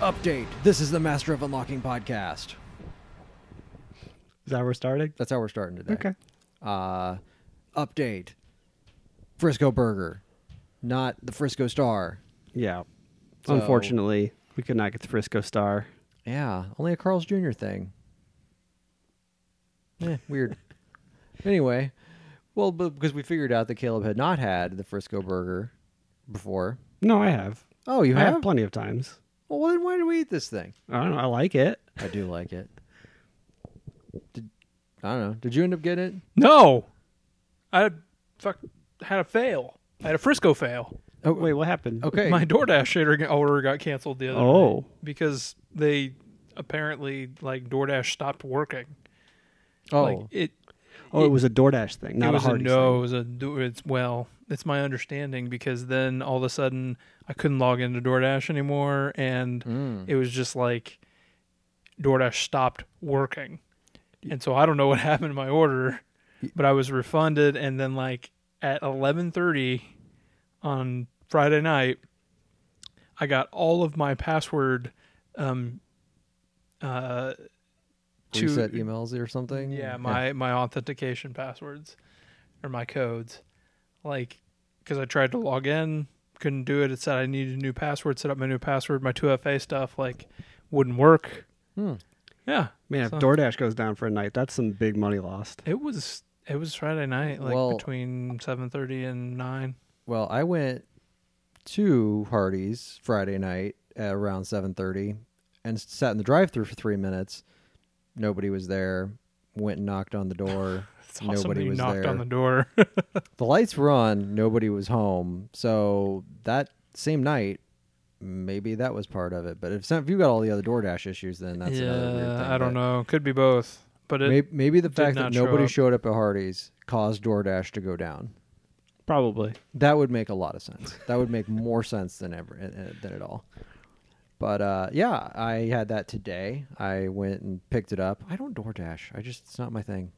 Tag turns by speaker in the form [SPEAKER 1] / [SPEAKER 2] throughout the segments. [SPEAKER 1] Update. This is the Master of Unlocking podcast.
[SPEAKER 2] Is that where we're starting?
[SPEAKER 1] That's how we're starting today. Uh, update. Frisco Burger, not the Frisco Star.
[SPEAKER 2] Yeah.
[SPEAKER 1] So-
[SPEAKER 2] Unfortunately, we could not get the Frisco Star.
[SPEAKER 1] Yeah, only a Carl's Jr. thing. Eh, weird. anyway, well, but because we figured out that Caleb had not had the Frisco Burger before.
[SPEAKER 2] No, I have.
[SPEAKER 1] Oh, you
[SPEAKER 2] I
[SPEAKER 1] have?
[SPEAKER 2] have plenty of times.
[SPEAKER 1] well, then why did we eat this thing?
[SPEAKER 2] I don't know. I like it.
[SPEAKER 1] I do like it. Did, I don't know. Did you end up getting it?
[SPEAKER 3] No, I fuck had a fail. I had a Frisco fail.
[SPEAKER 1] Oh,
[SPEAKER 2] Wait, what happened?
[SPEAKER 1] Okay.
[SPEAKER 3] My DoorDash order- order got canceled the other night
[SPEAKER 2] Oh,
[SPEAKER 3] because they apparently like DoorDash stopped working.
[SPEAKER 1] oh,
[SPEAKER 3] Like it.
[SPEAKER 2] oh, it, was a DoorDash thing, not
[SPEAKER 3] it was
[SPEAKER 2] a Hardee's
[SPEAKER 3] no. It
[SPEAKER 2] thing.
[SPEAKER 3] was a. do- It's well. It's my understanding because then all of a sudden I couldn't log into DoorDash anymore, and
[SPEAKER 1] Mm.
[SPEAKER 3] it was just like DoorDash stopped working. And so I don't know what happened to my order, but I was refunded and then like at 11:30 on Friday night I got all of my password um uh to
[SPEAKER 1] reset emails or something.
[SPEAKER 3] yeah, my my authentication passwords or my codes. Like cuz I tried to log in, couldn't do it. It said I needed a new password, set up my new password, my 2FA stuff like wouldn't work.
[SPEAKER 1] Hmm.
[SPEAKER 3] Yeah.
[SPEAKER 2] Man, if
[SPEAKER 3] so-
[SPEAKER 2] DoorDash goes down for a night, that's some big money lost.
[SPEAKER 3] It was it was Friday night, like
[SPEAKER 1] Well-
[SPEAKER 3] between seven thirty and nine.
[SPEAKER 1] Well, I went to Hardee's Friday night at around 7:30 and s- sat in the drive-through for 3 minutes. Nobody was there. Went and knocked on the door.
[SPEAKER 3] Saw
[SPEAKER 1] nobody
[SPEAKER 3] somebody
[SPEAKER 1] was
[SPEAKER 3] knocked
[SPEAKER 1] there.
[SPEAKER 3] on the door.
[SPEAKER 1] the lights were on, nobody was home. So that same night Maybe that was part of it, but if, some, if you got all the other DoorDash issues, then that's another weird thing.
[SPEAKER 3] I don't
[SPEAKER 1] but-
[SPEAKER 3] know. Could be both, but it,
[SPEAKER 1] Maybe, maybe the
[SPEAKER 3] did
[SPEAKER 1] fact that
[SPEAKER 3] not show
[SPEAKER 1] nobody
[SPEAKER 3] up.
[SPEAKER 1] showed up at Hardee's caused DoorDash to go down.
[SPEAKER 2] Probably.
[SPEAKER 1] That would make a lot of sense. That would make more sense than ever eh, than at all. But uh, yeah, I had that today. I went and picked it up. I don't DoorDash. I just it's not my thing.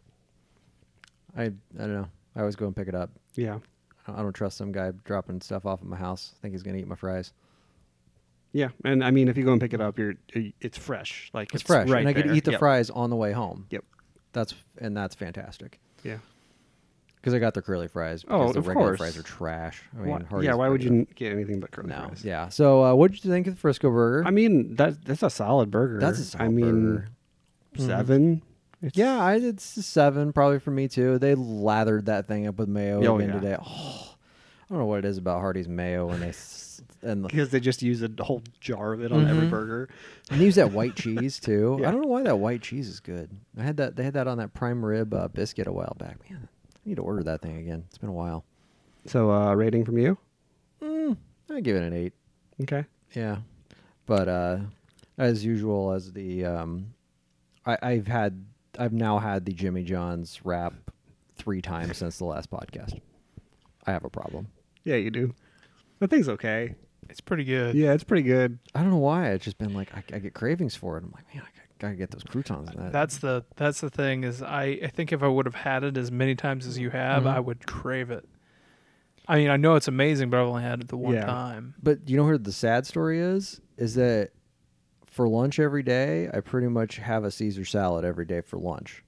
[SPEAKER 1] I I don't know. I always go and pick it up.
[SPEAKER 2] Yeah.
[SPEAKER 1] I don't, I don't trust some guy dropping stuff off at my house. I think he's gonna eat my fries.
[SPEAKER 2] Yeah. And I mean, if you go and pick it up, you're it's fresh. Like
[SPEAKER 1] It's, fresh,
[SPEAKER 2] right
[SPEAKER 1] and I could
[SPEAKER 2] there.
[SPEAKER 1] eat the
[SPEAKER 2] Yep.
[SPEAKER 1] fries on the way home.
[SPEAKER 2] Yep.
[SPEAKER 1] That's and that's fantastic
[SPEAKER 2] Yeah.
[SPEAKER 1] because I got the curly fries.
[SPEAKER 2] Oh,
[SPEAKER 1] Because the
[SPEAKER 2] of
[SPEAKER 1] regular
[SPEAKER 2] course.
[SPEAKER 1] fries are trash. I mean,
[SPEAKER 2] Why- yeah.
[SPEAKER 1] Hardee's
[SPEAKER 2] Why would you
[SPEAKER 1] regular-
[SPEAKER 2] n- get anything but curly
[SPEAKER 1] No.
[SPEAKER 2] fries?
[SPEAKER 1] Yeah. So uh, what did you think of the Frisco Burger?
[SPEAKER 2] I mean, that that's a solid burger.
[SPEAKER 1] That's a solid
[SPEAKER 2] I mean,
[SPEAKER 1] burger. Mm-hmm.
[SPEAKER 2] 7 It's-
[SPEAKER 1] Yeah, I, it's a seven probably for me too. They lathered that thing up with mayo
[SPEAKER 2] Oh,
[SPEAKER 1] again
[SPEAKER 2] yeah.
[SPEAKER 1] today. Oh, I don't know what it is about Hardy's mayo when they s- and, the,
[SPEAKER 2] because they just use a whole jar of it on
[SPEAKER 1] Mm-hmm.
[SPEAKER 2] every burger.
[SPEAKER 1] and they use that white cheese too. I
[SPEAKER 2] Yeah.
[SPEAKER 1] don't know why that white cheese is good. I had that they had that on that prime rib uh, biscuit a while back. Man, I need to order that thing again. It's been a while.
[SPEAKER 2] So, uh, rating from you? Mm.
[SPEAKER 1] I give it an eight.
[SPEAKER 2] Okay.
[SPEAKER 1] Yeah, but uh, as usual, as the um, I, I've had I've now had the Jimmy John's wrap three times since the last podcast. I have a problem.
[SPEAKER 2] Yeah, you do. The thing's okay.
[SPEAKER 3] it's pretty good.
[SPEAKER 2] Yeah, it's pretty good.
[SPEAKER 1] I don't know why. It's just been like I, I get cravings for it. I'm like, man, I gotta- gotta get those croutons. In that.
[SPEAKER 3] That's the that's the thing is I, I think if I would have had it as many times as you have, I would crave it. I mean, I know it's amazing, but I've only had it the one
[SPEAKER 2] Yeah.
[SPEAKER 3] time.
[SPEAKER 1] But you know where the sad story is? Is that for lunch every day, I pretty much have a Caesar salad every day for lunch.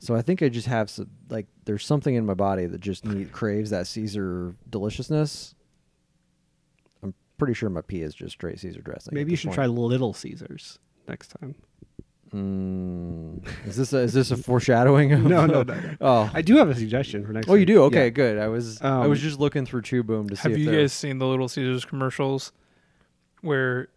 [SPEAKER 1] So I think I just have some like there's something in my body that just need, craves that Caesar deliciousness. I'm pretty sure my pea is just straight Caesar dressing. at
[SPEAKER 2] Maybe you
[SPEAKER 1] this
[SPEAKER 2] should
[SPEAKER 1] point.
[SPEAKER 2] try Little Caesars next time.
[SPEAKER 1] Mm, is this a, is this a foreshadowing? Of,
[SPEAKER 2] No, no, no, no.
[SPEAKER 1] oh,
[SPEAKER 2] I do have a suggestion for next.
[SPEAKER 1] oh, you
[SPEAKER 2] week.
[SPEAKER 1] do. Okay,
[SPEAKER 2] Yeah.
[SPEAKER 1] good. I was I was
[SPEAKER 2] Um,
[SPEAKER 1] just looking through Chew Boom to see
[SPEAKER 3] Have
[SPEAKER 1] if
[SPEAKER 3] you
[SPEAKER 1] there-
[SPEAKER 3] guys seen the Little Caesars commercials where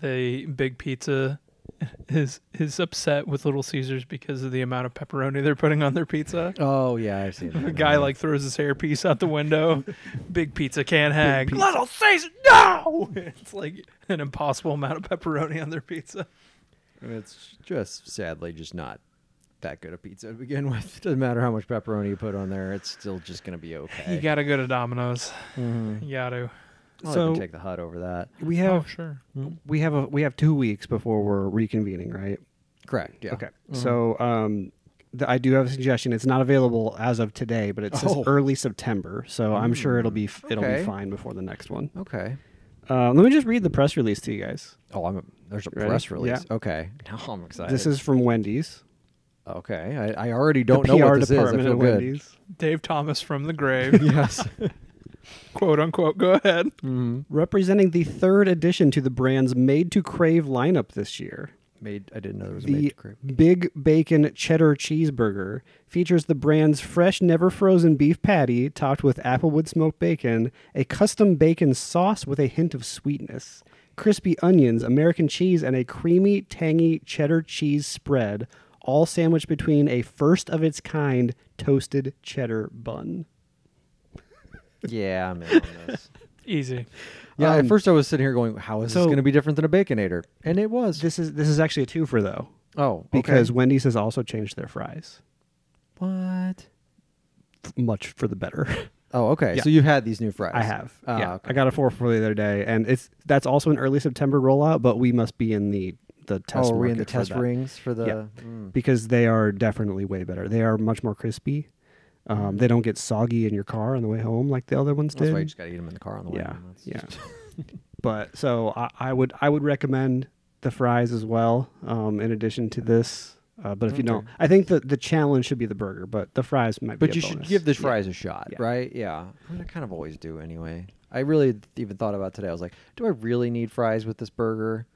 [SPEAKER 3] the big pizza is is upset with Little Caesars because of the amount of pepperoni they're putting on their pizza?
[SPEAKER 1] Oh yeah, I've seen that.
[SPEAKER 3] The guy
[SPEAKER 1] yeah.
[SPEAKER 3] like throws his hairpiece out the window. Big pizza can't hang. Little Caesar, no! It's like an impossible amount of pepperoni on their pizza.
[SPEAKER 1] And it's just sadly just not that good a pizza to begin with. It doesn't matter how much pepperoni you put on there, it's still just going to be okay.
[SPEAKER 3] You gotta go to Domino's.
[SPEAKER 1] Mhm.
[SPEAKER 3] You gotta.
[SPEAKER 1] I'll
[SPEAKER 2] So-
[SPEAKER 1] even take the hut over that.
[SPEAKER 2] We
[SPEAKER 3] Oh
[SPEAKER 2] have
[SPEAKER 3] sure.
[SPEAKER 1] hmm.
[SPEAKER 2] we have a we have two weeks before we're reconvening, right?
[SPEAKER 1] Correct. Yeah. Mm-hmm.
[SPEAKER 2] Okay. So, um, th- I do have a suggestion. It's not available as of today, but it says
[SPEAKER 1] Oh. Mm.
[SPEAKER 2] early September, so I'm sure it'll be f- it'll
[SPEAKER 1] Okay.
[SPEAKER 2] be fine before the next one.
[SPEAKER 1] Okay.
[SPEAKER 2] Uh, let me just read the press release to you guys.
[SPEAKER 1] Oh, I'm. There's a
[SPEAKER 2] Ready?
[SPEAKER 1] press release. Okay. Now I'm excited.
[SPEAKER 2] This is from Wendy's.
[SPEAKER 1] okay. I, I already don't
[SPEAKER 2] the
[SPEAKER 1] know
[SPEAKER 2] PR
[SPEAKER 1] what this is. I
[SPEAKER 2] department
[SPEAKER 1] feel
[SPEAKER 2] at
[SPEAKER 1] good.
[SPEAKER 2] Wendy's.
[SPEAKER 3] Dave Thomas from the grave,
[SPEAKER 1] yes.
[SPEAKER 3] quote unquote. Go ahead.
[SPEAKER 1] Mhm.
[SPEAKER 2] Representing the third addition to the brand's Made to Crave lineup this year.
[SPEAKER 1] Made. I didn't know there was a made
[SPEAKER 2] The
[SPEAKER 1] to crave.
[SPEAKER 2] Big Bacon Cheddar Cheeseburger features the brand's fresh, never frozen beef patty topped with applewood smoked bacon, a custom bacon sauce with a hint of sweetness, crispy onions, American cheese, and a creamy, tangy cheddar cheese spread, all sandwiched between a first of its kind toasted cheddar bun.
[SPEAKER 1] Yeah, I'm in on this.
[SPEAKER 3] Easy.
[SPEAKER 1] Yeah,
[SPEAKER 2] Um,
[SPEAKER 1] at first I was sitting here going, "How is this
[SPEAKER 2] so-
[SPEAKER 1] going to be different than a baconator?" And it was.
[SPEAKER 2] This is this is actually a twofer though,
[SPEAKER 1] oh,
[SPEAKER 2] because
[SPEAKER 1] okay.
[SPEAKER 2] Wendy's has also changed their fries
[SPEAKER 1] what?
[SPEAKER 2] f- much for the better.
[SPEAKER 1] Oh, okay.
[SPEAKER 2] Yeah.
[SPEAKER 1] So you've had these new fries.
[SPEAKER 2] I have.
[SPEAKER 1] Ah,
[SPEAKER 2] yeah,
[SPEAKER 1] okay.
[SPEAKER 2] I got a four for the other day, and it's that's also an early September rollout, but we must be in the the test.
[SPEAKER 1] oh, are we in the
[SPEAKER 2] market for
[SPEAKER 1] test
[SPEAKER 2] that.
[SPEAKER 1] rings for the?
[SPEAKER 2] Yeah.
[SPEAKER 1] Mm.
[SPEAKER 2] Because they are definitely way better. They are much more crispy. Um, they don't get soggy in your car on the way home like the other ones
[SPEAKER 1] Mm. That's
[SPEAKER 2] did.
[SPEAKER 1] why you just got to eat them in the car on the way.
[SPEAKER 2] yeah,
[SPEAKER 1] home. That's-
[SPEAKER 2] yeah. but so I, I would I would recommend the fries as well. Um, in addition to this. Uh, but if you don't,
[SPEAKER 1] Okay.
[SPEAKER 2] I think the, the challenge should be the burger, but the fries might be.
[SPEAKER 1] But
[SPEAKER 2] a
[SPEAKER 1] you should
[SPEAKER 2] bonus.
[SPEAKER 1] give the
[SPEAKER 2] Yeah.
[SPEAKER 1] fries a shot,
[SPEAKER 2] Yeah.
[SPEAKER 1] right? Yeah. I, mean, I kind of always do anyway. I really th- even thought about today. I was like, do I really need fries with this burger?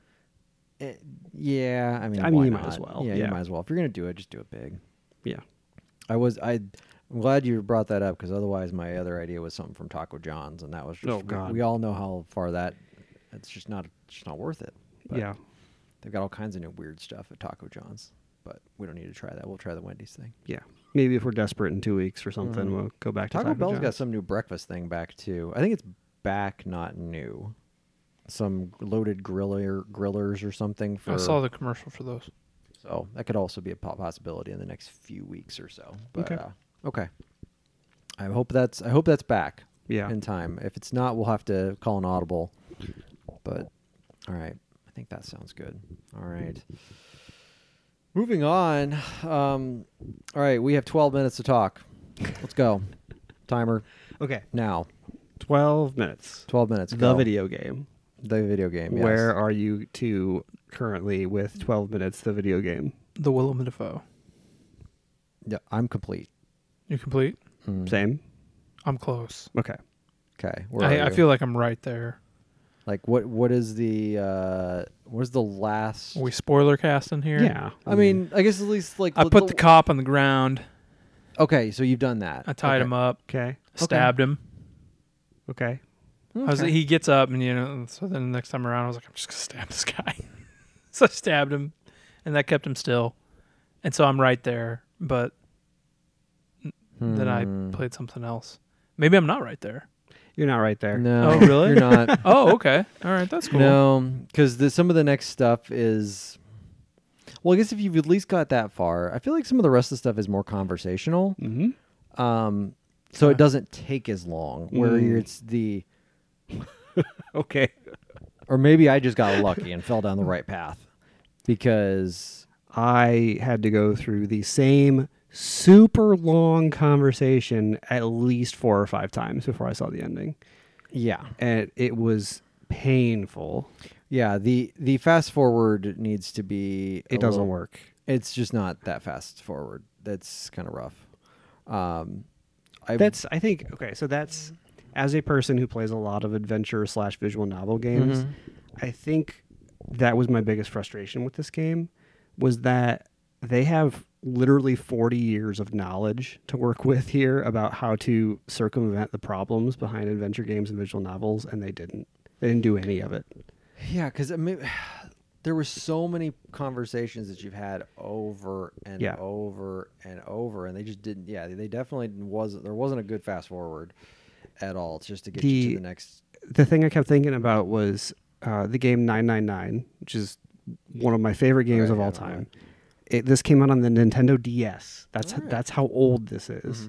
[SPEAKER 1] Eh, yeah. I mean,
[SPEAKER 2] I mean,
[SPEAKER 1] why
[SPEAKER 2] you might as
[SPEAKER 1] not?
[SPEAKER 2] well.
[SPEAKER 1] Yeah,
[SPEAKER 2] Yeah.
[SPEAKER 1] you might as well. If you're gonna do it, just do it big.
[SPEAKER 2] Yeah.
[SPEAKER 1] I was I. I'm glad you brought that up because otherwise my other idea was something from Taco John's, and that was just
[SPEAKER 2] Oh, God.
[SPEAKER 1] We, we all know how far that. It's just not. It's just not worth it. But
[SPEAKER 2] Yeah.
[SPEAKER 1] They've got all kinds of new weird stuff at Taco John's, but we don't need to try that. We'll try the Wendy's thing.
[SPEAKER 2] Yeah. Maybe if we're desperate in two weeks or something,
[SPEAKER 1] Mhm.
[SPEAKER 2] we'll go back to
[SPEAKER 1] Taco,
[SPEAKER 2] Taco
[SPEAKER 1] Bell's got
[SPEAKER 2] John's.
[SPEAKER 1] some new breakfast thing back too. I think it's back, not new. Some loaded griller grillers or something for.
[SPEAKER 3] I saw the commercial for those.
[SPEAKER 1] so that could also be a po- possibility in the next few weeks or so. But,
[SPEAKER 2] Okay.
[SPEAKER 1] Uh, okay. I hope that's I hope that's back.
[SPEAKER 2] Yeah.
[SPEAKER 1] In time. If it's not, we'll have to call an audible. But all right, I think that sounds good. All right. Moving on. Um, all right, we have 12 minutes to talk. Let's go. Timer
[SPEAKER 2] Okay.
[SPEAKER 1] now.
[SPEAKER 2] 12 minutes.
[SPEAKER 1] 12 minutes.
[SPEAKER 2] The
[SPEAKER 1] go.
[SPEAKER 2] video game.
[SPEAKER 1] The video game. Yes.
[SPEAKER 2] Where are you two currently with 12 minutes, the video game?
[SPEAKER 3] The Willem Dafoe.
[SPEAKER 1] Yeah, I'm complete. Mm.
[SPEAKER 3] You complete?
[SPEAKER 2] Same?
[SPEAKER 3] I'm close.
[SPEAKER 2] Okay.
[SPEAKER 1] Okay. Where
[SPEAKER 3] I,
[SPEAKER 1] are
[SPEAKER 3] I
[SPEAKER 1] you?
[SPEAKER 3] feel like I'm right there.
[SPEAKER 1] like what? What is the? Uh, what is the last?
[SPEAKER 3] Are we spoiler casting here?
[SPEAKER 2] Yeah.
[SPEAKER 1] I mean, I guess at least like
[SPEAKER 3] I
[SPEAKER 1] l-
[SPEAKER 3] put
[SPEAKER 1] l-
[SPEAKER 3] the cop on the ground.
[SPEAKER 1] Okay, so you've done that.
[SPEAKER 3] I tied him up.
[SPEAKER 2] Okay.
[SPEAKER 3] Stabbed him.
[SPEAKER 2] Okay.
[SPEAKER 3] I was, he gets up and you know. So then the next time around, I was like, I'm just gonna stab this guy. so I stabbed him, and that kept him still. And so I'm right there, but
[SPEAKER 1] Hmm.
[SPEAKER 3] then I played something else. Maybe I'm not right there.
[SPEAKER 2] You're not right there.
[SPEAKER 1] No.
[SPEAKER 3] Oh, really?
[SPEAKER 1] You're not.
[SPEAKER 3] Oh, okay. All right, that's cool.
[SPEAKER 1] No, because the, some of the next stuff is. Well, I guess if you've at least got that far, I feel like some of the rest of the stuff is more conversational.
[SPEAKER 2] Mm-hmm.
[SPEAKER 1] Um, so it doesn't take as long. Where
[SPEAKER 2] Mm.
[SPEAKER 1] you're, it's the
[SPEAKER 2] Okay.
[SPEAKER 1] or maybe I just got lucky and fell down the right path because
[SPEAKER 2] I had to go through the same super long conversation at least four or five times before I saw the ending.
[SPEAKER 1] yeah,
[SPEAKER 2] And it was painful.
[SPEAKER 1] yeah. The the fast forward needs to be. a
[SPEAKER 2] It doesn't
[SPEAKER 1] little-
[SPEAKER 2] work.
[SPEAKER 1] It's just not that fast forward. That's kind of rough. Um, I
[SPEAKER 2] that's I think okay. So that's as a person who plays a lot of adventure slash visual novel games, I think that was my biggest frustration with this game was that they have literally 40 years of knowledge to work with here about how to circumvent the problems behind adventure games and visual novels and they didn't they didn't do any of it
[SPEAKER 1] yeah, because I mean, there were so many conversations that you've had over and
[SPEAKER 2] Yeah.
[SPEAKER 1] over and over, and they just didn't. Yeah, they definitely wasn't. There wasn't a good fast forward at all. It's just to get you
[SPEAKER 2] The-
[SPEAKER 1] to the next.
[SPEAKER 2] the thing I kept thinking about was uh, the game 999, which is one of my favorite games
[SPEAKER 1] Okay,
[SPEAKER 2] of
[SPEAKER 1] yeah,
[SPEAKER 2] all
[SPEAKER 1] right.
[SPEAKER 2] time. It, this came out on the Nintendo DS. That's
[SPEAKER 1] Alright.
[SPEAKER 2] that's how old this is.
[SPEAKER 1] Mm-hmm.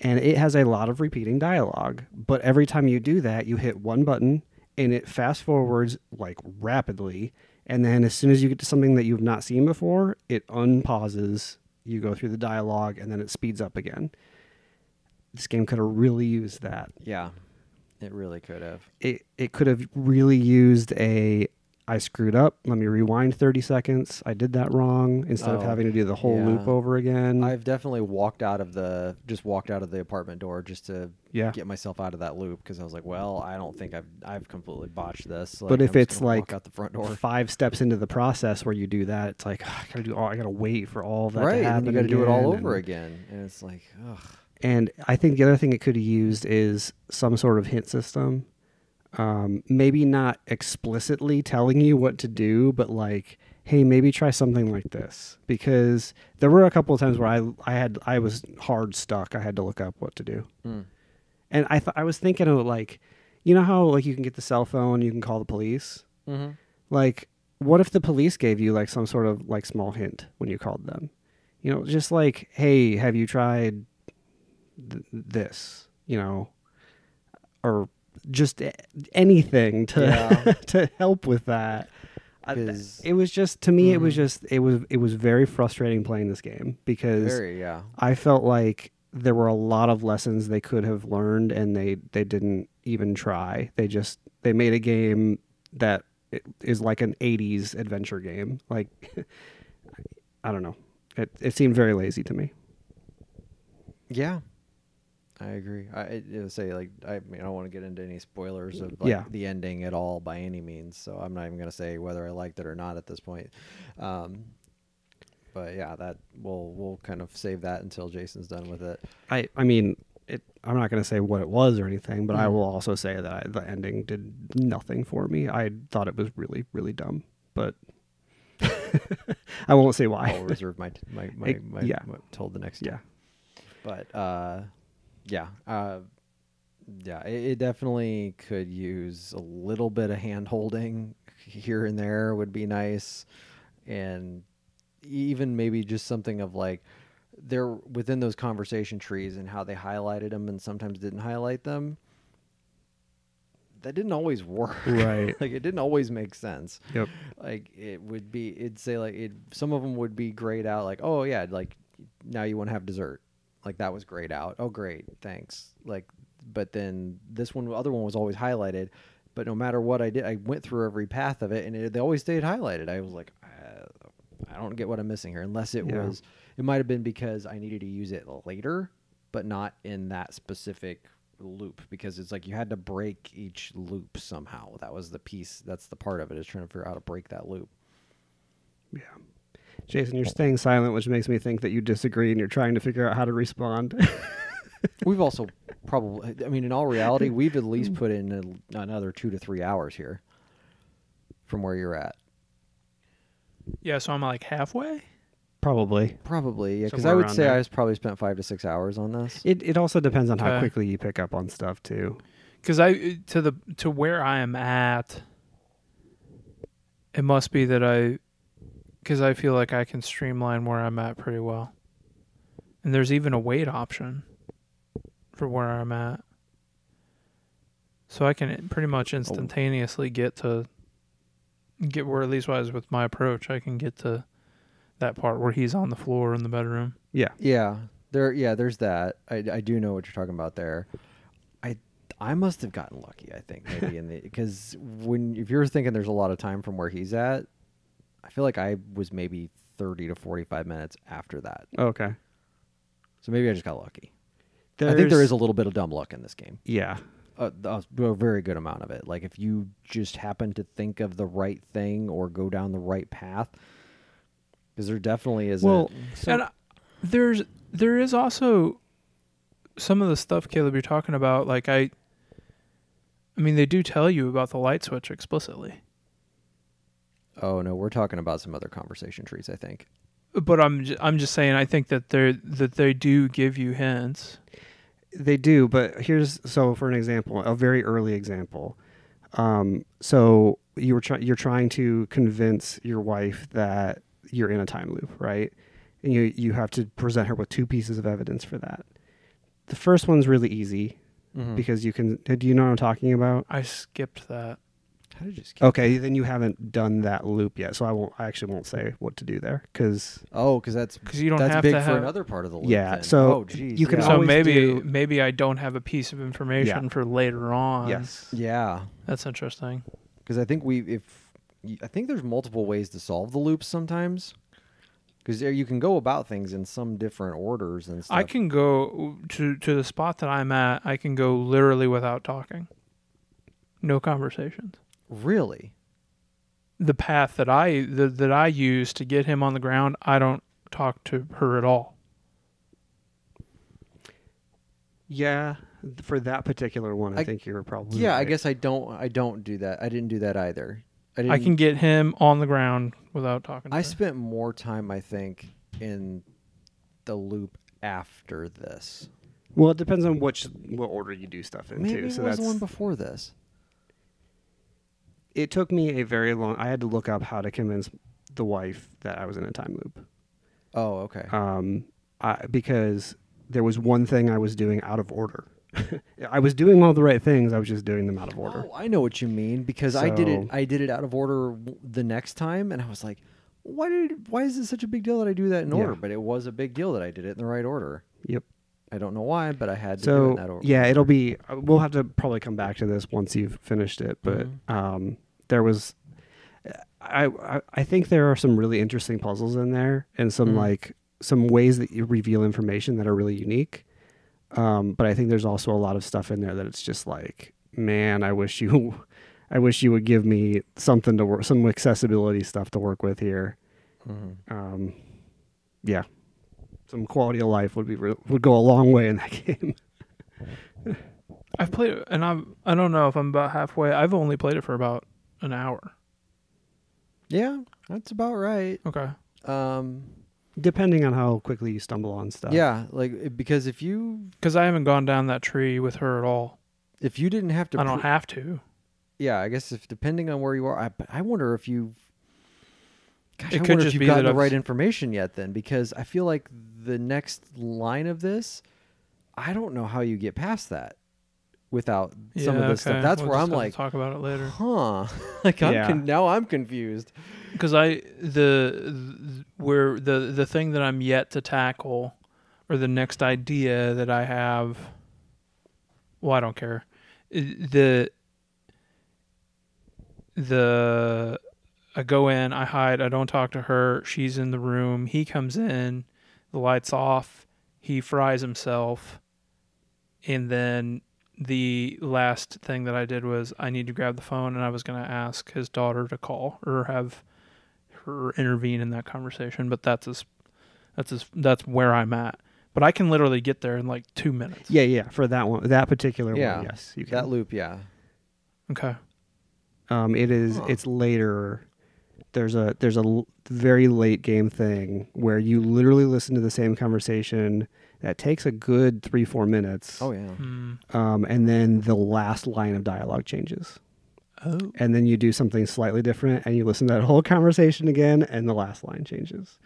[SPEAKER 2] And it has a lot of repeating dialogue, but every time you do that, you hit one button and it fast forwards like rapidly. And then as soon as you get to something that you've not seen before, it unpauses. You go through the dialogue and then it speeds up again. This game could have really used that
[SPEAKER 1] Yeah, It really could have.
[SPEAKER 2] it it could have really used a I screwed up. Let me rewind 30 seconds. I did that wrong instead of
[SPEAKER 1] Oh,
[SPEAKER 2] having to do the whole
[SPEAKER 1] yeah.
[SPEAKER 2] loop over again.
[SPEAKER 1] I've definitely walked out of the just walked out of the apartment door just to
[SPEAKER 2] Yeah.
[SPEAKER 1] get myself out of that loop because I was like, well, I don't think I've I've completely botched this. Like,
[SPEAKER 2] but if
[SPEAKER 1] I'm just
[SPEAKER 2] it's
[SPEAKER 1] gonna
[SPEAKER 2] like
[SPEAKER 1] walk out the front door,
[SPEAKER 2] five steps into the process where you do that, it's like "Ugh, I gotta do all. I gotta wait for all of that
[SPEAKER 1] right,
[SPEAKER 2] to happen.
[SPEAKER 1] and you got to do it all
[SPEAKER 2] again,"
[SPEAKER 1] over
[SPEAKER 2] and-
[SPEAKER 1] again, and it's like, ugh,
[SPEAKER 2] And I think the other thing it could have used is some sort of hint system. Um, maybe not explicitly telling you what to do, but like, hey, maybe try something like this. Because there were a couple of times where I, I had I was hard stuck. I had to look up what to do.
[SPEAKER 1] Mm.
[SPEAKER 2] And I th- I was thinking of like, you know how like you can get the cell phone, you can call the police. Like, what if the police gave you like some sort of like small hint when you called them? You know, just like, hey, have you tried th- this? You know, or just a- anything to
[SPEAKER 1] Yeah.
[SPEAKER 2] to help with that. I-
[SPEAKER 1] 'Cause-
[SPEAKER 2] it was just to me, it was
[SPEAKER 1] Mm-hmm.
[SPEAKER 2] just it was it was very frustrating playing this game because
[SPEAKER 1] very yeah,
[SPEAKER 2] I felt like there were a lot of lessons they could have learned and they they didn't even try. They just they made a game that i- is like an 80s adventure game. Like I don't know. It it seemed very lazy to me.
[SPEAKER 1] yeah. I agree. I I- I would say like I, mean, I don't want to get into any spoilers of like,
[SPEAKER 2] Yeah.
[SPEAKER 1] the ending at all by any means, so I'm not even gonna say whether I liked it or not at this point. Um, but yeah, that we'll we'll kind of save that until Jason's done with it.
[SPEAKER 2] I I mean, it I'm not going to say what it was or anything, but I
[SPEAKER 1] Mhm.
[SPEAKER 2] will also say that I, the ending did nothing for me. I thought it was really really dumb, but I won't say why.
[SPEAKER 1] I'll reserve my my my,
[SPEAKER 2] Ex-
[SPEAKER 1] my,
[SPEAKER 2] yeah.
[SPEAKER 1] my- till the next
[SPEAKER 2] Yeah.
[SPEAKER 1] time. But uh, yeah, uh, yeah, it, it definitely could use a little bit of hand holding here and there would be nice, and e, even maybe just something of like they're within those conversation trees and how they highlighted them and sometimes didn't highlight them. That didn't always work.
[SPEAKER 2] Right.
[SPEAKER 1] like it didn't always make sense
[SPEAKER 2] Yep.
[SPEAKER 1] like it would be it'd say like it some of them would be grayed out like oh yeah like now you want to have dessert like that was grayed out oh great thanks like but then this one other one was always highlighted but no matter what i did i went through every path of it and it, they always stayed highlighted i was like uh, i don't get what i'm missing here unless it
[SPEAKER 2] Yeah.
[SPEAKER 1] was it might have been because i needed to use it later but not in that specific loop because it's like you had to break each loop somehow that was the piece that's the part of it is trying to figure out how to break that loop
[SPEAKER 2] Yeah. Jason, you're staying silent, which makes me think that you disagree and you're trying to figure out how to respond.
[SPEAKER 1] We've also probably, I mean, in all reality, we've at least put in a, another two to three hours here from where you're at.
[SPEAKER 3] Yeah, so I'm like halfway.
[SPEAKER 2] Probably.
[SPEAKER 1] Probably, yeah, because I
[SPEAKER 2] Somewhere
[SPEAKER 1] would
[SPEAKER 2] around
[SPEAKER 1] say
[SPEAKER 2] there.
[SPEAKER 1] I was probably spent five to six hours on this.
[SPEAKER 2] It it also depends on how
[SPEAKER 3] Okay.
[SPEAKER 2] quickly you pick up on stuff too.
[SPEAKER 3] Because I to the to where I am at, it must be that I, because I feel like I can streamline where I'm at pretty well, and there's even a weight option for where I'm at, so I can pretty much instantaneously get to get where at least was with my approach, I can get to that part where he's on the floor in the bedroom.
[SPEAKER 2] Yeah.
[SPEAKER 1] Yeah, there, yeah, there's that. I, I do know what you're talking about there. I I must have gotten lucky. I think maybe in the because when if you're thinking there's a lot of time from where he's at, I feel like I was maybe thirty to forty five minutes after that.
[SPEAKER 2] Okay.
[SPEAKER 1] So maybe I just got lucky. I think there
[SPEAKER 2] There's-
[SPEAKER 1] is a little bit of dumb luck in this game.
[SPEAKER 2] Yeah.
[SPEAKER 1] a, a, a very good amount of it. Like if you just happen to think of the right thing or go down the right path, because there definitely is.
[SPEAKER 2] Well,
[SPEAKER 3] and I- there's there is also some of the stuff Caleb you're talking about. Like I, I mean, they do tell you about the light switch explicitly,
[SPEAKER 1] oh no, we're talking about some other conversation trees. I think.
[SPEAKER 3] but I'm ju- I'm just saying I think that they that they do give you hints.
[SPEAKER 2] They do, but here's so for an example, a very early example. Um, so you were try- you're trying to convince your wife that you're in a time loop, right? And you you have to present her with two pieces of evidence for that. The first Mm-hmm. Hmm. one's really easy because you can. Do you know what I'm talking about?
[SPEAKER 3] I skipped that.
[SPEAKER 1] How did you skip?
[SPEAKER 2] Okay, then you haven't done that loop yet, so I won't. I actually won't say what to do there because
[SPEAKER 1] Oh, because that's
[SPEAKER 3] 'Cause you don't
[SPEAKER 1] that's
[SPEAKER 3] have
[SPEAKER 1] big
[SPEAKER 3] to
[SPEAKER 1] for
[SPEAKER 3] have-
[SPEAKER 1] another part of the loop.
[SPEAKER 2] Yeah,
[SPEAKER 1] then.
[SPEAKER 2] so
[SPEAKER 1] oh, geez,
[SPEAKER 2] you can
[SPEAKER 1] yeah.
[SPEAKER 3] So
[SPEAKER 2] always
[SPEAKER 3] maybe
[SPEAKER 2] do-
[SPEAKER 3] maybe I don't have a piece of information for later on.
[SPEAKER 2] yes,
[SPEAKER 1] yeah,
[SPEAKER 3] That's interesting.
[SPEAKER 1] because I think we if I think there's multiple ways to solve the loops sometimes. Because there you can go about things in some different orders and stuff.
[SPEAKER 3] I can go to to the spot that I'm at. I can go literally without talking. No conversations.
[SPEAKER 1] really.
[SPEAKER 3] The path that I the, that I use to get him on the ground, I don't talk to her at all.
[SPEAKER 2] yeah. For that particular one, I,
[SPEAKER 1] I-
[SPEAKER 2] think you were probably
[SPEAKER 1] Yeah, I
[SPEAKER 2] right.
[SPEAKER 1] guess I don't. I don't do that. I didn't do that either. I, didn't,
[SPEAKER 3] I can get him on the ground without talking. To
[SPEAKER 1] I
[SPEAKER 3] her.
[SPEAKER 1] spent more time, I think, in the loop after this.
[SPEAKER 2] Well, it depends on which what order you do stuff in
[SPEAKER 1] Maybe
[SPEAKER 2] too.
[SPEAKER 1] it
[SPEAKER 2] So
[SPEAKER 1] was
[SPEAKER 2] that's
[SPEAKER 1] the one before this.
[SPEAKER 2] it took me a very long. I had to look up how to convince the wife that I was in a time loop.
[SPEAKER 1] Oh, okay.
[SPEAKER 2] um, I, because there was one thing I was doing out of order. I was doing all the right things. I was just doing them out of order.
[SPEAKER 1] Oh, I know what you mean because I did it.
[SPEAKER 2] So-
[SPEAKER 1] I did it out of order w- the next time, and I was like, "Why did? Why is it such a big deal that I do that in
[SPEAKER 2] Yeah.
[SPEAKER 1] order?" But it was a big deal that I did it in the right order.
[SPEAKER 2] Yep.
[SPEAKER 1] I don't know why, but I had to do it in that
[SPEAKER 2] So
[SPEAKER 1] order.
[SPEAKER 2] yeah, it'll be. uh, We'll have to probably come back to this once you've finished it. But
[SPEAKER 1] Mm-hmm.
[SPEAKER 2] um, there was, uh, I, I I think there are some really interesting puzzles in there, and some
[SPEAKER 1] Mhm.
[SPEAKER 2] like some ways that you reveal information that are really unique. Um, but I think there's also a lot of stuff in there that it's just like, man, I wish you, I wish you would give me something to work, some accessibility stuff to work with here.
[SPEAKER 1] Mhm.
[SPEAKER 2] Um, yeah, some quality of life would be re- would go a long way in that game.
[SPEAKER 3] I've played it, and I'm I don't know if I'm about halfway. I've only played it for about an hour.
[SPEAKER 1] yeah, that's about right.
[SPEAKER 3] Okay.
[SPEAKER 1] Um,
[SPEAKER 2] depending on how quickly you stumble on stuff.
[SPEAKER 1] yeah, like it- because if you
[SPEAKER 3] Because I haven't gone down that tree with her at all.
[SPEAKER 1] if you didn't have to,
[SPEAKER 3] I don't
[SPEAKER 1] pro-
[SPEAKER 3] have to.
[SPEAKER 1] yeah, I guess if depending on where you are, I, but I wonder if you. Gosh,
[SPEAKER 3] It
[SPEAKER 1] I
[SPEAKER 3] could
[SPEAKER 1] wonder
[SPEAKER 3] just
[SPEAKER 1] if
[SPEAKER 3] be
[SPEAKER 1] you've gotten
[SPEAKER 3] that
[SPEAKER 1] the
[SPEAKER 3] I've
[SPEAKER 1] right
[SPEAKER 3] s-
[SPEAKER 1] information yet, then, because I feel like the next line of this, I don't know how you get past that without some of
[SPEAKER 3] Yeah,
[SPEAKER 1] this
[SPEAKER 3] okay.
[SPEAKER 1] stuff. That's
[SPEAKER 3] We'll
[SPEAKER 1] where
[SPEAKER 3] just
[SPEAKER 1] I'm
[SPEAKER 3] have to
[SPEAKER 1] like,
[SPEAKER 3] talk about it later.
[SPEAKER 1] huh? like I'm
[SPEAKER 2] Yeah.
[SPEAKER 1] con- now I'm confused.
[SPEAKER 3] because I the, th where the the thing that I'm yet to tackle, or the next idea that I have. Well, I don't care. I- The the I go in, I hide, I don't talk to her. She's in the room. He comes in, the lights off. He fries himself, and then the last thing that I did was I need to grab the phone and I was going to ask his daughter to call or have her intervene in that conversation, but that's as that's as that's where I'm at. But I can literally get there in like 2 minutes.
[SPEAKER 2] Yeah, yeah. For that one, that particular
[SPEAKER 1] Yeah.
[SPEAKER 2] one, yes, you
[SPEAKER 1] That
[SPEAKER 2] can.
[SPEAKER 1] loop, yeah.
[SPEAKER 3] Okay.
[SPEAKER 2] um, it is.
[SPEAKER 1] Huh.
[SPEAKER 2] It's later. There's a there's a l- very late game thing where you literally listen to the same conversation that takes a good three four minutes.
[SPEAKER 1] Oh yeah.
[SPEAKER 3] Mm.
[SPEAKER 2] Um, and then the last line of dialogue changes,
[SPEAKER 3] Oh.
[SPEAKER 2] and then you do something slightly different, and you listen to that whole conversation again, and the last line changes.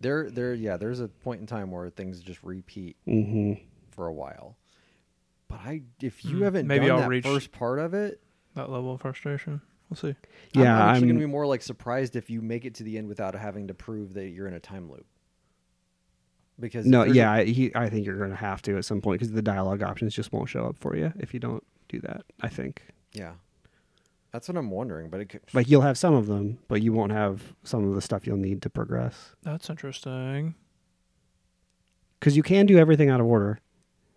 [SPEAKER 1] There, there, yeah. There's a point in time where things just repeat
[SPEAKER 2] hmm
[SPEAKER 1] for a while. But I, if you
[SPEAKER 3] Hmm,
[SPEAKER 1] haven't
[SPEAKER 3] maybe
[SPEAKER 1] done
[SPEAKER 3] I'll
[SPEAKER 1] that
[SPEAKER 3] reach-
[SPEAKER 1] first part of it,
[SPEAKER 3] That level of frustration. We'll see.
[SPEAKER 2] Yeah,
[SPEAKER 1] I'm actually
[SPEAKER 2] I'm-
[SPEAKER 1] gonna be more like surprised if you make it to the end without having to prove that you're in a time loop. Because if
[SPEAKER 2] No,
[SPEAKER 1] there's a-
[SPEAKER 2] yeah, I he, I think you're going to have to at some point because the dialogue options just won't show up for you if you don't do that. I think
[SPEAKER 1] yeah, that's what I'm wondering. But it could,
[SPEAKER 2] like you'll have some of them, but you won't have some of the stuff you'll need to progress
[SPEAKER 3] That's interesting.
[SPEAKER 2] because you can do everything out of order,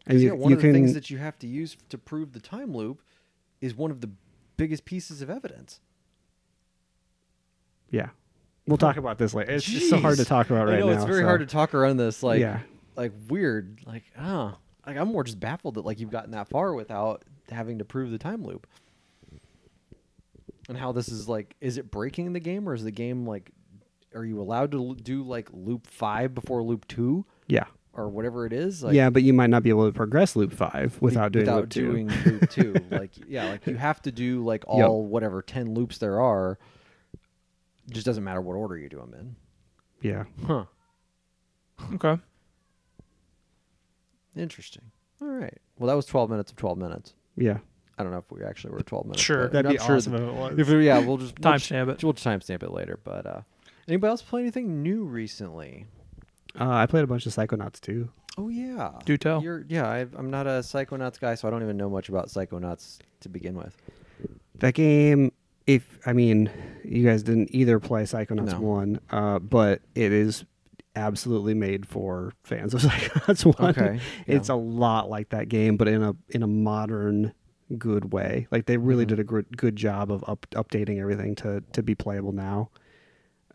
[SPEAKER 2] and
[SPEAKER 1] yeah,
[SPEAKER 2] you
[SPEAKER 1] one
[SPEAKER 2] you
[SPEAKER 1] of the
[SPEAKER 2] can
[SPEAKER 1] things that you have to use to prove the time loop is one of the biggest pieces of evidence.
[SPEAKER 2] yeah. We'll talk about this later. It's just so hard to
[SPEAKER 1] Jeez.
[SPEAKER 2] talk about right
[SPEAKER 1] I know
[SPEAKER 2] now.
[SPEAKER 1] it's very
[SPEAKER 2] so-
[SPEAKER 1] hard to talk around this. Like,
[SPEAKER 2] Yeah.
[SPEAKER 1] like weird. Like, ah, like I'm more just baffled that like you've gotten that far without having to prove the time loop. And how this is like, is it breaking the game or is the game like, are you allowed to l- do like loop five before loop two
[SPEAKER 2] Yeah,
[SPEAKER 1] or whatever it is? Like,
[SPEAKER 2] yeah, but you might not be able to progress loop five
[SPEAKER 1] be-
[SPEAKER 2] without doing
[SPEAKER 1] without
[SPEAKER 2] loop two.
[SPEAKER 1] doing loop two. Like, yeah, like you have to do like all
[SPEAKER 2] Yep.
[SPEAKER 1] whatever ten loops there are. Just doesn't matter what order you do them in.
[SPEAKER 2] Yeah,
[SPEAKER 1] Huh.
[SPEAKER 3] Okay.
[SPEAKER 1] Interesting. All right. Well, that was twelve minutes of twelve minutes.
[SPEAKER 2] yeah.
[SPEAKER 1] I don't know if we actually were 12 minutes.
[SPEAKER 3] Sure.
[SPEAKER 1] but
[SPEAKER 4] That'd
[SPEAKER 1] I'm
[SPEAKER 4] be
[SPEAKER 1] sure
[SPEAKER 4] awesome if it was.
[SPEAKER 1] If we- yeah, we'll just we'll
[SPEAKER 3] Timestamp
[SPEAKER 1] just-
[SPEAKER 3] it.
[SPEAKER 1] We'll timestamp it later. But uh, anybody else play anything new recently?
[SPEAKER 2] Uh, I played a bunch of Psychonauts too.
[SPEAKER 1] Oh yeah,
[SPEAKER 3] Do tell.
[SPEAKER 1] You're, yeah, I, I'm not a Psychonauts guy, so I don't even know much about Psychonauts to begin with.
[SPEAKER 2] That game, if I mean, you guys didn't either play Psychonauts
[SPEAKER 1] No.
[SPEAKER 2] one, uh, but it is absolutely made for fans of Psychonauts one.
[SPEAKER 1] Okay, yeah.
[SPEAKER 2] it's a lot like that game, but in a in a modern good way. Like they really did a good good job of up, updating everything to to be playable now.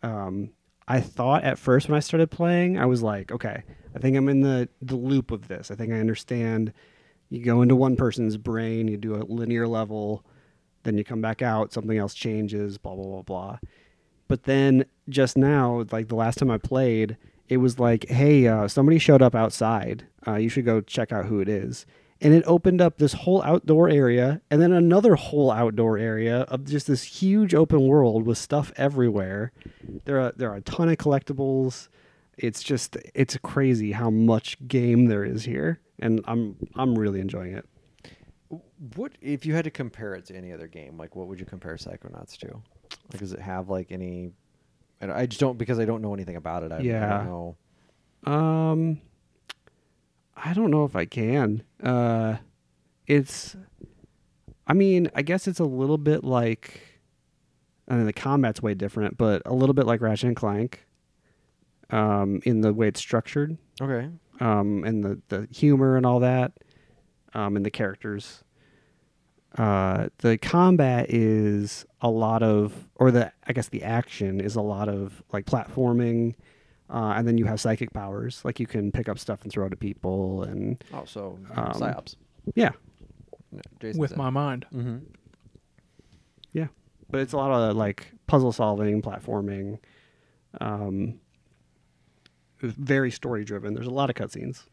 [SPEAKER 2] Um, I thought at first when I started playing, I was like, okay, I think I'm in the the loop of this. I think I understand. You go into one person's brain, you do a linear level, then you come back out, something else changes, blah blah blah blah. But then just now, like the last time I played, it was like, hey, uh, somebody showed up outside. Uh, you should go check out who it is. And it opened up this whole outdoor area and then another whole outdoor area of just this huge open world with stuff everywhere. There are there are a ton of collectibles. It's just it's crazy how much game there is here, and I'm I'm really enjoying it.
[SPEAKER 1] What if you had to compare it to any other game? Like, what would you compare Psychonauts to? Like, does it have like any? I, don't- I just don't because I don't know anything about it. I, I
[SPEAKER 2] Yeah.
[SPEAKER 1] don't know.
[SPEAKER 2] Um, I don't know if I can. Uh, it's, I mean, I guess it's a little bit like, I mean, the combat's way different, but a little bit like Ratchet and Clank, um, in the way it's structured,
[SPEAKER 1] Okay.
[SPEAKER 2] um, and the the humor and all that, um, and the characters. Uh, the combat is a lot of, or the I guess the action is a lot of like platforming, uh, and then you have psychic powers, like you can pick up stuff and throw it at people, and
[SPEAKER 1] Oh, so
[SPEAKER 2] Um,
[SPEAKER 1] psyops.
[SPEAKER 2] yeah,
[SPEAKER 1] No, Jason
[SPEAKER 3] with my mind.
[SPEAKER 1] Mm-hmm.
[SPEAKER 2] yeah. But it's a lot of like puzzle solving, platforming, um, very story driven. There's a lot of cutscenes,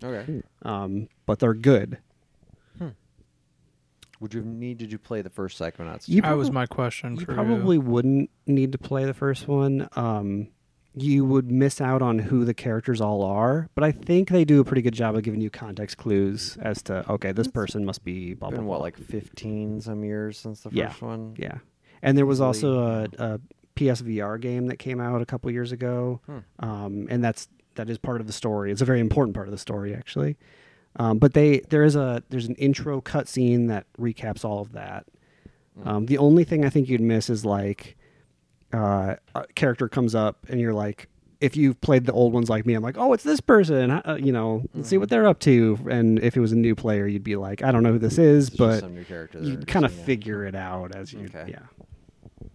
[SPEAKER 1] Okay.
[SPEAKER 2] um, but they're good.
[SPEAKER 1] Would you need did you play the first Psychonauts?
[SPEAKER 2] You
[SPEAKER 1] too?
[SPEAKER 3] that was
[SPEAKER 2] probab-
[SPEAKER 3] my question.
[SPEAKER 2] You
[SPEAKER 3] for
[SPEAKER 2] probably wouldn't need to play the first one. Um, you would miss out on who the characters all are, but I think they do a pretty good job of giving you context clues as to okay, this person must be blah blah.
[SPEAKER 1] been what
[SPEAKER 2] blah.
[SPEAKER 1] like 15 some years since the first
[SPEAKER 2] Yeah.
[SPEAKER 1] one.
[SPEAKER 2] yeah, and there was
[SPEAKER 1] easily,
[SPEAKER 2] also a, a PSVR game that came out a couple years ago,
[SPEAKER 1] Hmm.
[SPEAKER 2] um, and that's that is part of the story. It's a very important part of the story actually. Um, but they there is a there's an intro cutscene that recaps all of that.
[SPEAKER 1] Hmm.
[SPEAKER 2] Um, the only thing I think you'd miss is like uh, a character comes up and you're like, if you've played the old ones like me, I'm like, oh, it's this person. Uh, you know, let's
[SPEAKER 1] Hmm.
[SPEAKER 2] see what they're up to. And if it was a new player, you'd be like, I don't know who this is,
[SPEAKER 1] It's just
[SPEAKER 2] but
[SPEAKER 1] some new character.
[SPEAKER 2] you
[SPEAKER 1] they're
[SPEAKER 2] kind of
[SPEAKER 1] introducing, yeah.
[SPEAKER 2] figure it out as you.
[SPEAKER 1] Okay.
[SPEAKER 2] Yeah.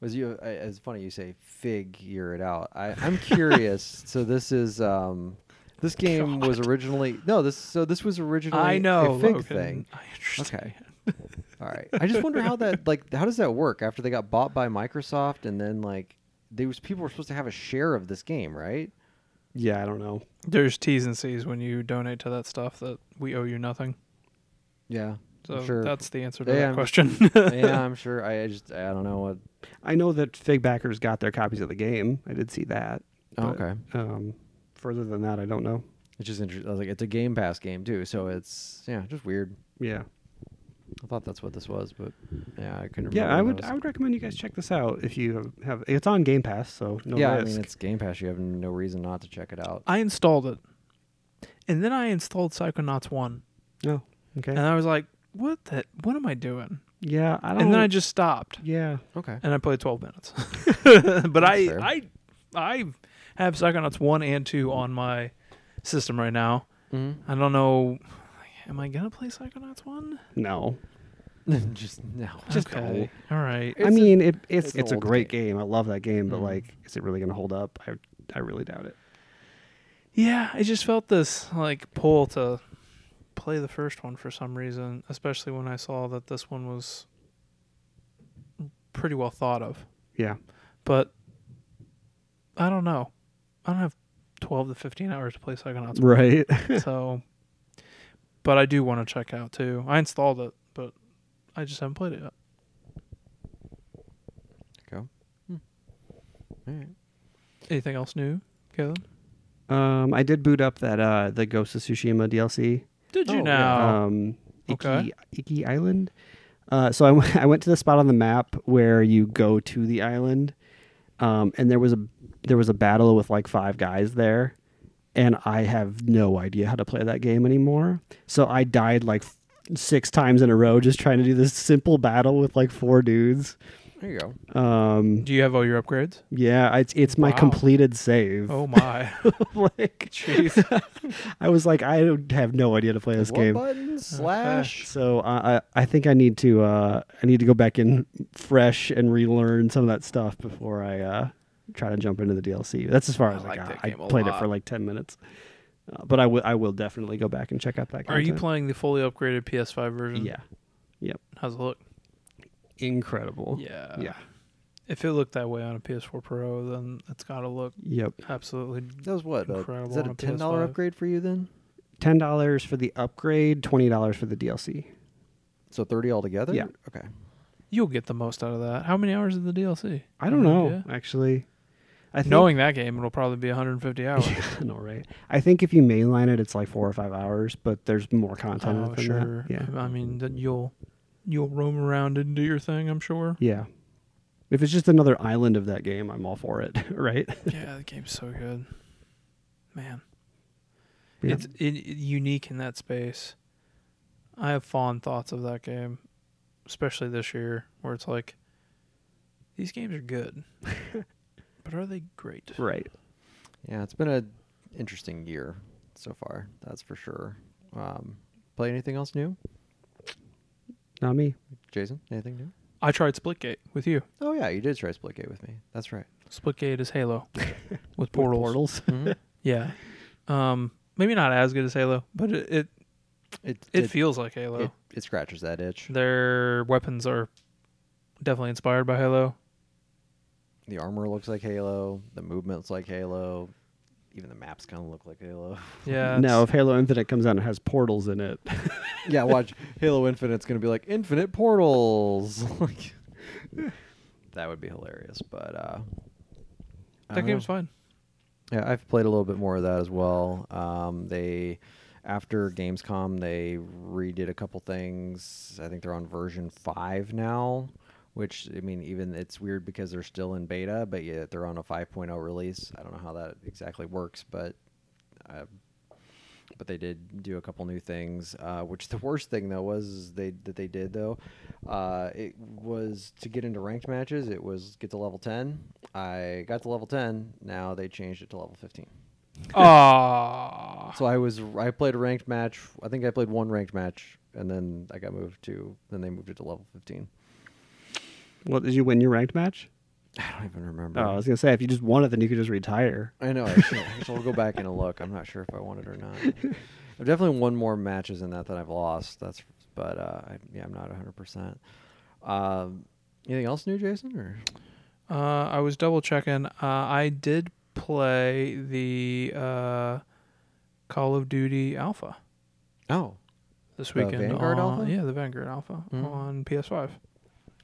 [SPEAKER 1] Was you? I- It's funny you say figure it out. I, I'm curious. so this is um, this game was originally no this so this was
[SPEAKER 3] real.
[SPEAKER 1] originally
[SPEAKER 3] I know
[SPEAKER 1] a fig
[SPEAKER 3] Logan.
[SPEAKER 1] thing.
[SPEAKER 3] I understand.
[SPEAKER 1] Okay. All right. I just wonder how that like how does that work after they got bought by Microsoft and then like these people were supposed to have a share of this game, right?
[SPEAKER 2] Yeah, I don't know.
[SPEAKER 3] There's T's and C's when you donate to that stuff that we owe you nothing.
[SPEAKER 1] Yeah.
[SPEAKER 3] So
[SPEAKER 1] I'm sure.
[SPEAKER 3] that's the answer to
[SPEAKER 1] Yeah,
[SPEAKER 3] that
[SPEAKER 1] I'm-
[SPEAKER 3] question.
[SPEAKER 1] yeah, I'm sure. I, I just I don't know what.
[SPEAKER 2] I know that Figbackers got their copies of the game. I did see that.
[SPEAKER 1] Oh,
[SPEAKER 2] but,
[SPEAKER 1] okay.
[SPEAKER 2] Um, further than that, I don't know.
[SPEAKER 1] It's just interesting. I was like, it's a Game Pass game too, so it's yeah, just weird.
[SPEAKER 2] Yeah.
[SPEAKER 1] I thought that's what this was, but yeah, I couldn't. remember
[SPEAKER 2] Yeah, I
[SPEAKER 1] what
[SPEAKER 2] would.
[SPEAKER 1] that
[SPEAKER 2] I
[SPEAKER 1] was.
[SPEAKER 2] would recommend you guys check this out if you have. It's on Game Pass, so no
[SPEAKER 1] yeah,
[SPEAKER 2] risk.
[SPEAKER 1] I mean, it's Game Pass. You have no reason not to check it out.
[SPEAKER 3] I installed it. And then I installed Psychonauts 1.
[SPEAKER 2] no. Okay.
[SPEAKER 3] And
[SPEAKER 1] Uh,
[SPEAKER 3] I was like, what the, what am I doing?
[SPEAKER 2] yeah, I don't.
[SPEAKER 3] And then
[SPEAKER 1] Oh.
[SPEAKER 3] I just stopped.
[SPEAKER 2] Yeah.
[SPEAKER 1] Okay.
[SPEAKER 3] And I played 12 minutes. but I,
[SPEAKER 1] fair.
[SPEAKER 3] I, I have Psychonauts 1 and 2 on my system right now. I don't know. Am I going to play Psychonauts 1?
[SPEAKER 2] No.
[SPEAKER 1] Mm-hmm. just no.
[SPEAKER 2] Just
[SPEAKER 3] okay. All right.
[SPEAKER 1] It's
[SPEAKER 2] I
[SPEAKER 1] a-
[SPEAKER 2] mean, it, it's
[SPEAKER 1] it's
[SPEAKER 2] it's,
[SPEAKER 1] an
[SPEAKER 2] a
[SPEAKER 1] old
[SPEAKER 2] great
[SPEAKER 1] game.
[SPEAKER 2] game. I love that game, but
[SPEAKER 1] Mhm.
[SPEAKER 2] like, is it really going to hold up? I I really doubt it.
[SPEAKER 3] Yeah, I just felt this like pull to play the first one for some reason, especially when I saw that this one was pretty well thought of.
[SPEAKER 2] Yeah.
[SPEAKER 3] But I don't know. I don't have 12 to 15 hours to play Psychonauts.
[SPEAKER 2] Right.
[SPEAKER 3] so, but I do want to check out too. I installed it, but I just haven't played it yet.
[SPEAKER 1] Go. Hmm. All right.
[SPEAKER 3] Anything else new, Caleb?
[SPEAKER 2] um, I did boot up that uh the Ghost of Tsushima DLC.
[SPEAKER 3] Did you
[SPEAKER 1] Oh, yeah.
[SPEAKER 3] now?
[SPEAKER 2] Um, Iki,
[SPEAKER 3] Okay.
[SPEAKER 2] Iki Island. Uh, so I, w- I went to the spot on the map where you go to the island, um, and there was a there was a battle with like five guys there, and I have no idea how to play that game anymore. So I died like f- six times in a row just trying to do this simple battle with like four dudes.
[SPEAKER 1] There you go.
[SPEAKER 2] Um,
[SPEAKER 3] Do you have all your upgrades?
[SPEAKER 2] yeah, it's it's my
[SPEAKER 3] Wow.
[SPEAKER 2] completed save.
[SPEAKER 3] Oh my.
[SPEAKER 2] like,
[SPEAKER 3] Jeez.
[SPEAKER 2] I was like, I don't have no idea how to play this
[SPEAKER 1] what
[SPEAKER 2] game. Uh,
[SPEAKER 1] button slash?
[SPEAKER 2] So I I I think I need to uh, I need to go back in fresh and relearn some of that stuff before I uh, try to jump into the DLC. That's as far
[SPEAKER 4] I
[SPEAKER 2] as I,
[SPEAKER 4] like
[SPEAKER 2] got.
[SPEAKER 4] that
[SPEAKER 2] I
[SPEAKER 4] game a
[SPEAKER 2] played it
[SPEAKER 4] lot.
[SPEAKER 2] for like ten minutes, uh, but I will I will definitely go back and check out that.
[SPEAKER 3] Are you
[SPEAKER 2] content.
[SPEAKER 3] playing the fully upgraded PS5 version?
[SPEAKER 2] Yeah,
[SPEAKER 3] How's it look?
[SPEAKER 2] incredible.
[SPEAKER 3] Yeah.
[SPEAKER 2] yeah,
[SPEAKER 3] If it looked that way on a PS4 Pro, then it's got to look
[SPEAKER 2] yep.
[SPEAKER 3] absolutely.
[SPEAKER 1] That was what? Uh,
[SPEAKER 3] Incredible
[SPEAKER 1] is that
[SPEAKER 3] on
[SPEAKER 1] a
[SPEAKER 3] a
[SPEAKER 1] ten dollar
[SPEAKER 3] PS5.
[SPEAKER 1] upgrade for you then?
[SPEAKER 2] Ten dollars for the upgrade, twenty dollars for the DLC.
[SPEAKER 1] So thirty altogether.
[SPEAKER 2] Yeah.
[SPEAKER 1] Okay.
[SPEAKER 3] You'll get the most out of that. How many hours of the DLC?
[SPEAKER 2] I don't
[SPEAKER 3] Any
[SPEAKER 2] know
[SPEAKER 3] idea?
[SPEAKER 2] actually. I think,
[SPEAKER 3] Mm, Knowing that game, it'll probably be 150 hours.
[SPEAKER 2] I know, right? I think if you mainline it, it's like four or five hours, but there's more content
[SPEAKER 3] Oh,
[SPEAKER 2] within
[SPEAKER 3] sure.
[SPEAKER 2] that. Yeah,
[SPEAKER 3] I mean, that you'll you'll roam around and do your thing. I'm sure.
[SPEAKER 2] Yeah. If it's just another island of that game, I'm all for it, right?
[SPEAKER 3] yeah, the game's so good, man.
[SPEAKER 2] Yeah.
[SPEAKER 3] It's it, it- unique in that space. I have fond thoughts of that game, especially this year, where it's like, these games are good, but are they great?
[SPEAKER 2] right.
[SPEAKER 1] Yeah, it's been a interesting year so far. That's for sure. Um, play anything else new,
[SPEAKER 2] Not me.
[SPEAKER 1] Jason? Anything new?
[SPEAKER 3] I tried Splitgate with you.
[SPEAKER 1] Oh yeah, you did try Splitgate with me. That's right.
[SPEAKER 3] Splitgate is Halo with portals.
[SPEAKER 2] Portals.
[SPEAKER 3] Mm-hmm.
[SPEAKER 1] Mhm.
[SPEAKER 3] Yeah, um, maybe not as good as Halo, but it it,
[SPEAKER 1] it,
[SPEAKER 3] it,
[SPEAKER 1] it-
[SPEAKER 3] feels like Halo.
[SPEAKER 1] it it scratches that itch.
[SPEAKER 3] Their weapons are definitely inspired by Halo.
[SPEAKER 1] The armor looks like Halo. The movement's like Halo. Even the maps kind of look like Halo.
[SPEAKER 3] Yeah.
[SPEAKER 2] Now, if Halo Infinite comes out and has portals in it,
[SPEAKER 1] yeah, watch Halo Infinite's gonna be like infinite portals. like that would be hilarious. But uh, I
[SPEAKER 3] that
[SPEAKER 1] don't know.
[SPEAKER 3] game's fine.
[SPEAKER 1] Yeah, I've played a little bit more of that as well. Um, they after Gamescom, they redid a couple things. I think they're on version five now, which I mean, even it's weird because they're still in beta, but yet they're on a 5.0 release. I don't know how that exactly works, but uh, but they did do a couple new things. Uh, which the worst thing though was they that they did though, uh, it was to get into ranked matches. It was get to level ten. I got to level ten. Now they changed it to level fifteen.
[SPEAKER 3] Ah.
[SPEAKER 1] So I was I played a ranked match. I think I played one ranked match, and then I got moved to. Then they moved it to level fifteen.
[SPEAKER 2] well, did you win your ranked match?
[SPEAKER 1] I don't even remember.
[SPEAKER 2] Oh, I was gonna say if you just won it, then you could just retire.
[SPEAKER 1] I know. I shall, I shall go back and look. I'm not sure if I won it or not. I've definitely won more matches in that than I've lost. That's, but uh, I, yeah, I'm not 100. percent um, Anything else new, Jason? Or
[SPEAKER 3] Uh, I was double checking. Uh, I did play the uh, Call of Duty Alpha
[SPEAKER 1] oh,
[SPEAKER 3] this
[SPEAKER 1] The
[SPEAKER 3] weekend.
[SPEAKER 1] Vanguard
[SPEAKER 3] on-
[SPEAKER 1] Alpha?
[SPEAKER 3] Yeah, the Vanguard Alpha
[SPEAKER 1] Mhm.
[SPEAKER 3] on PS5.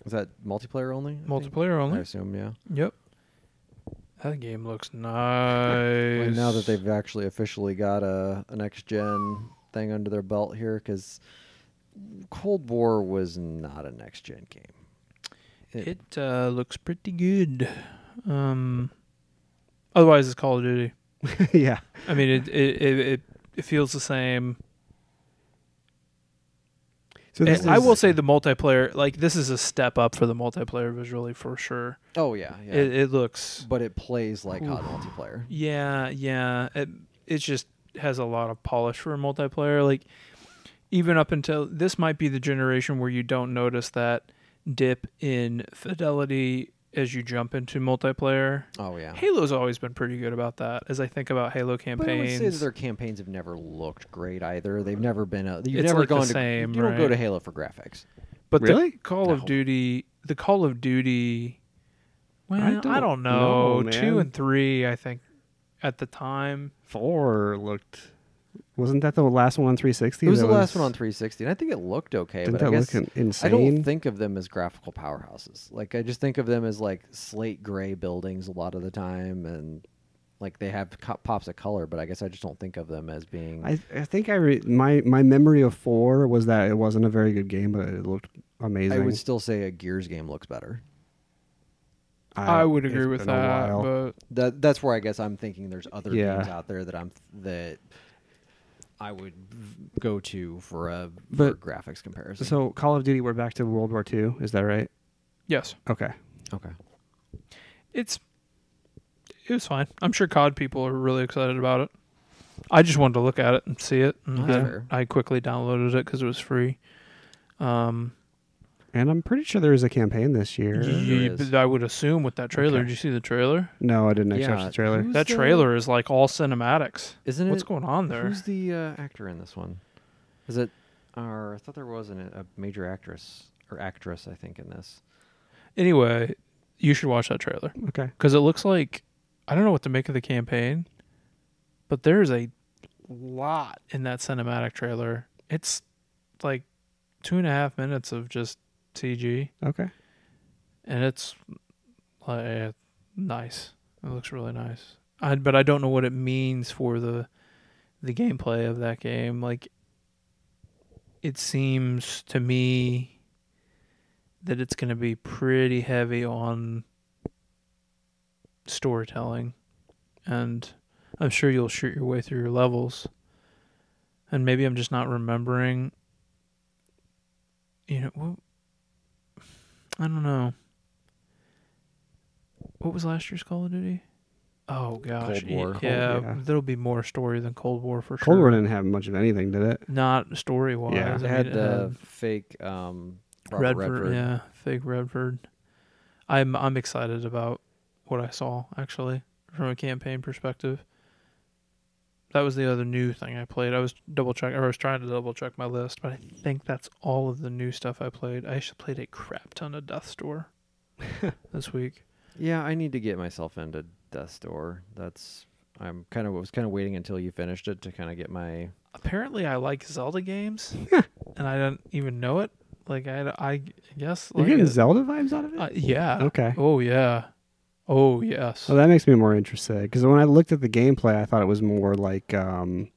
[SPEAKER 1] was that multiplayer only? I think?
[SPEAKER 3] Multiplayer
[SPEAKER 1] I
[SPEAKER 3] only.
[SPEAKER 1] assume, yeah.
[SPEAKER 3] Yep. That game looks nice.
[SPEAKER 1] And now that they've actually officially got a, a next gen thing under their belt here, because Cold War was not a next gen game. It-
[SPEAKER 3] It uh, looks pretty good. Um, otherwise, it's Call of Duty.
[SPEAKER 2] yeah.
[SPEAKER 3] I mean, it it it, it, it feels the same.
[SPEAKER 2] So
[SPEAKER 3] And I will say the multiplayer, like this, is a step up for the multiplayer visually for sure.
[SPEAKER 1] Oh yeah, yeah.
[SPEAKER 3] It, it looks,
[SPEAKER 1] but it plays like
[SPEAKER 3] Oof.
[SPEAKER 1] COD multiplayer.
[SPEAKER 3] yeah, yeah. It it just has a lot of polish for a multiplayer. Like even up until this might be the generation where you don't notice that dip in fidelity as you jump into multiplayer.
[SPEAKER 1] Oh yeah.
[SPEAKER 3] Halo's always been pretty good about that. As I think about Halo
[SPEAKER 1] But I would
[SPEAKER 3] campaigns,
[SPEAKER 1] say that their campaigns Uh, have never looked great either. They've never been a. You've
[SPEAKER 3] It's
[SPEAKER 1] never
[SPEAKER 3] like the
[SPEAKER 1] gone to.
[SPEAKER 3] same,
[SPEAKER 1] you don't go
[SPEAKER 3] right?
[SPEAKER 1] to Halo for graphics.
[SPEAKER 3] but
[SPEAKER 2] Really?
[SPEAKER 3] the Call of
[SPEAKER 1] No.
[SPEAKER 3] Duty, the Call of Duty. Well, I don't,
[SPEAKER 2] don't know,
[SPEAKER 3] know.
[SPEAKER 2] man.
[SPEAKER 3] Two and three, I think, at the time.
[SPEAKER 2] four looked. Wasn't that the last one on 360?
[SPEAKER 1] It was
[SPEAKER 2] that
[SPEAKER 1] the last one on 360, and I think it looked okay.
[SPEAKER 2] Didn't
[SPEAKER 1] but I
[SPEAKER 2] that
[SPEAKER 1] guess
[SPEAKER 2] look in-
[SPEAKER 1] I don't
[SPEAKER 2] insane?
[SPEAKER 1] think of them as graphical powerhouses. Like I just think of them as like slate gray buildings a lot of the time, and Like they have co- pops of color, but I guess I just don't think of them as being.
[SPEAKER 2] I, I think I re- my my memory of four was that it wasn't a very good game, but it looked
[SPEAKER 1] I
[SPEAKER 2] amazing.
[SPEAKER 1] would still say a Gears game looks better.
[SPEAKER 3] I would agree
[SPEAKER 2] it's
[SPEAKER 3] with
[SPEAKER 2] been a
[SPEAKER 3] that,
[SPEAKER 2] while.
[SPEAKER 3] but
[SPEAKER 1] That that's where I guess I'm thinking there's other
[SPEAKER 2] Yeah.
[SPEAKER 1] games out there that I'm that I would v- go to for a for
[SPEAKER 2] But-
[SPEAKER 1] graphics comparison.
[SPEAKER 2] so Call of Duty, we're back to World War II. Is that right?
[SPEAKER 3] yes,
[SPEAKER 2] Okay.
[SPEAKER 1] okay,
[SPEAKER 3] it's it was fine. I'm sure COD people are really excited about it. I just wanted to look at it and see it, and
[SPEAKER 1] That's
[SPEAKER 3] then
[SPEAKER 1] fair.
[SPEAKER 3] I quickly downloaded it because it was free. Um,
[SPEAKER 2] And I'm pretty sure there is a campaign this year.
[SPEAKER 3] ye-
[SPEAKER 1] is.
[SPEAKER 3] but I would assume with that trailer.
[SPEAKER 2] Okay.
[SPEAKER 3] Did you see the trailer?
[SPEAKER 2] No, I didn't actually watch
[SPEAKER 1] Yeah,
[SPEAKER 2] the trailer.
[SPEAKER 1] who's-
[SPEAKER 3] that
[SPEAKER 1] the-
[SPEAKER 3] trailer is like all cinematics.
[SPEAKER 1] isn't
[SPEAKER 3] What's
[SPEAKER 1] it?
[SPEAKER 3] going on there?
[SPEAKER 1] Who's the uh, actor in this one? Is it? Or I thought there was an, a major actress or actress. I think in this.
[SPEAKER 3] Anyway, you should watch that trailer
[SPEAKER 2] Okay.
[SPEAKER 3] because it looks like I don't know what to make of the campaign, but there's a lot in that cinematic trailer. It's like two and a half minutes of just CG,
[SPEAKER 2] Okay.
[SPEAKER 3] and it's like nice. It looks really nice. I, but I don't know what it means for the the gameplay of that game. Like, it seems to me that it's going to be pretty heavy on storytelling, and I'm sure you'll shoot your way through your levels. And maybe I'm just not remembering. You know, well, I don't know. What was last year's Call of Duty? Oh gosh,
[SPEAKER 1] Cold War.
[SPEAKER 3] yeah,
[SPEAKER 2] Cold- yeah.
[SPEAKER 3] there'll be more story than Cold War for
[SPEAKER 2] Cold
[SPEAKER 3] sure.
[SPEAKER 2] War didn't have much of anything, did it?
[SPEAKER 3] Not story wise.
[SPEAKER 2] Yeah.
[SPEAKER 1] It had the fake um, Robert
[SPEAKER 3] Redford,
[SPEAKER 1] Redford.
[SPEAKER 3] yeah, fake Redford. I'm I'm excited about what I saw actually from a campaign perspective. That was the other new thing I played. I was double check, or I was trying to double check my list, but I think that's all of the new stuff I played. I actually played a crap ton of Death Store this week.
[SPEAKER 1] Yeah, I need to get myself into Death's Door. That's I'm kind of was kind of waiting until you finished it to kind of get my.
[SPEAKER 3] Apparently, I like Zelda games, and I don't even know it. Like I, I guess
[SPEAKER 2] You're
[SPEAKER 3] like uh,
[SPEAKER 2] getting
[SPEAKER 3] it-
[SPEAKER 2] Zelda vibes out of it.
[SPEAKER 3] uh, yeah.
[SPEAKER 2] okay.
[SPEAKER 3] Oh yeah. Oh yes.
[SPEAKER 2] Well, that makes me more interested because when I looked at the gameplay, I thought it was more like, um,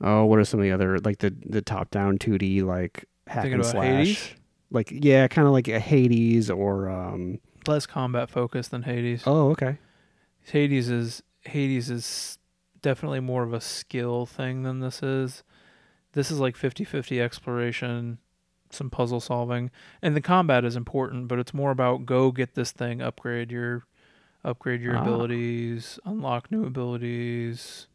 [SPEAKER 2] oh, what are some of the other like the the top down two D like hack
[SPEAKER 3] Thinking
[SPEAKER 2] and
[SPEAKER 3] about
[SPEAKER 2] slash,
[SPEAKER 3] Hades?
[SPEAKER 2] like yeah, kind of like a Hades or um.
[SPEAKER 3] less combat focused than Hades.
[SPEAKER 2] Oh, okay.
[SPEAKER 3] Hades is Hades is definitely more of a skill thing than this is. This is like 50-50 exploration, some puzzle solving, and the combat is important, but it's more about go get this thing, upgrade your upgrade your
[SPEAKER 2] Ah.
[SPEAKER 3] abilities, unlock new abilities,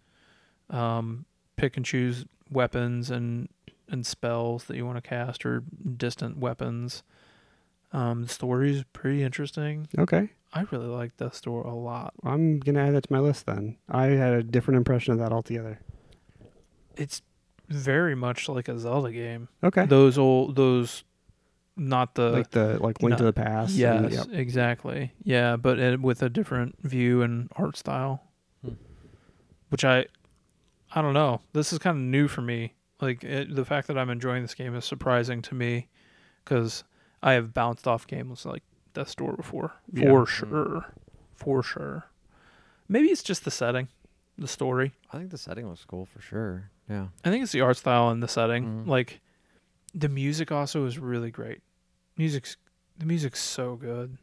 [SPEAKER 3] um, pick and choose weapons and and spells that you want to cast or distant weapons. Um, the story is pretty interesting.
[SPEAKER 2] Okay.
[SPEAKER 3] I really like Death Store a lot.
[SPEAKER 2] I'm gonna add that to my list then. I had a different impression of that altogether.
[SPEAKER 3] It's very much like a Zelda game.
[SPEAKER 2] Okay.
[SPEAKER 3] Those old, those, not the.
[SPEAKER 2] like the like Link to
[SPEAKER 3] no.
[SPEAKER 2] the Past. and-
[SPEAKER 3] yes,
[SPEAKER 2] yep.
[SPEAKER 3] exactly. Yeah, but it, with a different view and art style,
[SPEAKER 1] Hmm.
[SPEAKER 3] which I, I don't know. This is kind of new for me. Like it, the fact that I'm enjoying this game is surprising to me, because I have bounced off games like Death Store before, for
[SPEAKER 2] Yeah.
[SPEAKER 3] sure, for sure. Maybe it's just the setting, the story.
[SPEAKER 1] I think the setting looks cool for sure. Yeah.
[SPEAKER 3] I think it's the art style and the setting.
[SPEAKER 1] Mhm.
[SPEAKER 3] Like the music also is really great. Music's the music's so good.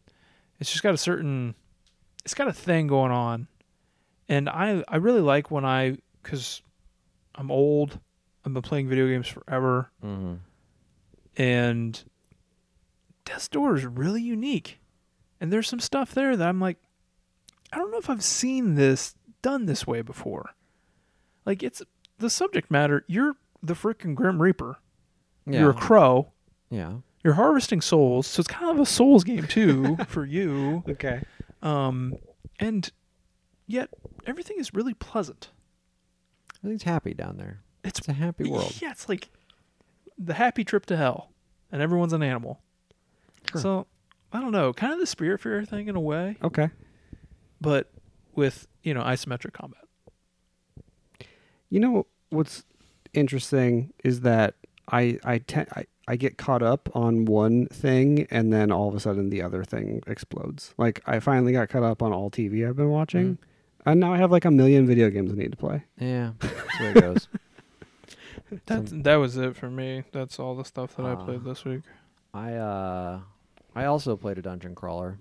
[SPEAKER 3] It's just got a certain it's got a thing going on. And I I really like when I cuz I'm old. I've been playing video games forever
[SPEAKER 1] Mm-hmm.
[SPEAKER 3] and Death's Door is really unique. And there's some stuff there that I'm like, I don't know if I've seen this done this way before. Like it's the subject matter. You're the freaking Grim Reaper.
[SPEAKER 1] Yeah.
[SPEAKER 3] You're a crow.
[SPEAKER 1] yeah.
[SPEAKER 3] You're harvesting souls, so it's kind of a souls game too for you.
[SPEAKER 2] Okay.
[SPEAKER 3] Um, and yet everything is really pleasant.
[SPEAKER 1] Everything's happy down there.
[SPEAKER 3] It's
[SPEAKER 1] It's a happy world.
[SPEAKER 3] Yeah, it's like the happy trip to hell, and everyone's an animal.
[SPEAKER 1] Sure.
[SPEAKER 3] So I don't know, kind of the spirit fear thing in a way,
[SPEAKER 2] Okay.
[SPEAKER 3] but with you know isometric combat.
[SPEAKER 2] You know what's interesting is that I I, te- I I get caught up on one thing and then all of a sudden the other thing explodes. Like I finally got caught up on all TV I've been watching
[SPEAKER 1] Mm-hmm.
[SPEAKER 2] And now I have like a million video games I need to play.
[SPEAKER 1] Yeah, that's the way it goes.
[SPEAKER 3] That that was it for me. That's all the stuff that I
[SPEAKER 1] Ah.
[SPEAKER 3] played this week.
[SPEAKER 1] I uh, I also played a dungeon crawler.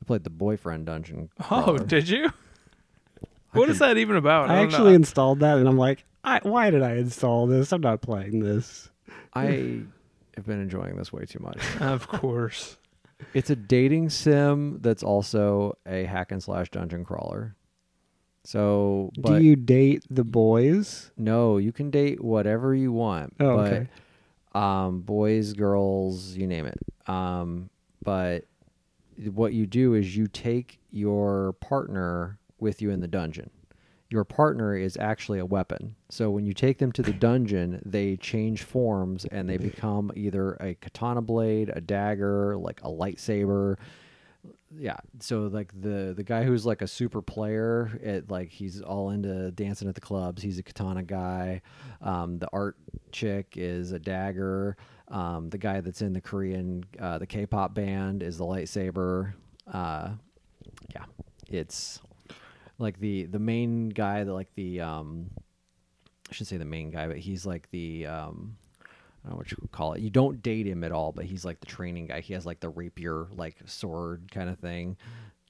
[SPEAKER 1] I played the boyfriend dungeon.
[SPEAKER 3] Oh,
[SPEAKER 1] Crawler.
[SPEAKER 3] did you?
[SPEAKER 1] I
[SPEAKER 3] What is
[SPEAKER 1] could-
[SPEAKER 3] that even
[SPEAKER 1] Oh,
[SPEAKER 3] about? Oh,
[SPEAKER 2] I
[SPEAKER 3] don't know.
[SPEAKER 2] actually installed that and I'm like, I, why did I install this? I'm not playing this.
[SPEAKER 1] I have been enjoying this way too much.
[SPEAKER 3] of course.
[SPEAKER 1] It's a dating sim that's also a hack and slash dungeon crawler. So, but
[SPEAKER 2] Do you date the boys?
[SPEAKER 1] no, you can date whatever you want.
[SPEAKER 2] Oh,
[SPEAKER 1] but,
[SPEAKER 2] okay.
[SPEAKER 1] Um, boys, girls, you name it. Um, but what you do is you take your partner with you in the dungeon. Your partner is actually a weapon. So when you take them to the dungeon, they change forms and they become either a katana blade, a dagger, like a lightsaber, yeah so like the the guy who's like a super player at like he's all into dancing at the clubs he's a katana guy um, the art chick is a dagger um, the guy that's in the korean uh, the k-pop band is the lightsaber uh, yeah it's like the the main guy that like the um i should say the main guy but he's like the um I don't know what you would call it. You don't date him at all, but he's like the training guy. He has like the rapier, like sword kind of thing.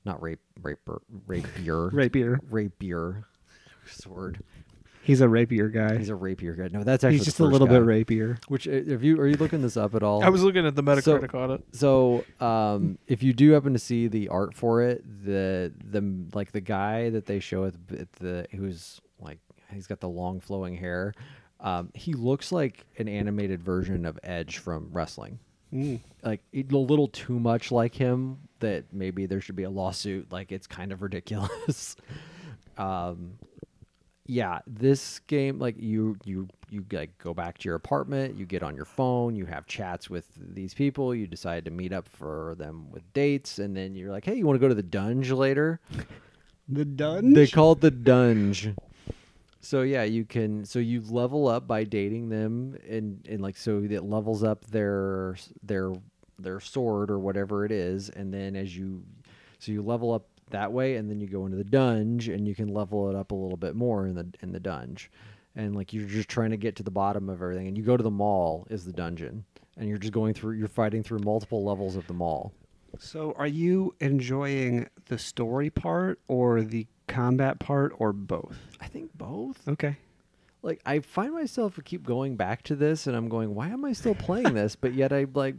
[SPEAKER 1] Not rape, raper, rapier,
[SPEAKER 2] Rapier.
[SPEAKER 1] rapier, sword.
[SPEAKER 2] He's a rapier guy.
[SPEAKER 1] He's
[SPEAKER 2] He's,
[SPEAKER 1] a rapier guy. No, that's actually the
[SPEAKER 2] just a
[SPEAKER 1] first
[SPEAKER 2] little
[SPEAKER 1] guy.
[SPEAKER 2] bit rapier.
[SPEAKER 1] Which uh, have you? Are you looking this up at all?
[SPEAKER 3] I was looking at the
[SPEAKER 1] So-
[SPEAKER 3] Metacritic on it.
[SPEAKER 1] So, um, if you do happen to see the art for it, the the like the guy that they show at the, at the who's like he's got the long flowing hair, um, he looks like an animated version of Edge from wrestling. Like it- a little too much like him that maybe there should be a lawsuit. Like it's kind of ridiculous. um, yeah this game like you you you like go back to your apartment you get on your phone you have chats with these people you decide to meet up for them with dates and then you're like hey you want to go to the dungeon later
[SPEAKER 2] The dunge?
[SPEAKER 1] they call it the dunge so yeah you can so you level up by dating them and and like so it levels up their their their sword or whatever it is and then as you so you level up that way and then you go into the dunge and you can level it up a little bit more in the in the dunge and like you're just trying to get to the bottom of everything and you go to the mall is the dungeon and you're just going through you're fighting through multiple levels of the mall
[SPEAKER 2] So, are you enjoying the story part or the combat part or both?
[SPEAKER 1] i think both
[SPEAKER 2] Okay.
[SPEAKER 1] like I find myself keep going back to this, and I'm going, why am I still playing this? But yet I like,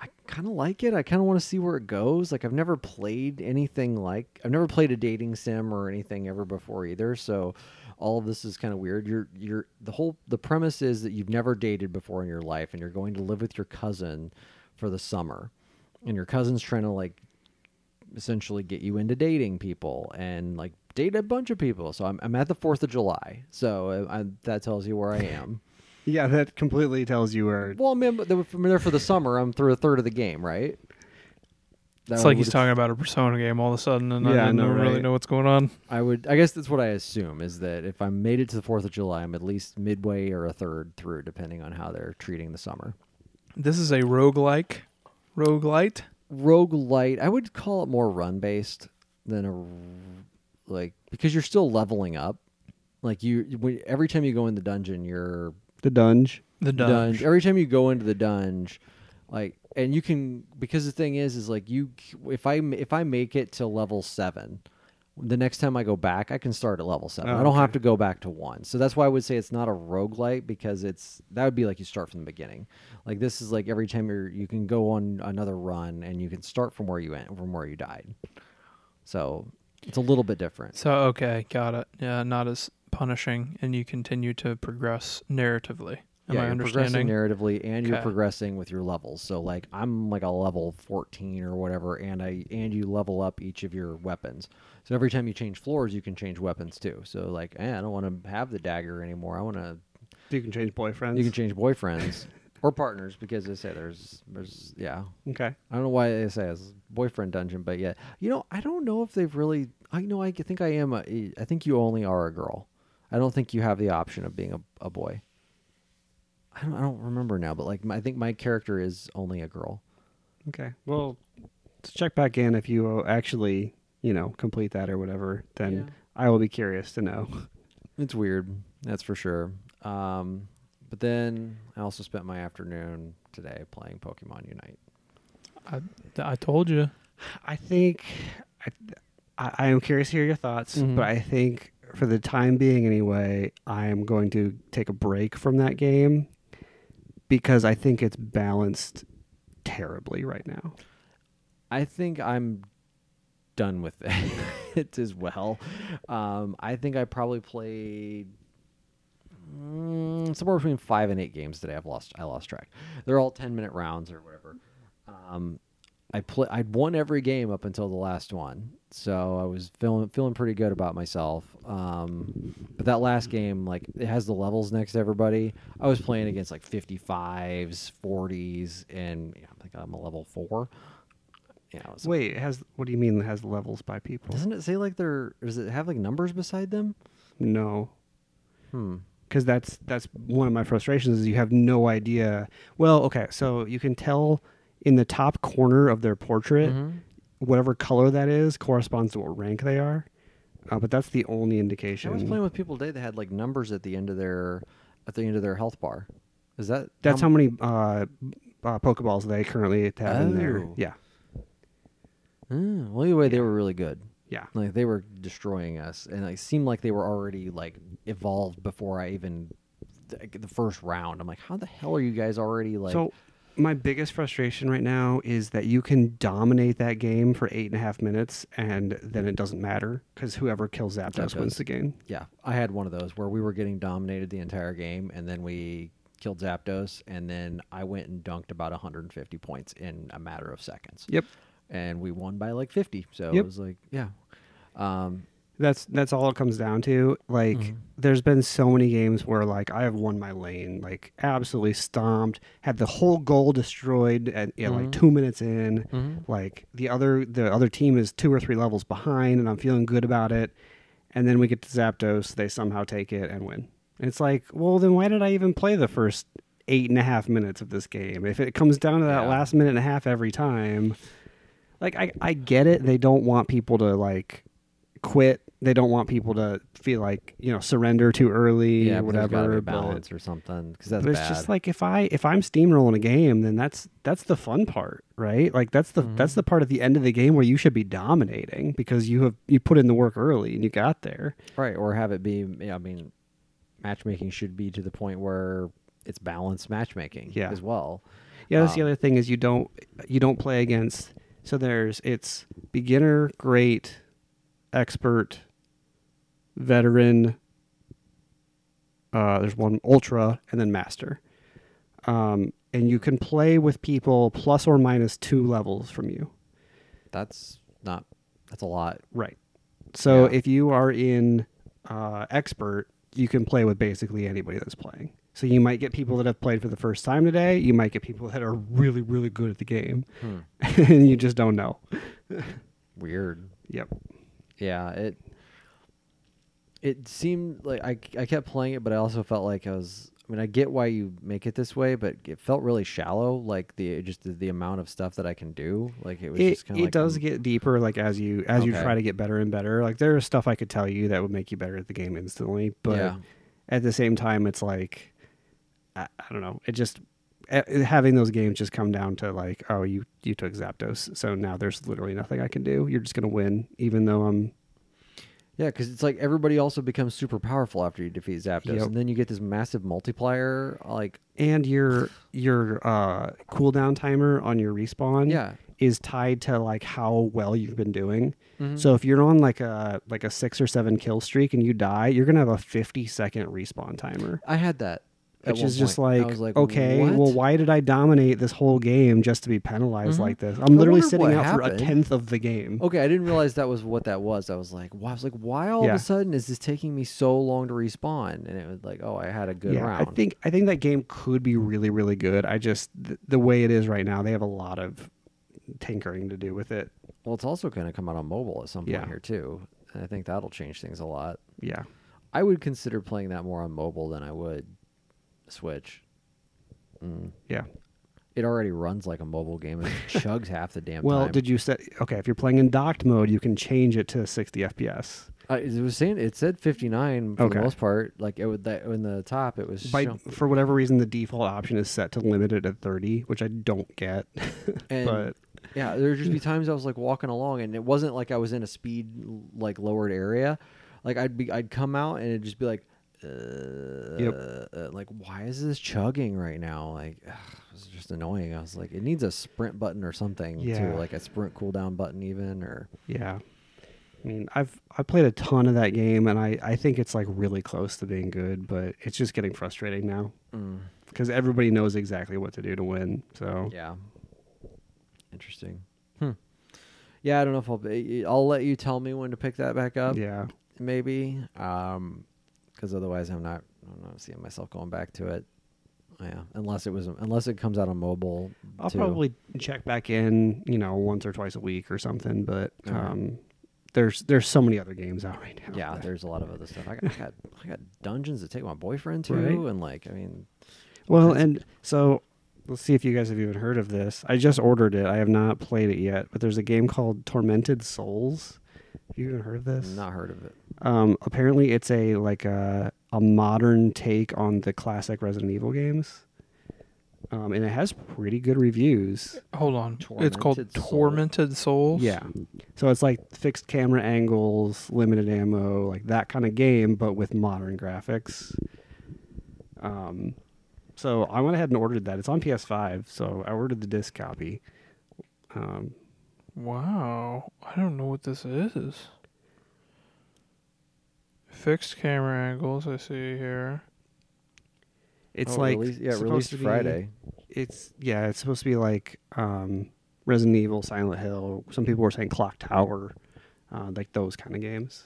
[SPEAKER 1] I kind of like it. I kind of want to see where it goes. Like I've never played anything like I've never played a dating sim or anything ever before either. So all of this is kind of weird. You're you're the whole the premise is that you've never dated before in your life, and you're going to live with your cousin for the summer, and your cousin's trying to like essentially get you into dating people and like date a bunch of people. So I'm, I'm at the 4th of July. So uh, I, I, that tells you where I am.
[SPEAKER 2] Yeah, that completely tells you where.
[SPEAKER 1] well, I mean, but if I'm there for the summer. I'm through a third of the game, right? That
[SPEAKER 3] It's like
[SPEAKER 1] would-
[SPEAKER 3] he's talking about a Persona game all of a sudden, and I
[SPEAKER 2] Yeah, I
[SPEAKER 3] didn't
[SPEAKER 2] know,
[SPEAKER 3] really
[SPEAKER 2] right?
[SPEAKER 3] know what's going on.
[SPEAKER 1] I would, I guess that's what I assume is that if I made it to the 4th of July, I'm at least midway or a third through, depending on how they're treating the summer.
[SPEAKER 3] This is a roguelike. Roguelite?
[SPEAKER 1] Rogue light, I would call it more run based than a r- like because you're still leveling up. Like you, when, every time you go in the dungeon, you're
[SPEAKER 2] The dunge.
[SPEAKER 3] The
[SPEAKER 1] dunge.
[SPEAKER 3] dungeon.
[SPEAKER 1] Every time you go into the dunge, like, and you can because the thing is, is like you if I if I make it to level seven, the next time I go back, I can start at level seven.
[SPEAKER 2] Oh,
[SPEAKER 1] I don't
[SPEAKER 2] okay.
[SPEAKER 1] have to go back to one. So that's why I would say it's not a roguelite because it's that would be like you start from the beginning. Like this is like every time you're you can go on another run and you can start from where you went from where you died. So it's a little bit different.
[SPEAKER 3] So okay, got it. Yeah, not as punishing, and you continue to progress narratively. Am I
[SPEAKER 1] you're progressing
[SPEAKER 3] understanding?
[SPEAKER 1] narratively, and you're
[SPEAKER 3] Okay.
[SPEAKER 1] progressing with your levels. So like I'm like a level 14 or whatever, and I and you level up each of your weapons. So every time you change floors, you can change weapons too. So like eh, I don't want to have the dagger anymore. I want to
[SPEAKER 2] You can change boyfriends.
[SPEAKER 1] you can change boyfriends or partners because they say there's there's yeah.
[SPEAKER 2] Okay.
[SPEAKER 1] I don't know why they say it's boyfriend dungeon, but yeah, you know I don't know if they've really. I know I think I am. A, e, I think you only are a girl. I don't think you have the option of being a, a boy. I don't, I don't remember now, but like my, I think my character is only a girl.
[SPEAKER 2] Okay. Well, let's check back in if you actually you know, complete that or whatever, then
[SPEAKER 3] Yeah.
[SPEAKER 2] I will be curious to know.
[SPEAKER 1] It's weird, that's for sure. Um, but then I also spent my afternoon today playing Pokemon Unite.
[SPEAKER 3] I told you.
[SPEAKER 2] I think I, I, I am curious to hear your thoughts,
[SPEAKER 1] Mhm.
[SPEAKER 2] but I think for the time being, anyway, I am going to take a break from that game because I think it's balanced terribly right now.
[SPEAKER 1] I think I'm done with it as well. Um, I think I probably played mm, somewhere between five and eight games today. I've lost. I lost track. They're all ten minute rounds or whatever. Um, I play. I won every game up until the last one, so I was feeling feeling pretty good about myself. Um, but that last game, like, it has the levels next to everybody. I was playing against like 55s, 40s, and you know, I think I'm a level four. Yeah, I was
[SPEAKER 2] Wait, it has what do you mean? It has levels by people?
[SPEAKER 1] doesn't it say like they're? Does it have like numbers beside them?
[SPEAKER 2] No,
[SPEAKER 1] Hmm.
[SPEAKER 2] because that's that's one of my frustrations is you have no idea. Well, okay, so you can tell in the top corner of their portrait
[SPEAKER 1] Mm-hmm.
[SPEAKER 2] whatever color that is corresponds to what rank they are. Uh, but that's the only
[SPEAKER 1] I
[SPEAKER 2] indication.
[SPEAKER 1] was playing with people today that had like numbers at the end of their at the end of their health bar. Is that
[SPEAKER 2] that's how many uh, uh, Pokeballs they currently have in there.
[SPEAKER 1] Oh.
[SPEAKER 2] Yeah,
[SPEAKER 1] Mm, well, either way, they were really good.
[SPEAKER 2] yeah.
[SPEAKER 1] Like they were destroying us, and it seemed like they were already like evolved before I even like, the first round. I'm like, how the hell are you guys already like?
[SPEAKER 2] so my biggest frustration right now is that you can dominate that game for eight and a half minutes, and then it doesn't matter because whoever kills Zapdos
[SPEAKER 1] Zapdos.
[SPEAKER 2] wins the game.
[SPEAKER 1] yeah, I had one of those where we were getting dominated the entire game, and then we killed Zapdos, and then I went and dunked about 150 points in a matter of seconds.
[SPEAKER 2] Yep.
[SPEAKER 1] and we won by like 50 so it
[SPEAKER 2] Yep.
[SPEAKER 1] was like yeah um
[SPEAKER 2] That's that's all it comes down to. Like there's been so many games where like I have won my lane, like absolutely stomped, had the whole goal destroyed at yeah, like two minutes in. Like the other the other team is two or three levels behind and I'm feeling good about it. And then we get to Zapdos, they somehow take it and win. And it's like, well then why did I even play the first eight and a half minutes of this game? If it comes down to that
[SPEAKER 1] Yeah.
[SPEAKER 2] last minute and a half every time like I, I get it they don't want people to like quit they don't want people to feel like you know surrender too early
[SPEAKER 1] yeah
[SPEAKER 2] or
[SPEAKER 1] but there's gotta
[SPEAKER 2] whatever
[SPEAKER 1] be
[SPEAKER 2] but-
[SPEAKER 1] balance or something because that's
[SPEAKER 2] but it's
[SPEAKER 1] bad.
[SPEAKER 2] just like if i if i'm steamrolling a game then that's that's the fun part right like that's
[SPEAKER 1] Mm-hmm.
[SPEAKER 2] the that's the part at the end of the game where you should be dominating because you have you put in the work early and you got there
[SPEAKER 1] right or have it be yeah, i mean matchmaking should be to the point where it's balanced matchmaking
[SPEAKER 2] Yeah.
[SPEAKER 1] as well
[SPEAKER 2] Yeah, that's the other thing is you don't you don't play against. So there's it's beginner, great, expert, veteran. Uh, there's one ultra and then master, um, and you can play with people plus or minus two levels from you.
[SPEAKER 1] that's not that's a lot
[SPEAKER 2] Right. So
[SPEAKER 1] Yeah.
[SPEAKER 2] if you are in uh, expert, you can play with basically anybody that's playing. So you might get people that have played for the first time today. You might get people that are really, really good at the game,
[SPEAKER 1] Hmm.
[SPEAKER 2] and you just don't know.
[SPEAKER 1] weird
[SPEAKER 2] Yep.
[SPEAKER 1] yeah it it seemed like I, I kept playing it but i also felt like i was i mean i get why you make it this way but it felt really shallow like the just the, the amount of stuff that i can do like it was
[SPEAKER 2] It,
[SPEAKER 1] just
[SPEAKER 2] it
[SPEAKER 1] kind of like
[SPEAKER 2] does get deeper, like as you as you
[SPEAKER 1] Okay.
[SPEAKER 2] try to get better and better. Like there is stuff I could tell you that would make you better at the game instantly, but
[SPEAKER 1] Yeah.
[SPEAKER 2] at the same time, it's like I, I don't know. It just a- having those games just come down to like, oh, you you took Zapdos, so now there's literally nothing I can do. You're just gonna win, even though I'm
[SPEAKER 1] Yeah, because it's like everybody also becomes super powerful after you defeat Zapdos,
[SPEAKER 2] Yep.
[SPEAKER 1] and then you get this massive multiplier. Like,
[SPEAKER 2] and your your uh, cooldown timer on your respawn
[SPEAKER 1] Yeah.
[SPEAKER 2] is tied to like how well you've been doing. So if you're on like a like a six or seven kill streak and you die, you're gonna have a fifty second respawn timer,
[SPEAKER 1] I had that, at
[SPEAKER 2] which
[SPEAKER 1] one
[SPEAKER 2] is just
[SPEAKER 1] point. I
[SPEAKER 2] like,
[SPEAKER 1] was like,
[SPEAKER 2] okay,
[SPEAKER 1] what? Mm-hmm.
[SPEAKER 2] well, why did I dominate this whole game just to be penalized like this? I'm
[SPEAKER 1] I
[SPEAKER 2] literally
[SPEAKER 1] wondered
[SPEAKER 2] sitting
[SPEAKER 1] what
[SPEAKER 2] out for a
[SPEAKER 1] happened. Oh,
[SPEAKER 2] tenth of the game.
[SPEAKER 1] Okay, I didn't realize that was what that was. I was like, wow. I was like, why all of
[SPEAKER 2] Yeah.
[SPEAKER 1] a sudden is this taking me so long to respawn? And it was like, oh, I had a good
[SPEAKER 2] yeah,
[SPEAKER 1] round.
[SPEAKER 2] I think I think that game could be really really good. I just th- the way it is right now, they have a lot of tinkering to do with it.
[SPEAKER 1] well, it's also going to come out on mobile at some point
[SPEAKER 2] Yeah.
[SPEAKER 1] here too. And I think that'll change things a lot.
[SPEAKER 2] Yeah.
[SPEAKER 1] I would consider playing that more on mobile than I would Switch.
[SPEAKER 2] Yeah.
[SPEAKER 1] It already runs like a mobile game and it chugs half the damn
[SPEAKER 2] Well,
[SPEAKER 1] time.
[SPEAKER 2] did you set okay? If you're playing in docked mode, you can change it to 60 FPS.
[SPEAKER 1] I, it was saying it said 59 for
[SPEAKER 2] Okay.
[SPEAKER 1] the most part. Like it would that in the top, it was
[SPEAKER 2] By,
[SPEAKER 1] shown-
[SPEAKER 2] for whatever reason, the default option is set to limit it at 30, which I don't get.
[SPEAKER 1] and
[SPEAKER 2] but
[SPEAKER 1] yeah, there'd just be times I was like walking along, and it wasn't like I was in a speed like lowered area. Like I'd be, I'd come out, and it'd just be like, uh, uh, like why is this chugging right now? Like ugh, it was just annoying. I was like, it needs a sprint button or something
[SPEAKER 2] Yeah.
[SPEAKER 1] too, like a sprint cooldown button even, or
[SPEAKER 2] yeah, I mean, I've I played a ton of that game, and I I think it's like really close to being good, but it's just getting frustrating now
[SPEAKER 1] Mm.
[SPEAKER 2] because everybody knows exactly what to do to win. So
[SPEAKER 1] yeah. Interesting. Hmm. Yeah, I don't know if I'll. eh, I'll let you tell me when to pick that back up.
[SPEAKER 2] yeah,
[SPEAKER 1] maybe um because otherwise i'm not i'm not seeing myself going back to it yeah unless it was unless it comes out on mobile
[SPEAKER 2] I'll
[SPEAKER 1] too.
[SPEAKER 2] probably check back in, you know, once or twice a week or something. But
[SPEAKER 1] All right.
[SPEAKER 2] um, there's there's so many other games out right now.
[SPEAKER 1] yeah there's a lot of other stuff i got i got, I got dungeons to take my boyfriend to
[SPEAKER 2] Right.
[SPEAKER 1] and like i mean
[SPEAKER 2] Well,
[SPEAKER 1] That's-
[SPEAKER 2] and so let's see if you guys have even heard of this. I just ordered it. I have not played it yet, but there's a game called Tormented Souls. Have you even heard of this?
[SPEAKER 1] not heard of it
[SPEAKER 2] Um, apparently, it's a like a a modern take on the classic Resident Evil games. Um, and it has pretty good reviews.
[SPEAKER 3] Hold on. it's called
[SPEAKER 1] Tormented Soul.
[SPEAKER 3] Tormented Souls.
[SPEAKER 2] Yeah. So it's like fixed camera angles, limited ammo, like that kind of game, but with modern graphics. Um, so I went ahead and ordered that. It's on PS5, so I ordered the disc copy. Um,
[SPEAKER 3] Wow. I don't know what this is. Fixed camera angles, I see here.
[SPEAKER 2] it's
[SPEAKER 1] Oh,
[SPEAKER 2] like
[SPEAKER 1] release- yeah
[SPEAKER 2] supposed
[SPEAKER 1] released
[SPEAKER 2] to be-
[SPEAKER 1] friday
[SPEAKER 2] It's yeah, it's supposed to be like um, Resident Evil, Silent Hill. Some people were saying Clock Tower, uh, like those kind of games,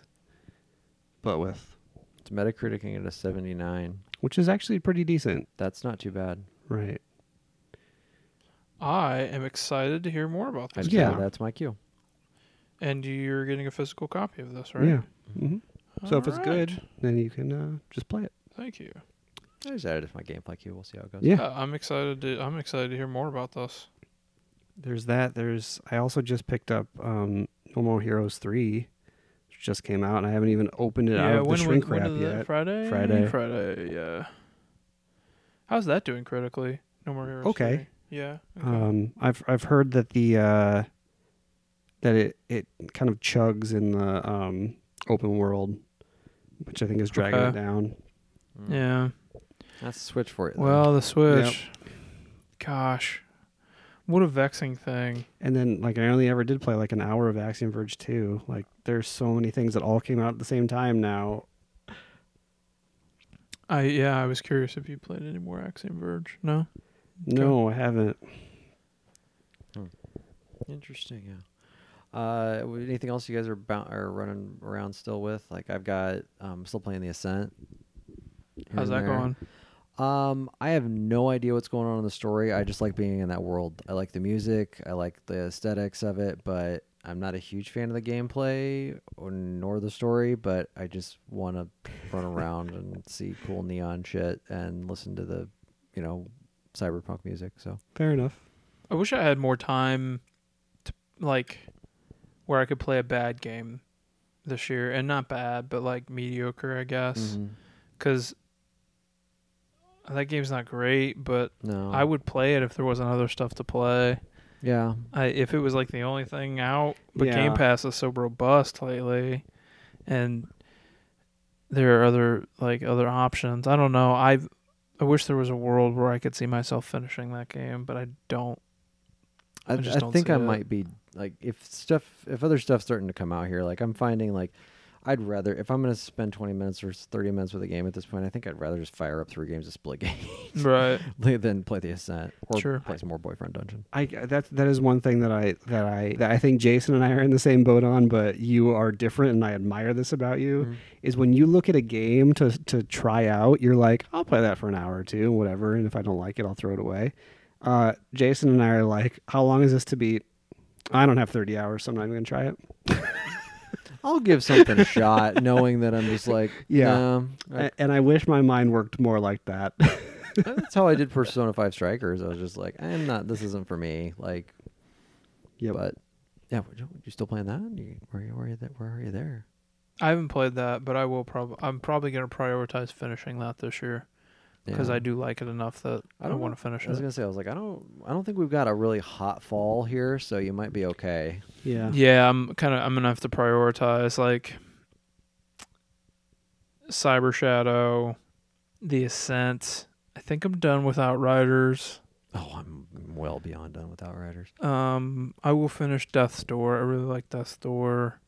[SPEAKER 2] but with
[SPEAKER 1] it's metacriticing at a 79
[SPEAKER 2] which is actually pretty decent,
[SPEAKER 1] that's not too bad
[SPEAKER 2] right?
[SPEAKER 3] I am excited to hear more about
[SPEAKER 1] I'd
[SPEAKER 3] this.
[SPEAKER 1] say
[SPEAKER 2] Yeah.
[SPEAKER 1] that's my cue
[SPEAKER 3] And you're getting a physical copy of this, right?
[SPEAKER 2] Yeah. hmm So if it's
[SPEAKER 3] Alright.
[SPEAKER 2] good, then you can uh, just play it.
[SPEAKER 3] Thank you.
[SPEAKER 1] i just added it to my gameplay queue we'll see how it goes
[SPEAKER 2] Yeah.
[SPEAKER 3] Uh, I'm excited to I'm excited to hear more about this.
[SPEAKER 2] There's that. There's. I also just picked up um, No More Heroes three, which just came out, and I haven't even opened it out of the
[SPEAKER 3] when,
[SPEAKER 2] shrink
[SPEAKER 3] when,
[SPEAKER 2] wrap
[SPEAKER 3] when is that?
[SPEAKER 2] yet.
[SPEAKER 3] Friday?
[SPEAKER 2] Friday.
[SPEAKER 3] Friday, yeah. How's that doing critically? No more heroes.
[SPEAKER 2] Okay.
[SPEAKER 3] three. Yeah. okay.
[SPEAKER 2] Um, I've I've heard that the uh, that it it kind of chugs in the um, open world, which I think is dragging it
[SPEAKER 3] Okay.
[SPEAKER 2] down.
[SPEAKER 1] Mm.
[SPEAKER 3] yeah.
[SPEAKER 1] that's the switch for it then.
[SPEAKER 3] Well, the Switch. Gosh. What a vexing thing.
[SPEAKER 2] And then like I only ever did play like an hour of Axiom Verge two. Like there's so many things that all came out at the same time now.
[SPEAKER 3] I yeah, I was curious if you played any more Axiom Verge. No?
[SPEAKER 2] No, I haven't.
[SPEAKER 1] Interesting. Yeah. Uh, w- anything else you guys are bou- are running around still with? Like I've got, um, still playing the Ascent. here
[SPEAKER 3] How's that
[SPEAKER 1] and there.
[SPEAKER 3] going?
[SPEAKER 1] Um, I have no idea what's going on in the story. I just like being in that world. I like the music. I like the aesthetics of it, but I'm not a huge fan of the gameplay or, nor the story. But I just want to run around and see cool neon shit and listen to the, you know, cyberpunk music. So
[SPEAKER 2] Fair enough.
[SPEAKER 3] I wish I had more time to like where I could play a bad game this year and not bad, but like mediocre, I
[SPEAKER 2] Mm-hmm.
[SPEAKER 3] guess,
[SPEAKER 1] Mm-hmm.
[SPEAKER 3] cuz that game's not great, but
[SPEAKER 1] no,
[SPEAKER 3] I would play it if there wasn't other stuff to play.
[SPEAKER 1] yeah.
[SPEAKER 3] I, if it was like the only thing out, but
[SPEAKER 2] Yeah.
[SPEAKER 3] Game Pass is so robust lately, and there are other like other options. I don't know. I I wish there was a world where I could see myself finishing that game, but I don't.
[SPEAKER 1] I,
[SPEAKER 3] I just
[SPEAKER 1] I
[SPEAKER 3] don't
[SPEAKER 1] think
[SPEAKER 3] see
[SPEAKER 1] I
[SPEAKER 3] it.
[SPEAKER 1] might be like if stuff if other stuff's starting to come out here, like I'm finding like I'd rather if I'm gonna spend twenty minutes or thirty minutes with a game at this point, I think I'd rather just fire up three games of split games
[SPEAKER 3] Right.
[SPEAKER 1] than play the ascent or
[SPEAKER 3] Sure.
[SPEAKER 1] play some more boyfriend dungeon.
[SPEAKER 2] I that that is one thing that I that I that I think Jason and I are in the same boat on, but you are different, and I admire this about you. Is when you look at a game to to try out, you're like, I'll play that for an hour or two, whatever, and if I don't like it, I'll throw it away. Uh, Jason and I are like, how long is this to beat? I don't have 30 hours, so I'm not even gonna try it.
[SPEAKER 1] I'll give something a shot, knowing that I'm just like
[SPEAKER 2] Yeah.
[SPEAKER 1] "Nah, I-
[SPEAKER 2] A- and I wish my mind worked more like that.
[SPEAKER 1] That's how I did Persona Five Strikers. I was just like, I'm not. This isn't for me. Like,
[SPEAKER 2] Yep.
[SPEAKER 1] but yeah, would you, would you still playing that? You, where, are you- where are you? That, where are you there?
[SPEAKER 3] I haven't played that, but I will probably. I'm probably going to prioritize finishing that this year because
[SPEAKER 1] Yeah.
[SPEAKER 3] I do like it enough that
[SPEAKER 1] I
[SPEAKER 3] I,
[SPEAKER 1] don't
[SPEAKER 3] want
[SPEAKER 1] know.
[SPEAKER 3] to finish
[SPEAKER 1] I was
[SPEAKER 3] it.
[SPEAKER 1] gonna say, I was like, I don't, I don't think we've got a really hot fall here, so you might be okay.
[SPEAKER 2] Yeah.
[SPEAKER 3] Yeah, I'm kind of. I'm gonna have to prioritize like Cyber Shadow, The Ascent. I think I'm done with Outriders.
[SPEAKER 1] Oh, I'm well beyond done with Outriders.
[SPEAKER 3] Um, I will finish Death's Door. I really like Death's Door.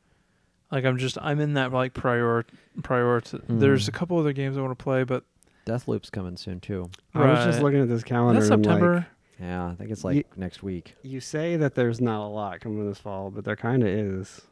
[SPEAKER 3] Like I'm just I'm in that like prior prior.
[SPEAKER 2] Hmm.
[SPEAKER 3] There's
[SPEAKER 1] Mhm.
[SPEAKER 3] a couple other games I want to play, but
[SPEAKER 1] Deathloop's coming soon too.
[SPEAKER 2] I was just
[SPEAKER 3] Right.
[SPEAKER 2] looking at this calendar.
[SPEAKER 3] that's
[SPEAKER 2] and I'm like,
[SPEAKER 3] September.
[SPEAKER 1] Yeah, I think it's like
[SPEAKER 2] Ye-
[SPEAKER 1] next week.
[SPEAKER 2] you say that there's not a lot coming this fall, but there kind of is.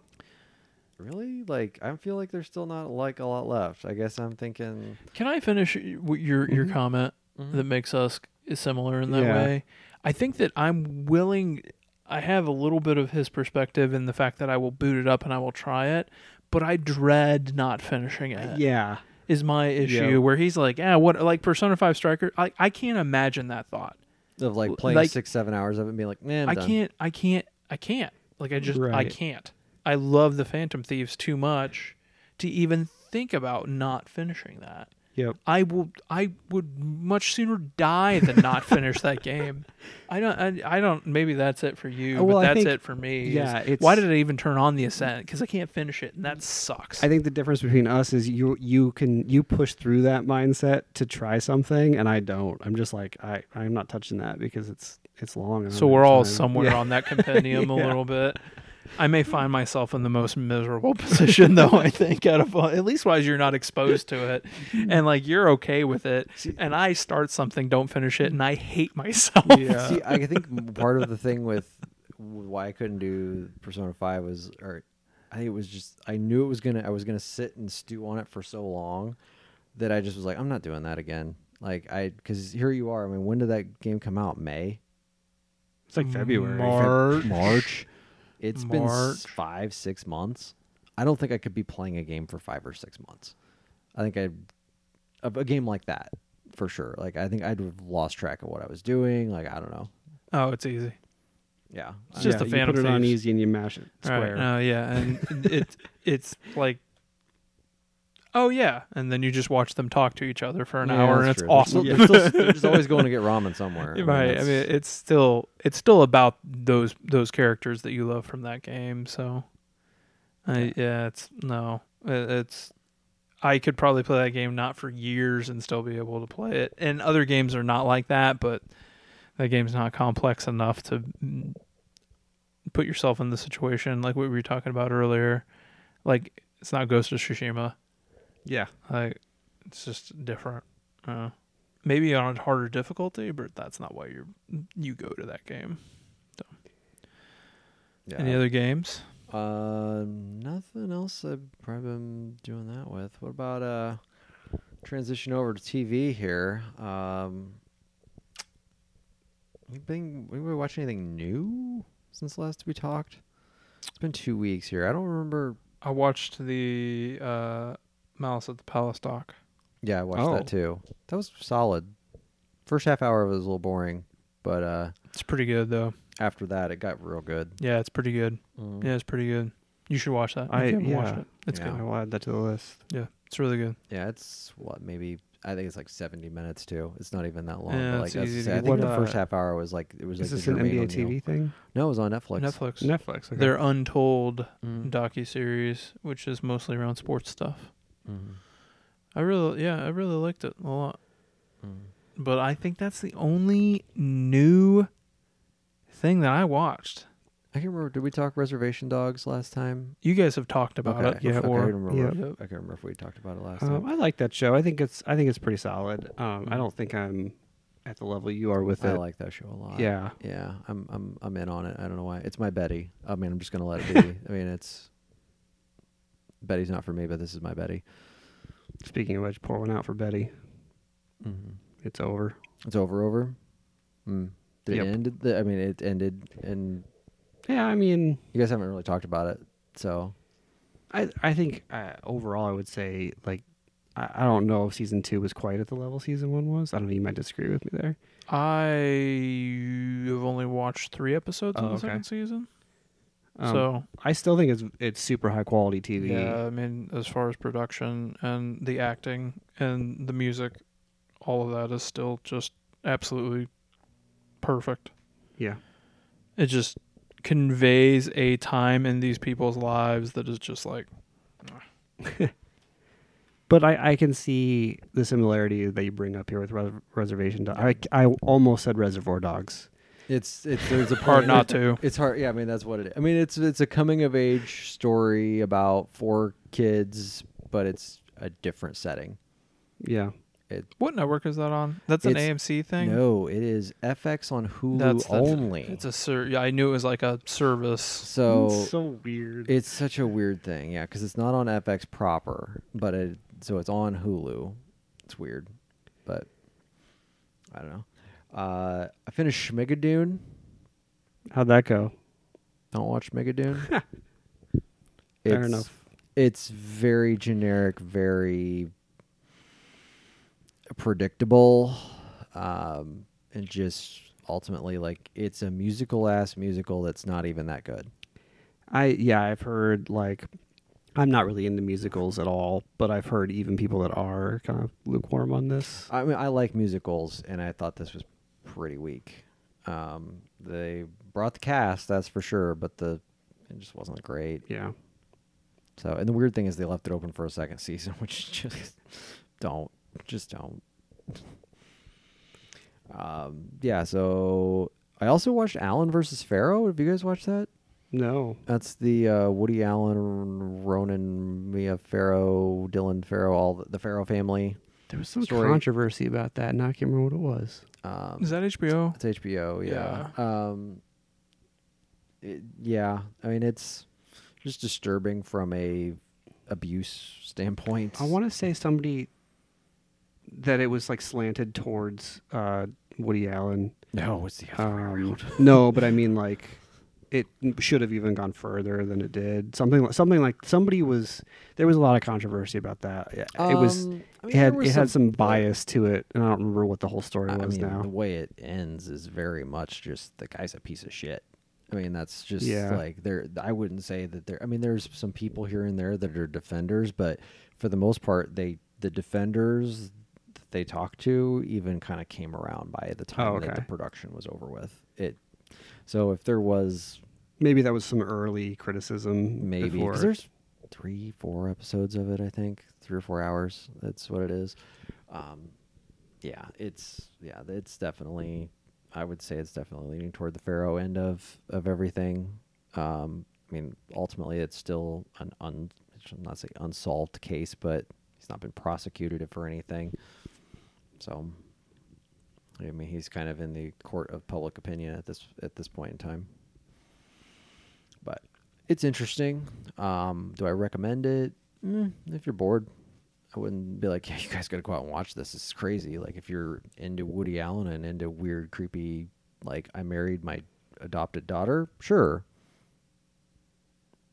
[SPEAKER 1] Really? Like, I feel like there's still not like a lot left. I guess I'm thinking.
[SPEAKER 3] Can I finish w- your your
[SPEAKER 2] Mhm.
[SPEAKER 3] comment that makes us similar in that
[SPEAKER 2] Yeah.
[SPEAKER 3] way? I think that I'm willing. I have a little bit of his perspective in the fact that I will boot it up and I will try it, but I dread not finishing it.
[SPEAKER 2] Yeah.
[SPEAKER 3] Is my issue
[SPEAKER 2] Yeah.
[SPEAKER 3] where he's like, yeah, what like Persona Five Striker? I I can't imagine that thought.
[SPEAKER 1] Of like
[SPEAKER 3] L-
[SPEAKER 1] playing
[SPEAKER 3] like-
[SPEAKER 1] six, seven hours of it and being like, nah, I'm
[SPEAKER 3] I
[SPEAKER 1] done.
[SPEAKER 3] can't. I can't. I can't. Like I just. I
[SPEAKER 2] Right.
[SPEAKER 3] can't. I love the Phantom Thieves too much to even think about not finishing that.
[SPEAKER 2] Yep.
[SPEAKER 3] I will. I would much sooner die than not finish that game. I don't. I, I don't. Maybe that's it for you,
[SPEAKER 2] Uh, well,
[SPEAKER 3] but
[SPEAKER 2] I
[SPEAKER 3] that's
[SPEAKER 2] think-
[SPEAKER 3] it for me. is,
[SPEAKER 2] yeah, it's- Mm.
[SPEAKER 3] why did I even turn on the ascent? Because I can't finish it, and that sucks.
[SPEAKER 2] I think the difference between us is you you can you push through that mindset to try something, and I don't. I'm just like I I'm not touching that because it's it's long. and I'm
[SPEAKER 3] so
[SPEAKER 2] out
[SPEAKER 3] we're
[SPEAKER 2] of
[SPEAKER 3] all
[SPEAKER 2] time.
[SPEAKER 3] somewhere
[SPEAKER 2] Yeah.
[SPEAKER 3] on that compendium
[SPEAKER 2] Yeah.
[SPEAKER 3] a little bit. I may find myself in the most miserable position, though. I think out of all, at least wise you're not exposed to it, and like you're okay with it. And I start something, don't finish it, and I hate myself.
[SPEAKER 2] Yeah.
[SPEAKER 1] See, I think m- part of the thing with why I couldn't do Persona Five was, or I think it was just I knew it was gonna I was gonna sit and stew on it for so long that I just was like, I'm not doing that again. Like I, because here you are. I mean, when did that game come out? May,
[SPEAKER 2] It's like February.
[SPEAKER 3] March.
[SPEAKER 1] March. It's been
[SPEAKER 3] March.
[SPEAKER 1] s- five, six months. I don't think I could be playing a game for five or six months. I think I, a, a game like that for sure. Like I think I'd have lost track of what I was doing. Like I don't know.
[SPEAKER 3] Oh, it's easy.
[SPEAKER 1] Yeah,
[SPEAKER 3] It's just
[SPEAKER 2] yeah,
[SPEAKER 3] the
[SPEAKER 2] you
[SPEAKER 3] Phantom
[SPEAKER 2] put it on
[SPEAKER 3] Thieves.
[SPEAKER 2] easy and you mash it square.
[SPEAKER 3] Right. No, yeah, and it's it's like, oh yeah, and then you just watch them talk to each other for an
[SPEAKER 1] Yeah,
[SPEAKER 3] hour,
[SPEAKER 1] that's
[SPEAKER 3] and it's
[SPEAKER 1] true. They're still-
[SPEAKER 3] awesome.
[SPEAKER 1] They're, still, they're just always going to get ramen somewhere. I mean,
[SPEAKER 3] right. I
[SPEAKER 1] that's-
[SPEAKER 3] mean, it's still it's still about those those characters that you love from that game. So, I yeah, it's no, it, it's. I could probably play that game not for years and still be able to play it. And other games are not like that, but that game's not complex enough to mm, put yourself in the situation like what we were talking about earlier. Like it's not Ghost of Tsushima.
[SPEAKER 2] Yeah.
[SPEAKER 3] Like it's just different. Uh, maybe on a harder difficulty, but that's not why you you go to that game.
[SPEAKER 1] yeah.
[SPEAKER 3] Any other games?
[SPEAKER 1] Uh, nothing else I've probably been doing that with. What about uh, transition over to TV here? Um, you been we were watching anything new since last we talked? It's been two weeks here. I don't remember.
[SPEAKER 3] I watched the uh, Malice at the Palace doc.
[SPEAKER 1] Yeah, I watched
[SPEAKER 2] Oh.
[SPEAKER 1] that too. That was solid. First half hour of it was a little boring, but uh,
[SPEAKER 3] It's pretty good though.
[SPEAKER 1] after that it got real good.
[SPEAKER 3] Yeah, it's pretty good.
[SPEAKER 1] Mm.
[SPEAKER 3] Yeah, it's pretty good. You should watch that.
[SPEAKER 2] I-
[SPEAKER 3] if you haven't watched
[SPEAKER 2] yeah.
[SPEAKER 3] it. It's
[SPEAKER 1] Yeah.
[SPEAKER 3] good.
[SPEAKER 2] I will add that to the list.
[SPEAKER 3] Yeah, it's really good.
[SPEAKER 1] Yeah, it's what maybe I think it's like seventy minutes too. It's not even that long.
[SPEAKER 3] Yeah,
[SPEAKER 1] but like
[SPEAKER 3] it's
[SPEAKER 1] that's
[SPEAKER 3] easy to
[SPEAKER 1] I
[SPEAKER 3] get
[SPEAKER 1] think
[SPEAKER 2] through.
[SPEAKER 1] the
[SPEAKER 2] What,
[SPEAKER 1] first
[SPEAKER 2] uh,
[SPEAKER 1] half hour was like it was
[SPEAKER 2] Is
[SPEAKER 1] like
[SPEAKER 2] this
[SPEAKER 1] the
[SPEAKER 2] an
[SPEAKER 1] Jermaine
[SPEAKER 2] NBA
[SPEAKER 1] O'Neal.
[SPEAKER 2] TV thing? Uh,
[SPEAKER 1] No, it was on Netflix.
[SPEAKER 3] Netflix.
[SPEAKER 2] Netflix. Okay.
[SPEAKER 3] Their untold
[SPEAKER 1] Mm.
[SPEAKER 3] docu series, which is mostly around sports stuff.
[SPEAKER 1] Mhm.
[SPEAKER 3] I really, yeah, I really liked it a lot.
[SPEAKER 1] Mm.
[SPEAKER 3] but I think that's the only new thing that I watched.
[SPEAKER 1] I can't remember. Did we talk Reservation Dogs last time?
[SPEAKER 3] You guys have talked about
[SPEAKER 1] okay.
[SPEAKER 3] it yeah,
[SPEAKER 1] Okay, I
[SPEAKER 3] before.
[SPEAKER 1] can't remember.
[SPEAKER 3] Yep.
[SPEAKER 1] if- I can't remember if we talked about it last
[SPEAKER 2] Um,
[SPEAKER 1] time.
[SPEAKER 2] I like that show. I think it's I think it's pretty solid. Um, I don't think I'm at the level you are with
[SPEAKER 1] I
[SPEAKER 2] it.
[SPEAKER 1] like that show a lot.
[SPEAKER 2] yeah.
[SPEAKER 1] yeah. I'm I'm I'm in on it. I don't know why. It's my Betty. I mean, I'm just gonna let it be. I mean, it's Betty's not for me, but this is my Betty.
[SPEAKER 2] Speaking of which, pour one out for Betty.
[SPEAKER 1] Mm-hmm.
[SPEAKER 2] It's over.
[SPEAKER 1] It's over. Over. Mm. Did
[SPEAKER 2] Yep.
[SPEAKER 1] it ended. The, I mean, it ended and.
[SPEAKER 2] Yeah, I mean,
[SPEAKER 1] You guys haven't really talked about it, so
[SPEAKER 2] I I think uh, overall I would say like I, I don't know if season two was quite at the level season one was. I don't know. You might disagree with me there.
[SPEAKER 3] I have only watched three episodes
[SPEAKER 2] Oh,
[SPEAKER 3] of the
[SPEAKER 2] okay.
[SPEAKER 3] second season,
[SPEAKER 1] Oh.
[SPEAKER 2] Um,
[SPEAKER 3] so
[SPEAKER 2] I still think it's it's super high quality TV.
[SPEAKER 3] yeah. I mean, as far as production and the acting and the music, all of that is still just absolutely perfect.
[SPEAKER 2] yeah.
[SPEAKER 3] It just conveys a time in these people's lives that is just like
[SPEAKER 2] But I, I can see the similarity that you bring up here with res- reservation. Do- I, I almost said Reservoir Dogs.
[SPEAKER 1] It's it's there's a
[SPEAKER 3] hard
[SPEAKER 1] part
[SPEAKER 3] not to.
[SPEAKER 1] It's hard. Yeah, I mean that's what it. I mean it's it's a coming of age story about four kids, but it's a different setting.
[SPEAKER 2] Yeah.
[SPEAKER 3] What network is that on? That's an
[SPEAKER 1] It's-
[SPEAKER 3] AMC thing.
[SPEAKER 1] No, it is FX on Hulu
[SPEAKER 3] that's the-
[SPEAKER 1] only.
[SPEAKER 3] It's a ser- yeah, I knew it was like a service.
[SPEAKER 1] so
[SPEAKER 2] so weird.
[SPEAKER 1] it's such a weird thing, yeah, because it's not on FX proper, but it so it's on Hulu. It's weird, but I don't know. Uh, I finished Schmigadoon.
[SPEAKER 2] How'd that go?
[SPEAKER 1] Don't watch Megadoon.
[SPEAKER 2] Fair enough.
[SPEAKER 1] It's very generic, very predictable, um, and just ultimately like it's a musical ass musical that's not even that good.
[SPEAKER 2] I yeah, I've heard like I'm not really into musicals at all, but I've heard even people that are kind of lukewarm on this.
[SPEAKER 1] I mean, I like musicals, and I thought this was pretty weak. Um, they brought the cast, that's for sure, but the it just wasn't great.
[SPEAKER 2] Yeah.
[SPEAKER 1] So, and the weird thing is they left it open for a second season, which is just don't, just don't. Um, yeah. So I also watched Allen versus Pharaoh. Have you guys watched that?
[SPEAKER 2] No.
[SPEAKER 1] That's the uh, Woody Allen, Ronan, Mia Farrow, Dylan Farrow, all the, the Farrow family.
[SPEAKER 2] There was some
[SPEAKER 1] Story.
[SPEAKER 2] controversy about that, and I can't remember what it was.
[SPEAKER 1] Um,
[SPEAKER 3] Is that HBO?
[SPEAKER 1] It's HBO, yeah. Um, it- yeah, I mean it's just disturbing from a abuse standpoint.
[SPEAKER 2] I want to say somebody that it was like slanted towards uh, Woody Allen.
[SPEAKER 1] no, it's the other way
[SPEAKER 2] Um, no, but I mean like it should have even gone further than it did. Something like something like somebody was there was a lot of controversy about that. Yeah, it was
[SPEAKER 1] Um, I mean,
[SPEAKER 2] it
[SPEAKER 1] there
[SPEAKER 2] had
[SPEAKER 1] was
[SPEAKER 2] it had some
[SPEAKER 1] like,
[SPEAKER 2] bias to it, and I don't remember what the whole story
[SPEAKER 1] I
[SPEAKER 2] was
[SPEAKER 1] mean, the
[SPEAKER 2] now.
[SPEAKER 1] way it ends is very much just the guy's a piece of shit. I mean, that's just
[SPEAKER 2] Yeah.
[SPEAKER 1] like there. I wouldn't say that there. I mean, there's some people here and there that are defenders, but for the most part, they the defenders that they talked to even kind of came around by the time that the
[SPEAKER 2] Oh, okay.
[SPEAKER 1] production was over with. It. So if there was
[SPEAKER 2] Maybe that was some early criticism.
[SPEAKER 1] maybe
[SPEAKER 2] before.
[SPEAKER 1] because there's three, four episodes of it. I think three or four hours. That's what it is. Um, yeah, it's yeah, it's definitely. I would say it's definitely leaning toward the Pharaoh end of of everything. Um, I mean, ultimately, it's still an un. I should not say unsolved case, but he's not been prosecuted for anything. So, I mean, he's kind of in the court of public opinion at this at this point in time. But it's interesting. Um, do I recommend it? Mm, if you're bored, I wouldn't be like, yeah, you guys got to go out and watch this. This is crazy. Like, if you're into Woody Allen and into weird, creepy, like I married my adopted daughter, sure.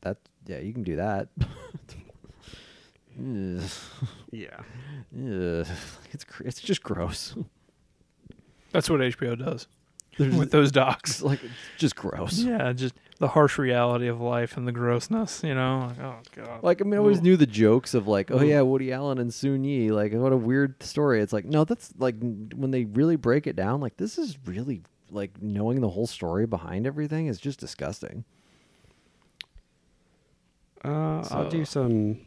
[SPEAKER 1] That yeah, you can do that. Ugh.
[SPEAKER 2] yeah.
[SPEAKER 1] Ugh. it's cr- it's just gross.
[SPEAKER 3] That's what HBO does
[SPEAKER 1] There's-
[SPEAKER 3] with those docs.
[SPEAKER 1] It's like it's just gross.
[SPEAKER 3] Yeah, just the harsh reality of life and the grossness. You know, like, oh god.
[SPEAKER 1] Like I mean, I always
[SPEAKER 3] Ooh.
[SPEAKER 1] knew the jokes of like, oh
[SPEAKER 2] Mm-hmm.
[SPEAKER 3] Ooh.
[SPEAKER 1] yeah, Woody Allen and Soon Yi. Like, what a weird story. It's like, no, that's like n- when they really break it down. Like, this is really like knowing the whole story behind everything is just disgusting.
[SPEAKER 2] Uh, I'll do some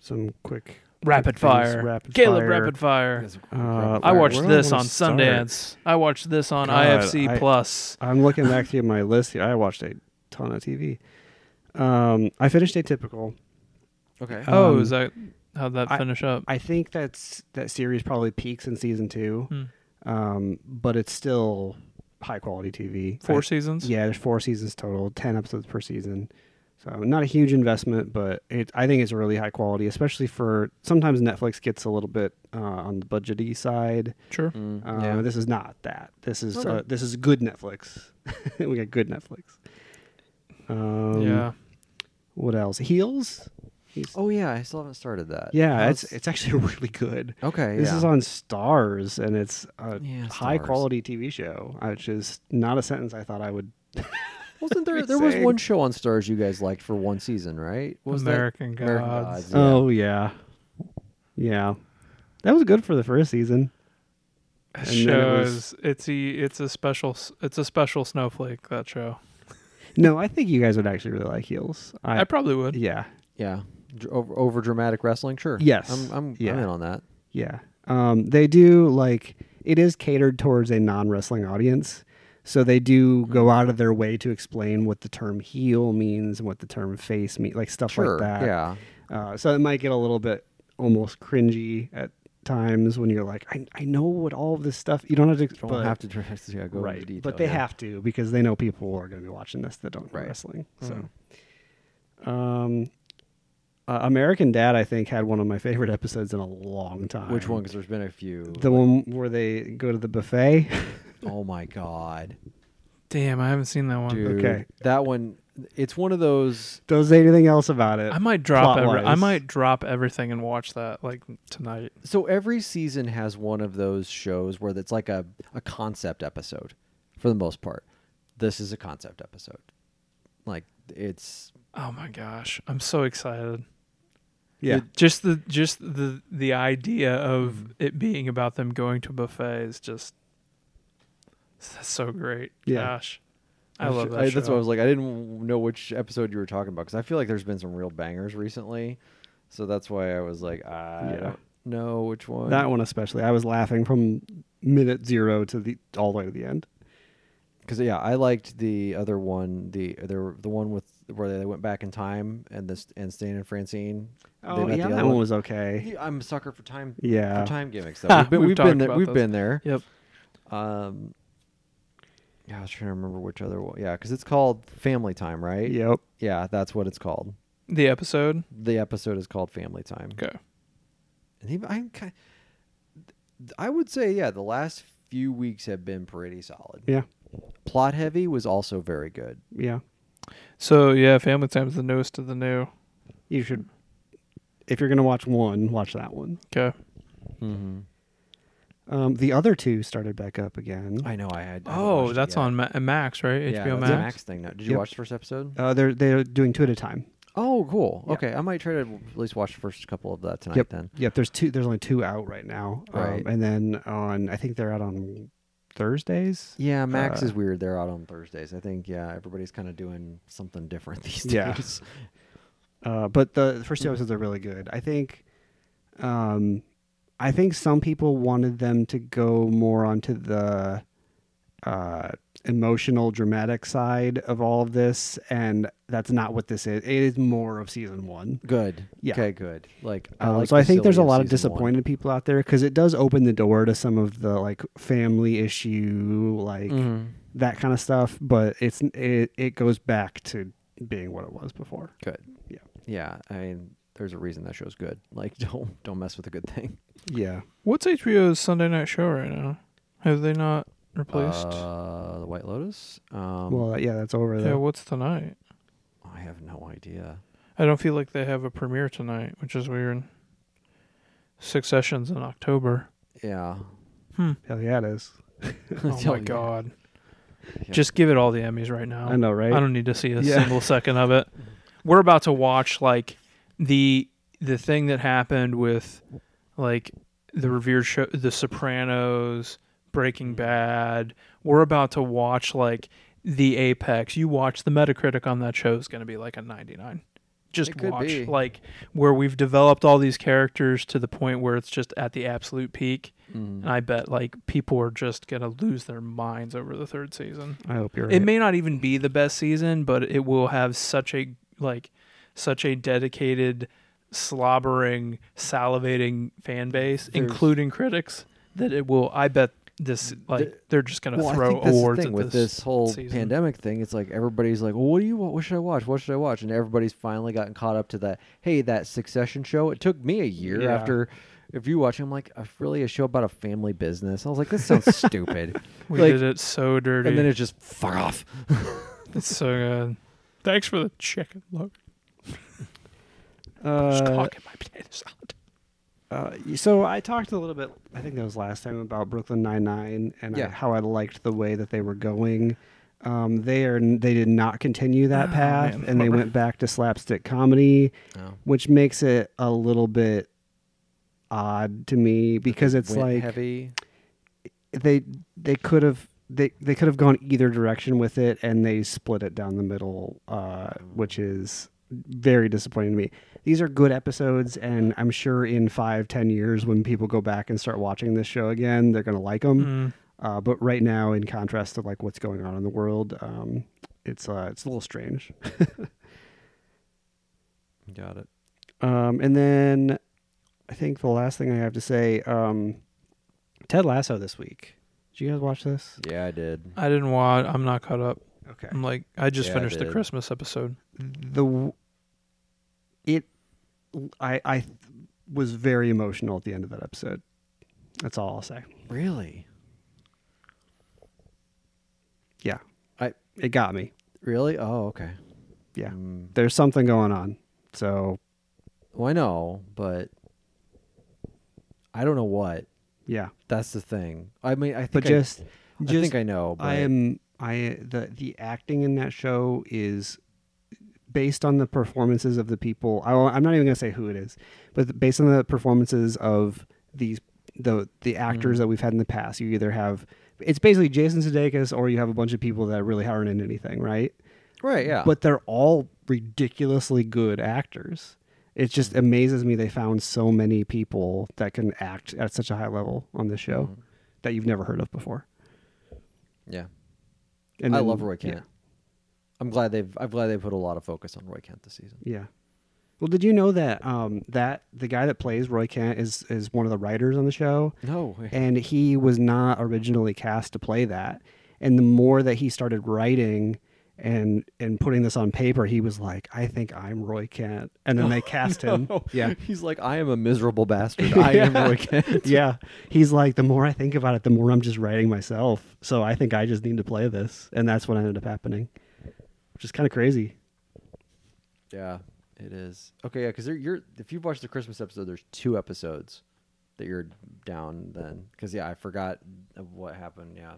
[SPEAKER 2] some quick
[SPEAKER 3] rapid
[SPEAKER 2] things,
[SPEAKER 3] fire.
[SPEAKER 2] rapid
[SPEAKER 3] Caleb,
[SPEAKER 2] fire.
[SPEAKER 3] rapid fire.
[SPEAKER 1] Because-
[SPEAKER 2] Uh,
[SPEAKER 3] I
[SPEAKER 2] Where-
[SPEAKER 3] watched
[SPEAKER 2] where do I
[SPEAKER 3] this
[SPEAKER 2] wanna
[SPEAKER 3] on
[SPEAKER 2] start?
[SPEAKER 3] Sundance. I watched this on
[SPEAKER 2] God,
[SPEAKER 3] IFC
[SPEAKER 2] I-
[SPEAKER 3] Plus.
[SPEAKER 2] I'm looking back through my list here. I watched a ton of TV. Um, I finished Atypical.
[SPEAKER 1] okay.
[SPEAKER 3] oh,
[SPEAKER 2] um,
[SPEAKER 3] is that how'd that
[SPEAKER 2] I-
[SPEAKER 3] finish up?
[SPEAKER 2] I think that's that series probably peaks in season two,
[SPEAKER 3] Hmm.
[SPEAKER 2] um, but it's still high quality TV.
[SPEAKER 3] Four
[SPEAKER 2] I-
[SPEAKER 3] seasons.
[SPEAKER 2] Yeah, there's four seasons total, ten episodes per season. So not a huge investment, but it, I think it's really high quality, especially for sometimes Netflix gets a little bit uh, on the budgety side.
[SPEAKER 3] Sure.
[SPEAKER 1] Mm,
[SPEAKER 2] Uh,
[SPEAKER 1] yeah.
[SPEAKER 2] This is not that. This is
[SPEAKER 1] Okay.
[SPEAKER 2] uh, this is good Netflix. we got good Netflix. Um,
[SPEAKER 3] yeah.
[SPEAKER 2] What else? Heels. He's,
[SPEAKER 1] Oh yeah, I still haven't started that.
[SPEAKER 2] yeah,
[SPEAKER 1] How's-
[SPEAKER 2] it's it's actually really good.
[SPEAKER 1] okay.
[SPEAKER 2] This
[SPEAKER 1] yeah.
[SPEAKER 2] is on Stars, and it's a
[SPEAKER 1] Yeah,
[SPEAKER 2] high
[SPEAKER 1] Stars.
[SPEAKER 2] quality TV show, which is not a sentence I thought I would.
[SPEAKER 1] Wasn't there?
[SPEAKER 2] Be
[SPEAKER 1] There was
[SPEAKER 2] saying.
[SPEAKER 1] one show on Stars you guys liked for one season, right? What was that?
[SPEAKER 3] American
[SPEAKER 1] American
[SPEAKER 3] Gods.
[SPEAKER 1] Gods, yeah.
[SPEAKER 2] Oh yeah, yeah, that was good for the first season. And
[SPEAKER 3] That
[SPEAKER 2] then it
[SPEAKER 3] show
[SPEAKER 2] was-
[SPEAKER 3] is it's a it's a special s- it's a special snowflake that show.
[SPEAKER 2] No, I think you guys would actually really like Heels.
[SPEAKER 3] I,
[SPEAKER 2] I,
[SPEAKER 3] probably would.
[SPEAKER 2] yeah,
[SPEAKER 1] Yeah. Dr- over, over dramatic wrestling, sure.
[SPEAKER 2] Yes.
[SPEAKER 1] I'm I'm,
[SPEAKER 2] Yeah.
[SPEAKER 1] I'm in on that.
[SPEAKER 2] yeah. Um, they do like it is catered towards a non wrestling audience, so they do go out of their way to explain what the term heel means and what the term face means, like stuff
[SPEAKER 1] Sure.
[SPEAKER 2] like that.
[SPEAKER 1] Yeah.
[SPEAKER 2] Uh, so it might get a little bit almost cringy at times when you're like, I, I know what all of this stuff. You don't have to.
[SPEAKER 1] Don't
[SPEAKER 2] but,
[SPEAKER 1] have to dress. Yeah, go
[SPEAKER 2] right,
[SPEAKER 1] into detail.
[SPEAKER 2] but they
[SPEAKER 1] yeah.
[SPEAKER 2] have to because they know people are going to be watching this that don't know
[SPEAKER 1] Right. Mm-hmm.
[SPEAKER 2] wrestling. So, um, uh, American Dad, I think, had one of my favorite episodes in a long time.
[SPEAKER 1] Which one? Because there's been a few.
[SPEAKER 2] The one where they go to the buffet.
[SPEAKER 1] oh my god,
[SPEAKER 3] Damn, I haven't seen that one.
[SPEAKER 1] dude.
[SPEAKER 2] Okay.
[SPEAKER 1] That one. It's one of those.
[SPEAKER 2] don't say anything else about it.
[SPEAKER 3] I might drop every,
[SPEAKER 2] plot-wise.
[SPEAKER 3] I might drop everything and watch that like tonight.
[SPEAKER 1] So every season has one of those shows where it's like a, a concept episode, for the most part. This is a concept episode. Like it's
[SPEAKER 3] Oh my gosh, I'm so excited.
[SPEAKER 2] yeah.
[SPEAKER 3] It- just the just the the idea
[SPEAKER 1] Mm-hmm.
[SPEAKER 3] of it being about them going to a buffet is just that's so great.
[SPEAKER 2] Yeah.
[SPEAKER 3] Gosh. I love that.
[SPEAKER 1] I, that's
[SPEAKER 3] show.
[SPEAKER 1] what I was like. I didn't know which episode you were talking about because I feel like there's been some real bangers recently. So that's why I was like, I
[SPEAKER 2] Yeah.
[SPEAKER 1] don't know which one.
[SPEAKER 2] that one especially. I was laughing from minute zero to the all the way to the end.
[SPEAKER 1] because yeah, I liked the other one. The there the one with where they went back in time and this and Stan and Francine. they met the other
[SPEAKER 2] Oh, that one was okay.
[SPEAKER 1] Yeah, I'm a sucker for time.
[SPEAKER 2] Yeah.
[SPEAKER 1] for time gimmicks. Though. We've been,
[SPEAKER 3] We've
[SPEAKER 1] we've, been
[SPEAKER 3] talked
[SPEAKER 1] there.
[SPEAKER 3] about
[SPEAKER 1] We've
[SPEAKER 3] those.
[SPEAKER 1] been there.
[SPEAKER 3] Yep.
[SPEAKER 1] Um. Yeah, I was trying to remember which other one. Yeah, because it's called Family Time, right?
[SPEAKER 2] Yep.
[SPEAKER 1] Yeah, that's what it's called.
[SPEAKER 3] The episode.
[SPEAKER 1] The episode is called Family Time.
[SPEAKER 3] Okay.
[SPEAKER 1] And even I'm kind I would say yeah, the last few weeks have been pretty solid.
[SPEAKER 2] Yeah.
[SPEAKER 1] Plot heavy was also very good.
[SPEAKER 2] Yeah.
[SPEAKER 3] So yeah, Family Time is the newest of the new.
[SPEAKER 2] You should if you're gonna watch one, watch that one.
[SPEAKER 3] Okay.
[SPEAKER 1] Mm-hmm.
[SPEAKER 2] Um, the other two started back up again.
[SPEAKER 1] I know I had. I haven't watched
[SPEAKER 3] Oh,
[SPEAKER 1] it
[SPEAKER 3] that's
[SPEAKER 1] yet.
[SPEAKER 3] on Ma- Max, right?
[SPEAKER 1] yeah,
[SPEAKER 3] HBO
[SPEAKER 1] that's a
[SPEAKER 3] Max.
[SPEAKER 1] thing now. Did you
[SPEAKER 2] Yep.
[SPEAKER 1] watch the first episode?
[SPEAKER 2] Uh, they're they're doing two at a time.
[SPEAKER 1] oh, cool.
[SPEAKER 2] yeah.
[SPEAKER 1] Okay, I might try to at least watch the first couple of that tonight.
[SPEAKER 2] Yep.
[SPEAKER 1] Then
[SPEAKER 2] Yep. There's two. There's only two out right now.
[SPEAKER 1] Right.
[SPEAKER 2] Um, and then on, I think they're out on Thursdays.
[SPEAKER 1] yeah, Max
[SPEAKER 2] Uh,
[SPEAKER 1] is weird. They're out on Thursdays. I think yeah, everybody's kind of doing something different these
[SPEAKER 2] Yeah.
[SPEAKER 1] days.
[SPEAKER 2] Uh, but the, the first two episodes are really good. I think, um, I think some people wanted them to go more onto the uh, emotional, dramatic side of all of this, and that's not what this is. It is more of season one.
[SPEAKER 1] Good.
[SPEAKER 2] Yeah.
[SPEAKER 1] Okay. Good. Like, I
[SPEAKER 2] Um,
[SPEAKER 1] like
[SPEAKER 2] so I think there's a
[SPEAKER 1] Facility
[SPEAKER 2] lot of
[SPEAKER 1] season one.
[SPEAKER 2] disappointed people out there because it does open the door to some of the like family issue, like
[SPEAKER 1] Mhm.
[SPEAKER 2] that kind of stuff. But it's it it goes back to being what it was before.
[SPEAKER 1] Good.
[SPEAKER 2] Yeah.
[SPEAKER 1] Yeah. I mean, there's a reason that show's good. Like, don't don't mess with a good thing.
[SPEAKER 2] Yeah.
[SPEAKER 3] What's HBO's Sunday night show right now? Have they not replaced?
[SPEAKER 1] Uh, the White Lotus. Um,
[SPEAKER 2] well, yeah, that's over
[SPEAKER 3] yeah.
[SPEAKER 2] there.
[SPEAKER 3] What's tonight?
[SPEAKER 1] I have no idea.
[SPEAKER 3] I don't feel like they have a premiere tonight, which is weird. Six sessions in October.
[SPEAKER 1] Yeah.
[SPEAKER 3] Hmm.
[SPEAKER 2] Hell yeah, it is.
[SPEAKER 3] Oh
[SPEAKER 1] Tell
[SPEAKER 3] my
[SPEAKER 1] you.
[SPEAKER 3] god.
[SPEAKER 1] Yeah.
[SPEAKER 3] Just give it all the Emmys right now.
[SPEAKER 2] I know, right?
[SPEAKER 3] I don't need to see a
[SPEAKER 2] Yeah.
[SPEAKER 3] single second of it. We're about to watch like the the thing that happened with like the revered show The Sopranos, Breaking Bad. We're about to watch like the Apex. You watch the Metacritic on that show is going to be like a 99. Just
[SPEAKER 1] It could
[SPEAKER 3] watch
[SPEAKER 1] be.
[SPEAKER 3] like where we've developed all these characters to the point where it's just at the absolute peak.
[SPEAKER 1] Mm.
[SPEAKER 3] And I bet like people are just gonna lose their minds over the third season.
[SPEAKER 2] I hope you're right.
[SPEAKER 3] It may not even be the best season, but it will have such a like such a dedicated, slobbering, salivating fan base,
[SPEAKER 1] There's-
[SPEAKER 3] including critics, that it will I bet this like
[SPEAKER 1] The-
[SPEAKER 3] they're just gonna
[SPEAKER 1] Well, I
[SPEAKER 3] throw
[SPEAKER 1] think that's the
[SPEAKER 3] awards
[SPEAKER 1] thing
[SPEAKER 3] at
[SPEAKER 1] with this, whole
[SPEAKER 3] season.
[SPEAKER 1] pandemic thing. It's like everybody's like, "Well, what do you? What should I watch? What should I watch?" And everybody's finally gotten caught up to that. Hey, that Succession show. It took me a year
[SPEAKER 2] Yeah.
[SPEAKER 1] after. If you watch, I'm like, "Uh, really a show about a family business. I was like, this sounds stupid.
[SPEAKER 3] We
[SPEAKER 1] like,
[SPEAKER 3] did it so dirty.
[SPEAKER 1] and then it's just fuck off.
[SPEAKER 3] it's so good. Thanks for the chicken. Look. Just
[SPEAKER 2] Uh,
[SPEAKER 3] cocking my potato salad.
[SPEAKER 2] uh, so I talked a little bit. I think that was last time about Brooklyn Nine Nine and I-
[SPEAKER 1] Yeah.
[SPEAKER 2] how I liked the way that they were going. Um, they are they did not continue that
[SPEAKER 3] Oh,
[SPEAKER 2] path,
[SPEAKER 3] man,
[SPEAKER 2] and they
[SPEAKER 3] bummer.
[SPEAKER 2] went back to slapstick comedy,
[SPEAKER 1] Oh.
[SPEAKER 2] which makes it a little bit odd to me because it's
[SPEAKER 1] Went
[SPEAKER 2] like
[SPEAKER 1] heavy.
[SPEAKER 2] they they could have they, they could have gone either direction with it and they split it down the middle uh, which is very disappointing to me these are good episodes and i'm sure in five ten years when people go back and start watching this show again they're going to like
[SPEAKER 1] mm.
[SPEAKER 2] them
[SPEAKER 3] Mm-hmm. Mm,
[SPEAKER 2] uh, but right now in contrast to like what's going on in the world um, it's uh, it's a little strange
[SPEAKER 1] Got it.
[SPEAKER 2] Um, and then I think the last thing I have to say, um, Ted Lasso this week. Did you guys watch this?
[SPEAKER 1] Yeah, I did.
[SPEAKER 3] I didn't watch. I'm not caught up.
[SPEAKER 2] Okay.
[SPEAKER 3] I'm like, I just
[SPEAKER 1] Yeah, I
[SPEAKER 3] finished the
[SPEAKER 1] did.
[SPEAKER 3] Christmas episode.
[SPEAKER 2] The w- it I I th- was very emotional at the end of that episode. That's all I'll say.
[SPEAKER 1] Really?
[SPEAKER 2] Yeah.
[SPEAKER 1] I-
[SPEAKER 2] it got me.
[SPEAKER 1] Really? Oh, okay.
[SPEAKER 2] Yeah.
[SPEAKER 1] Mm.
[SPEAKER 2] There's something going on. So,
[SPEAKER 1] Well, I know, but I don't know what.
[SPEAKER 2] yeah.
[SPEAKER 1] That's the thing. I mean, I think
[SPEAKER 2] But
[SPEAKER 1] I-
[SPEAKER 2] just
[SPEAKER 1] I,
[SPEAKER 2] just
[SPEAKER 1] think I know. But
[SPEAKER 2] I am I the the acting in that show is based on the performances of the people. I, won't- I'm not even going to say who it is, but based on the performances of these the the
[SPEAKER 1] Mm.
[SPEAKER 2] actors that we've had in the past. You either have it's basically Jason Sudeikis or you have a bunch of people that really aren't in anything, right?
[SPEAKER 1] right. Yeah.
[SPEAKER 2] But they're all ridiculously good actors. It
[SPEAKER 1] Mm.
[SPEAKER 2] just amazes me they found so many people that can act at such a high level on this show
[SPEAKER 1] Mm.
[SPEAKER 2] that you've never heard of before.
[SPEAKER 1] yeah,
[SPEAKER 2] And
[SPEAKER 1] I
[SPEAKER 2] then-
[SPEAKER 1] love Roy
[SPEAKER 2] yeah.
[SPEAKER 1] Kent. I'm glad they've. I'm glad they put a lot of focus on Roy Kent this season.
[SPEAKER 2] Yeah. Well, did you know that um, that the guy that plays Roy Kent is is one of the writers on the show,
[SPEAKER 1] No.
[SPEAKER 2] and he was not originally cast to play that. And the more that he started writing and and putting this on paper, he was like, "I think I'm Roy Kent," and then they cast him.
[SPEAKER 1] Oh.
[SPEAKER 2] Yeah.
[SPEAKER 1] He's like, I am a miserable bastard. I am Roy Kent.
[SPEAKER 2] yeah. He's like, the more I think about it, the more I'm just writing myself. So I think I just need to play this, and that's what ended up happening, which is kind of crazy.
[SPEAKER 1] Yeah, it is. Okay, yeah, because you're if you've watched the Christmas episode, there's two episodes that you're down then. Because yeah, I forgot of what happened. Yeah.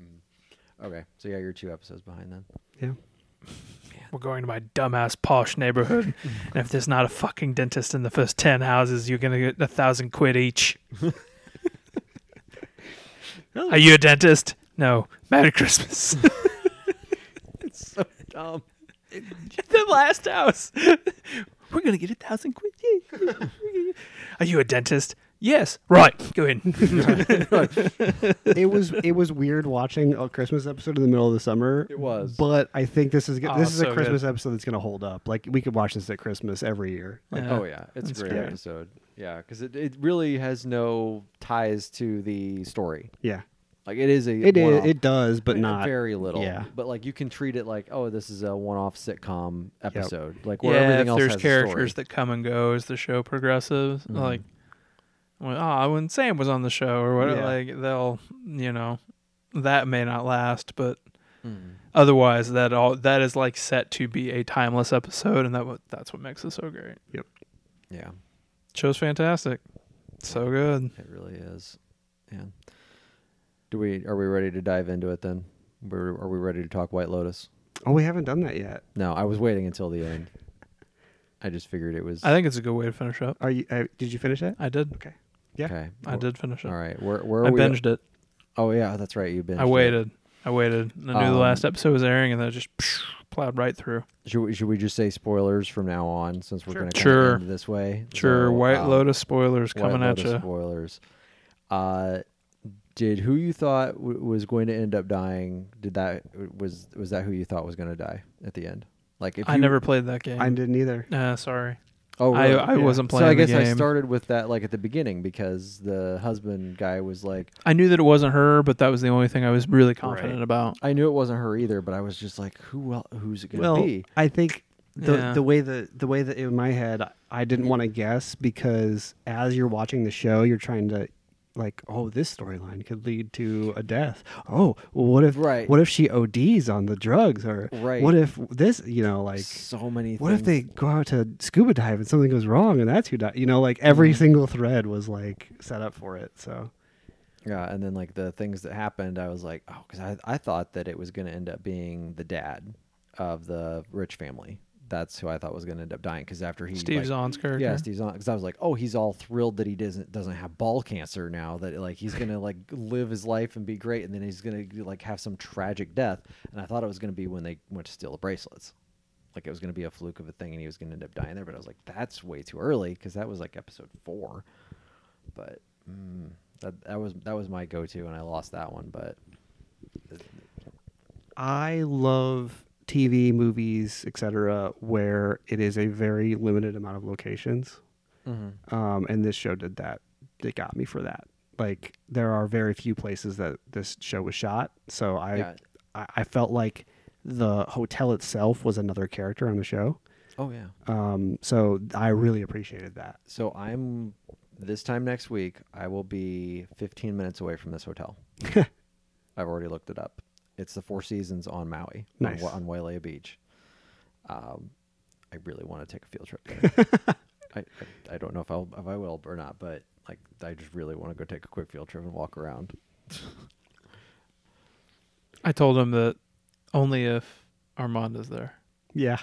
[SPEAKER 1] Mm. Okay, so yeah, you're two episodes behind then.
[SPEAKER 2] Yeah.
[SPEAKER 3] We're going to my dumbass posh neighborhood, and if there's not a fucking dentist in the first ten houses, you're gonna get a thousand quid each. Are you a dentist? No. Merry Christmas.
[SPEAKER 1] It's so dumb.
[SPEAKER 3] the last house. We're gonna get a thousand quid. Are you a dentist? Yes. Right. Go in.
[SPEAKER 2] it was it was weird watching a Christmas episode in the middle of the summer.
[SPEAKER 1] It was.
[SPEAKER 2] but I think this is go-
[SPEAKER 3] Oh,
[SPEAKER 2] this is
[SPEAKER 3] so
[SPEAKER 2] a
[SPEAKER 3] good.
[SPEAKER 2] Christmas episode that's gonna hold up. Like we could watch this at Christmas every year. Like,
[SPEAKER 3] Yeah,
[SPEAKER 1] oh yeah, it's a
[SPEAKER 3] that's
[SPEAKER 1] great
[SPEAKER 2] great.
[SPEAKER 1] episode. Yeah, because it, it really has no ties to the story.
[SPEAKER 2] yeah,
[SPEAKER 1] Like it is a
[SPEAKER 2] it is,
[SPEAKER 1] one-off.
[SPEAKER 2] it does, but
[SPEAKER 1] Uh,
[SPEAKER 2] not
[SPEAKER 1] very little.
[SPEAKER 2] Yeah,
[SPEAKER 1] But like you can treat it like, oh, this is a one-off sitcom episode. Like where
[SPEAKER 3] yeah. If
[SPEAKER 1] everything else
[SPEAKER 3] there's
[SPEAKER 1] has a story.
[SPEAKER 3] characters that come and go as the show progresses,
[SPEAKER 1] Mhm.
[SPEAKER 3] like, well, ah, when Sam was on the show or whatever,
[SPEAKER 2] Yeah.
[SPEAKER 3] like they'll, you know, that may not last, but
[SPEAKER 1] Mhm.
[SPEAKER 3] otherwise, that all that is like set to be a timeless episode, and that wa- that's what makes it so great.
[SPEAKER 1] Yeah.
[SPEAKER 3] Show's fantastic. So good.
[SPEAKER 1] It really is. Yeah. Do we are we ready to dive into it then? We're, are we ready to talk White Lotus?
[SPEAKER 2] oh, we haven't done that yet.
[SPEAKER 1] No, I was waiting until the end. I just figured it was
[SPEAKER 3] I think it's a good way to finish up.
[SPEAKER 2] Are you? Uh, did you finish it?
[SPEAKER 3] I did.
[SPEAKER 2] Okay. yeah.
[SPEAKER 1] okay.
[SPEAKER 3] I did finish it.
[SPEAKER 1] All right. Where where are
[SPEAKER 3] I
[SPEAKER 1] we?
[SPEAKER 3] binged it.
[SPEAKER 1] Oh yeah, that's right. You binged.
[SPEAKER 3] I
[SPEAKER 1] it.
[SPEAKER 3] waited. I waited. And I knew the
[SPEAKER 1] Um,
[SPEAKER 3] last episode was airing, and then I just plowed right through.
[SPEAKER 1] Should we, should we just say spoilers from now on since we're
[SPEAKER 2] Sure.
[SPEAKER 1] going to
[SPEAKER 3] Sure.
[SPEAKER 1] end this way?
[SPEAKER 3] Sure,
[SPEAKER 1] So,
[SPEAKER 3] White
[SPEAKER 1] um,
[SPEAKER 3] Lotus spoilers
[SPEAKER 1] White
[SPEAKER 3] coming
[SPEAKER 1] Lotus
[SPEAKER 3] at you.
[SPEAKER 1] Spoilers. Uh, did who you thought w- was going to end up dying? Did that was was that who you thought was going to die at the end? Like if
[SPEAKER 3] I
[SPEAKER 1] you-
[SPEAKER 3] never played that game.
[SPEAKER 2] I didn't either.
[SPEAKER 3] uh, sorry,
[SPEAKER 1] Oh,
[SPEAKER 3] I,
[SPEAKER 1] really?
[SPEAKER 3] I
[SPEAKER 2] Yeah.
[SPEAKER 3] wasn't playing.
[SPEAKER 1] so I guess
[SPEAKER 3] the game.
[SPEAKER 1] I started with that like at the beginning because the husband guy was like,
[SPEAKER 3] I knew that it wasn't her, but that was the only thing I was really confident
[SPEAKER 2] Right.
[SPEAKER 3] about.
[SPEAKER 1] I knew it wasn't her either, but I was just like, who el- who's it gonna
[SPEAKER 2] well,
[SPEAKER 1] be?
[SPEAKER 2] I think the
[SPEAKER 3] Yeah.
[SPEAKER 2] the way the the way that in my head I didn't want to guess because as you're watching the show, you're trying to like, oh, this storyline could lead to a death. Oh, well, what if
[SPEAKER 1] Right.
[SPEAKER 2] what if she ODs on the drugs or
[SPEAKER 1] Right.
[SPEAKER 2] what if this, you know, like
[SPEAKER 1] so many.
[SPEAKER 2] what if they
[SPEAKER 1] things.
[SPEAKER 2] go out to scuba dive and something goes wrong and that's who died? You know, like every single thread was like set up for it. So
[SPEAKER 1] Yeah, and then like the things that happened, I was like, oh, because I I thought that it was going to end up being the dad of the rich family. That's who I thought was going to end up dying. Because after he
[SPEAKER 3] Steve
[SPEAKER 1] like,
[SPEAKER 3] Zahn's character.
[SPEAKER 1] Yeah, Steve Zahn. Because I was like, oh, he's all thrilled that he doesn't doesn't have ball cancer now. That like he's gonna like live his life and be great, and then he's gonna like have some tragic death. And I thought it was gonna be when they went to steal the bracelets, like it was gonna be a fluke of a thing, and he was gonna end up dying there. But I was like, that's way too early because that was like episode four. But mm, that that was that was my go to, and I lost that one. But
[SPEAKER 2] I love TV, movies, etc., where it is a very limited amount of locations.
[SPEAKER 1] Mm-hmm.
[SPEAKER 2] um, and this show did that. It got me for that. Like there are very few places that this show was shot, so I
[SPEAKER 1] Yeah.
[SPEAKER 2] I, I felt like the hotel itself was another character on the show.
[SPEAKER 1] oh yeah,
[SPEAKER 2] Um, so I really appreciated that.
[SPEAKER 1] so I'm this time next week. I will be 15 minutes away from this hotel. I've already looked it up. It's the Four Seasons on Maui, on
[SPEAKER 2] Nice.
[SPEAKER 1] Wa- on, Wailea Beach. Um, I really want to take a field trip. There. I, I I don't know if I'll if I will or not, but like I just really want to go take a quick field trip and walk around.
[SPEAKER 3] I told him that only if Armand is there,
[SPEAKER 2] yeah,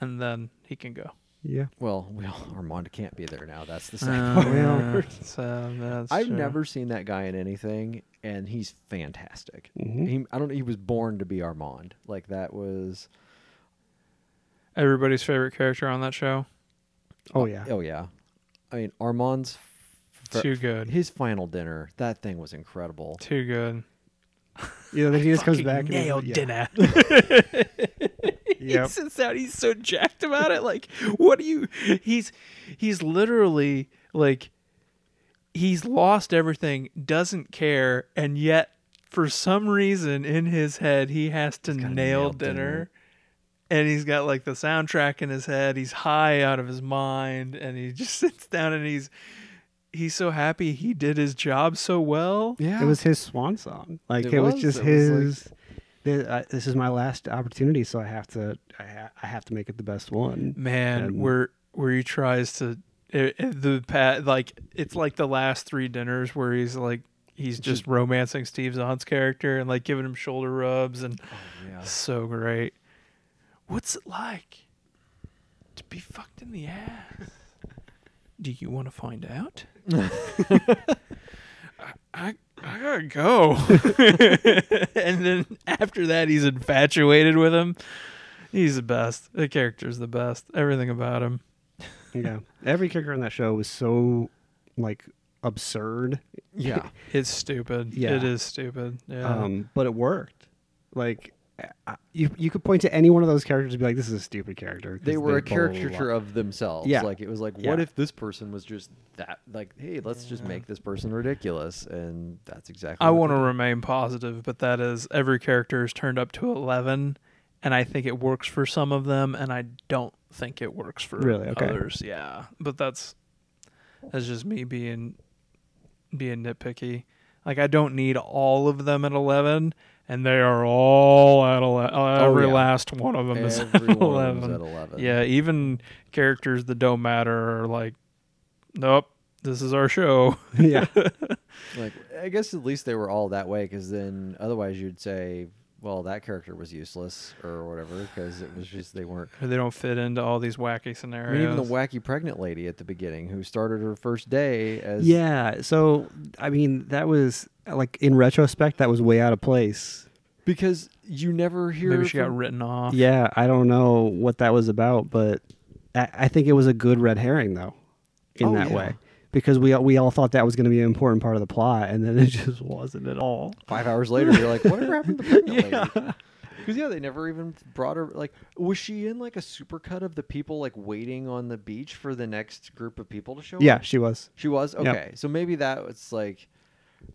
[SPEAKER 3] and then he can go.
[SPEAKER 2] yeah.
[SPEAKER 1] Well, we all, Armand can't be there now. That's the sad part.
[SPEAKER 3] Uh, so that's
[SPEAKER 1] I've
[SPEAKER 3] true.
[SPEAKER 1] never seen that guy in anything, and he's fantastic.
[SPEAKER 2] Mhm.
[SPEAKER 1] He, I don't. He was born to be Armand. Like that was.
[SPEAKER 3] Everybody's favorite character on that show.
[SPEAKER 2] Oh yeah.
[SPEAKER 1] Oh yeah, I mean Armand's. f-
[SPEAKER 3] Too good.
[SPEAKER 1] His final dinner, that thing was incredible.
[SPEAKER 3] Too good.
[SPEAKER 2] You know, then he just comes
[SPEAKER 3] Fucking
[SPEAKER 2] back. and he's
[SPEAKER 3] nailed
[SPEAKER 2] like, yeah.
[SPEAKER 3] dinner.
[SPEAKER 2] Yep.
[SPEAKER 3] He sits down. He's so jacked about it. Like, what do you? He's he's literally like he's lost everything, doesn't care, and yet for some reason in his head he has to
[SPEAKER 1] gotta
[SPEAKER 3] nail,
[SPEAKER 1] nail
[SPEAKER 3] dinner.
[SPEAKER 1] dinner.
[SPEAKER 3] And he's got like the soundtrack in his head. He's high out of his mind, and he just sits down and he's he's so happy he did his job so well.
[SPEAKER 1] Yeah,
[SPEAKER 2] It was his swan song. Like
[SPEAKER 1] It
[SPEAKER 2] it, was,
[SPEAKER 1] was,
[SPEAKER 2] just
[SPEAKER 1] it was like-
[SPEAKER 2] his. "Th- I- this is my last opportunity, so I have to. I, ha- I have to make it the best one.
[SPEAKER 3] man
[SPEAKER 2] And-
[SPEAKER 3] where where he tries to eh, eh, the pat like it's like the last three dinners where he's like he's just romancing steve zahn's character and like giving him shoulder rubs and
[SPEAKER 1] yeah.
[SPEAKER 3] so great what's it like to be fucked in the ass do you want to find out I, I gotta go and then after that he's infatuated with him he's the best the character's the best everything about him
[SPEAKER 2] yeah every character on that show was so like absurd
[SPEAKER 1] yeah.
[SPEAKER 3] It's stupid.
[SPEAKER 2] Yeah.
[SPEAKER 3] It is stupid. Yeah.
[SPEAKER 2] um but it worked like I- you you could point to any one of those characters and be like this is a stupid character 'cause
[SPEAKER 1] They were a
[SPEAKER 2] both lie.
[SPEAKER 1] caricature of themselves.
[SPEAKER 2] Yeah.
[SPEAKER 1] Like it was like, what
[SPEAKER 2] Yeah.
[SPEAKER 1] if this person was just that? Like, hey, let's just make this person ridiculous, and that's exactly.
[SPEAKER 3] I
[SPEAKER 1] what
[SPEAKER 3] want to
[SPEAKER 1] they did.
[SPEAKER 3] remain positive, but that is every character is turned up to 11 and I think it works for some of them and I don't think it works for
[SPEAKER 2] Really? Okay.
[SPEAKER 3] others. Yeah. But that's that's just me being being nitpicky. Like I don't need all of them at 11 and they are all at 11. every
[SPEAKER 1] yeah.
[SPEAKER 3] last one of them is
[SPEAKER 1] Every
[SPEAKER 3] at
[SPEAKER 1] one of
[SPEAKER 3] 11.
[SPEAKER 1] them was at eleven.
[SPEAKER 3] Yeah, even characters that don't matter are like, nope, this is our show.
[SPEAKER 2] yeah
[SPEAKER 1] Like, I guess at least they were all that way, because then otherwise you'd say, well, that character was useless or whatever, because it was just they weren't.
[SPEAKER 3] Or they don't fit into all these wacky
[SPEAKER 1] I
[SPEAKER 3] scenarios.
[SPEAKER 1] mean, even the wacky pregnant lady at the beginning who started her first day as
[SPEAKER 2] yeah so i mean that was like in retrospect that was way out of place
[SPEAKER 1] because you never hear
[SPEAKER 3] Maybe she got
[SPEAKER 1] from-
[SPEAKER 3] written off.
[SPEAKER 2] yeah i don't know what that was about but i, I think it was a good red herring though in
[SPEAKER 1] Oh,
[SPEAKER 2] that
[SPEAKER 1] yeah.
[SPEAKER 2] way because we all- we all thought that was going to be an important part of the plot and then it just wasn't at all
[SPEAKER 1] five hours later, you're like, whatever happened to the pregnant lady? Because yeah, they never even brought her. Like, was she in like a supercut of the people like waiting on the beach for the next group of people to show up?
[SPEAKER 2] yeah she was
[SPEAKER 1] she was.
[SPEAKER 2] Yep.
[SPEAKER 1] Okay, so maybe that was like,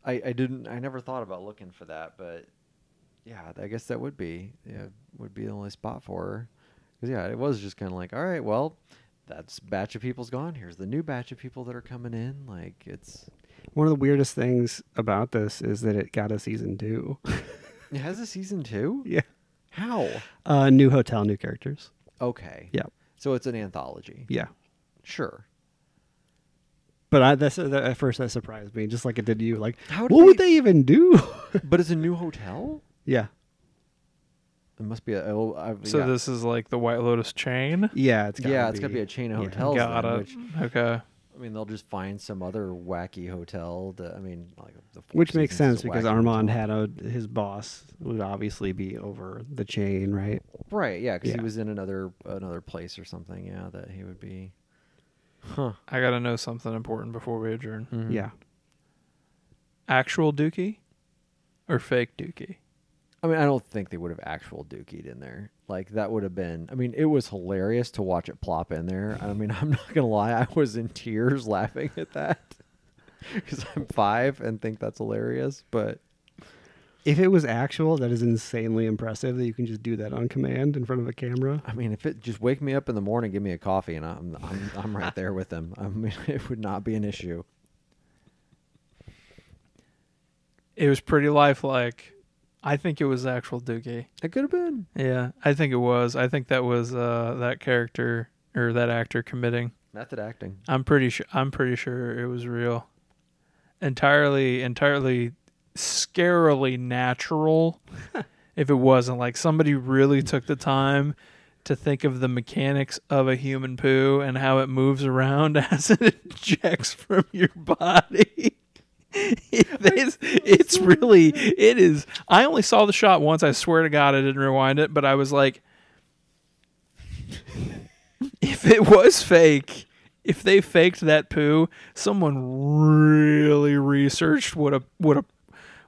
[SPEAKER 1] I I didn't I never thought about looking for that, but yeah, I guess that would be yeah would be the only spot for her. Because yeah, it was just kind of like, all right, well, that's batch of people's gone. Here's the new batch of people that are coming in. Like it's
[SPEAKER 2] One of the weirdest things about this is that it got a season two.
[SPEAKER 1] It has a season two?
[SPEAKER 2] yeah.
[SPEAKER 1] How?
[SPEAKER 2] Uh, new hotel, new characters.
[SPEAKER 1] Okay.
[SPEAKER 2] Yeah.
[SPEAKER 1] So it's an anthology.
[SPEAKER 2] Yeah.
[SPEAKER 1] Sure.
[SPEAKER 2] But I, that's, that, at first that surprised me, just like it did you. Like,
[SPEAKER 1] How did
[SPEAKER 2] what would
[SPEAKER 1] they-
[SPEAKER 2] they even do?
[SPEAKER 1] But it's a new hotel?
[SPEAKER 2] yeah.
[SPEAKER 1] It must be a. Oh, I've,
[SPEAKER 3] So
[SPEAKER 1] yeah.
[SPEAKER 3] this is like the White Lotus chain.
[SPEAKER 2] Yeah. It's gotta
[SPEAKER 1] yeah,
[SPEAKER 2] be.
[SPEAKER 1] it's gotta be a chain of
[SPEAKER 2] yeah.
[SPEAKER 1] hotels.
[SPEAKER 3] Got
[SPEAKER 1] then,
[SPEAKER 3] it.
[SPEAKER 1] Which,
[SPEAKER 3] Okay.
[SPEAKER 1] I mean, they'll just find some other wacky hotel. To, I mean, like the Four
[SPEAKER 2] Which makes
[SPEAKER 1] Seasons
[SPEAKER 2] sense
[SPEAKER 1] is a
[SPEAKER 2] because
[SPEAKER 1] wacky
[SPEAKER 2] Armand
[SPEAKER 1] hotel.
[SPEAKER 2] had a his boss would obviously be over the chain, right?
[SPEAKER 1] right, yeah, because he
[SPEAKER 2] Yeah.
[SPEAKER 1] was in another another place or something. Yeah, that he would be.
[SPEAKER 3] I gotta know something important before we adjourn.
[SPEAKER 1] Mhm.
[SPEAKER 2] Yeah.
[SPEAKER 3] Actual Dookie or fake Dookie?
[SPEAKER 1] I mean, I don't think they would have actual dookied in there. Like that would have been. I mean, it was hilarious to watch it plop in there. I mean, I'm not gonna lie, I was in tears laughing at that because I'm five and think that's hilarious. But
[SPEAKER 2] If it was actual, that is insanely impressive that you can just do that on command in front of a camera.
[SPEAKER 1] I mean, if it just wake me up in the morning, give me a coffee, and I'm I'm, I'm right there with them. I mean, it would not be an issue.
[SPEAKER 3] It was pretty lifelike. I think it was actual Dookie.
[SPEAKER 1] It could have been.
[SPEAKER 3] Yeah, I think it was. I think that was uh, that character or that actor committing.
[SPEAKER 1] Method acting.
[SPEAKER 3] I'm pretty sure. I'm pretty sure it was real. Entirely, entirely, scarily natural. if it wasn't like somebody really took the time to think of the mechanics of a human poo and how it moves around as it ejects from your body. it's, it's really it is i only saw the shot once i swear to god i didn't rewind it but i was like if it was fake if they faked that poo someone really researched what a what a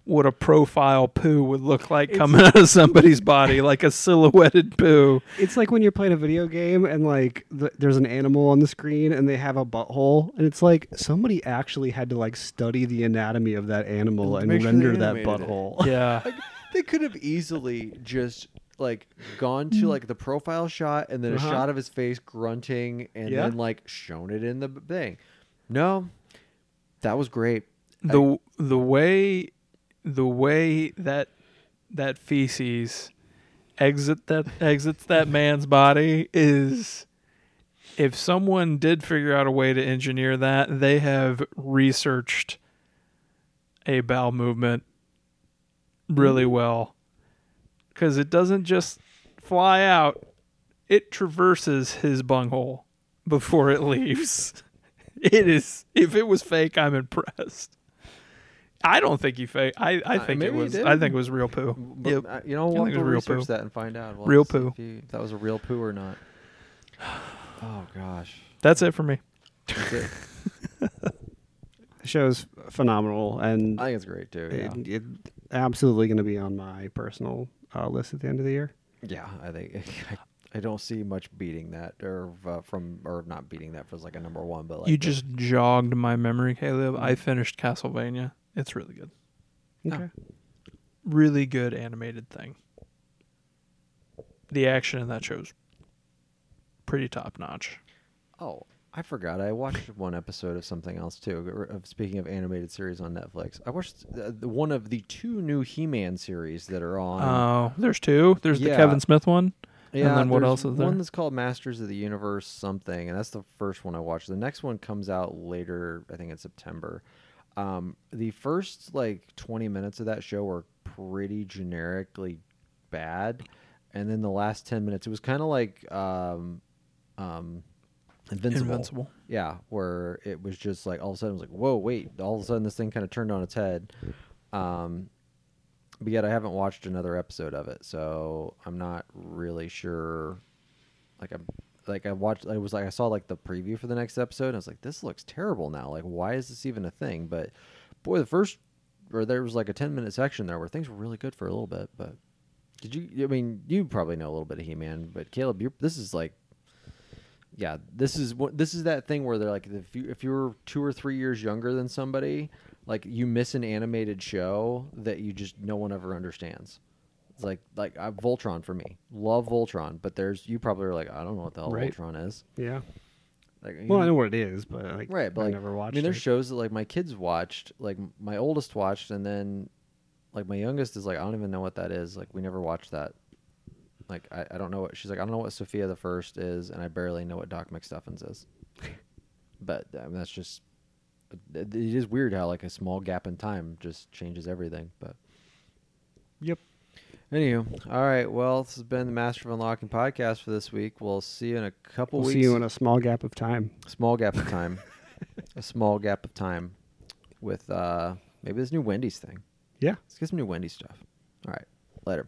[SPEAKER 3] what a profile poo would look like coming out of somebody's body like a silhouetted poo
[SPEAKER 2] It's like when you're playing a video game and like the, there's an animal on the screen and they have a butthole and it's like somebody actually had to like study the anatomy of that animal
[SPEAKER 1] To
[SPEAKER 2] and
[SPEAKER 1] make sure they
[SPEAKER 2] render that
[SPEAKER 1] animated it.
[SPEAKER 2] butthole.
[SPEAKER 3] yeah
[SPEAKER 1] Like they could have easily just like gone to like the profile shot and then
[SPEAKER 2] Uh-huh.
[SPEAKER 1] a shot of his face grunting and
[SPEAKER 2] Yeah.
[SPEAKER 1] then like shown it in the b- thing. No, that was great.
[SPEAKER 3] the the way the way that that feces exit that exits that man's body is if someone did figure out a way to engineer that they have researched a bowel movement really
[SPEAKER 1] Mm-hmm.
[SPEAKER 3] well cuz it doesn't just fly out it traverses his bunghole before it leaves it is if it was fake i'm impressed i don't think he fake i, I
[SPEAKER 1] Uh,
[SPEAKER 3] think it
[SPEAKER 1] maybe he
[SPEAKER 3] was
[SPEAKER 1] did.
[SPEAKER 3] i think it was real poo
[SPEAKER 1] But,
[SPEAKER 3] Yep.
[SPEAKER 1] uh, you know,
[SPEAKER 3] I
[SPEAKER 1] we'll have
[SPEAKER 3] think
[SPEAKER 1] to
[SPEAKER 3] it was real
[SPEAKER 1] research
[SPEAKER 3] poo.
[SPEAKER 1] that and find out. We'll have
[SPEAKER 3] Real
[SPEAKER 1] to see
[SPEAKER 3] poo.
[SPEAKER 1] If, you- if that was a real poo or not. Oh gosh,
[SPEAKER 3] that's it for me
[SPEAKER 1] That's it.
[SPEAKER 2] The show's phenomenal and
[SPEAKER 1] I think it's great too. Yeah,
[SPEAKER 2] it, it, absolutely going to be on my personal uh, list at the end of the year.
[SPEAKER 1] yeah. I think I, I don't see much beating that or uh, from or not beating that for like a number one, but like Mm-hmm.
[SPEAKER 3] you
[SPEAKER 1] the-
[SPEAKER 3] just jogged my memory caleb i finished castlevania it's really good
[SPEAKER 1] Oh.
[SPEAKER 2] Okay.
[SPEAKER 3] really good animated thing the action in that show's pretty top notch
[SPEAKER 1] Oh, I forgot. I watched one episode of something else too. or- Of speaking of animated series on Netflix, I watched uh, the, one of the two new He-Man series that are
[SPEAKER 3] oh
[SPEAKER 1] on.
[SPEAKER 3] there's two there's the
[SPEAKER 1] Yeah.
[SPEAKER 3] kevin smith one
[SPEAKER 1] yeah,
[SPEAKER 3] and then what
[SPEAKER 1] there's
[SPEAKER 3] else is there
[SPEAKER 1] One that's called Masters of the Universe something, and that's the first one I watched. The next one comes out later. I think in September. Um, the first like twenty minutes of that show were pretty generically bad, and then the last ten minutes it was kind of like um, um,
[SPEAKER 3] invincible
[SPEAKER 1] yeah, where it was just like all of a sudden it was like, whoa, wait! All of a sudden this thing kind of turned on its head. Um, but yet I haven't watched another episode of it, so I'm not really sure. Like I'm like I watched. I was like I saw like the preview for the next episode. And I was like, this looks terrible now. Like why is this even a thing? But boy, the first or there was like a 10 minute section there where things were really good for a little bit. But did you? I mean, you probably know a little bit of He-Man, but Caleb, you're, this is like yeah, this is what this is that thing where they're like, if you if you were two or three years younger than somebody, like you miss an animated show that you just no one ever understands. It's like like uh, Voltron for me, love Voltron, but there's you probably are like, I don't know what the hell
[SPEAKER 2] Right.
[SPEAKER 1] Voltron is.
[SPEAKER 2] Yeah.
[SPEAKER 1] Like, you
[SPEAKER 2] Well, I know what it is, but like,
[SPEAKER 1] Mm. right? But
[SPEAKER 2] I
[SPEAKER 1] like,
[SPEAKER 2] never watched.
[SPEAKER 1] I mean, there's
[SPEAKER 2] it.
[SPEAKER 1] shows that like my kids watched, like m- my oldest watched, and then like my youngest is like, I don't even know what that is. Like, we never watched that. Like, I, I don't know what she's like. I don't know what Sophia the First is, and I barely know what Doc McStuffins is. but I mean, that's just it it is weird how like a small gap in time just changes everything. But
[SPEAKER 2] Yep.
[SPEAKER 1] Anywho, all right. Well, this has been the Master of Unlocking podcast for this week. We'll see you in a couple
[SPEAKER 2] We'll
[SPEAKER 1] weeks.
[SPEAKER 2] see you in a small gap of time.
[SPEAKER 1] small gap of time. a small gap of time with uh maybe this new Wendy's thing.
[SPEAKER 2] Yeah.
[SPEAKER 1] Let's get some new Wendy's stuff. All right. Later.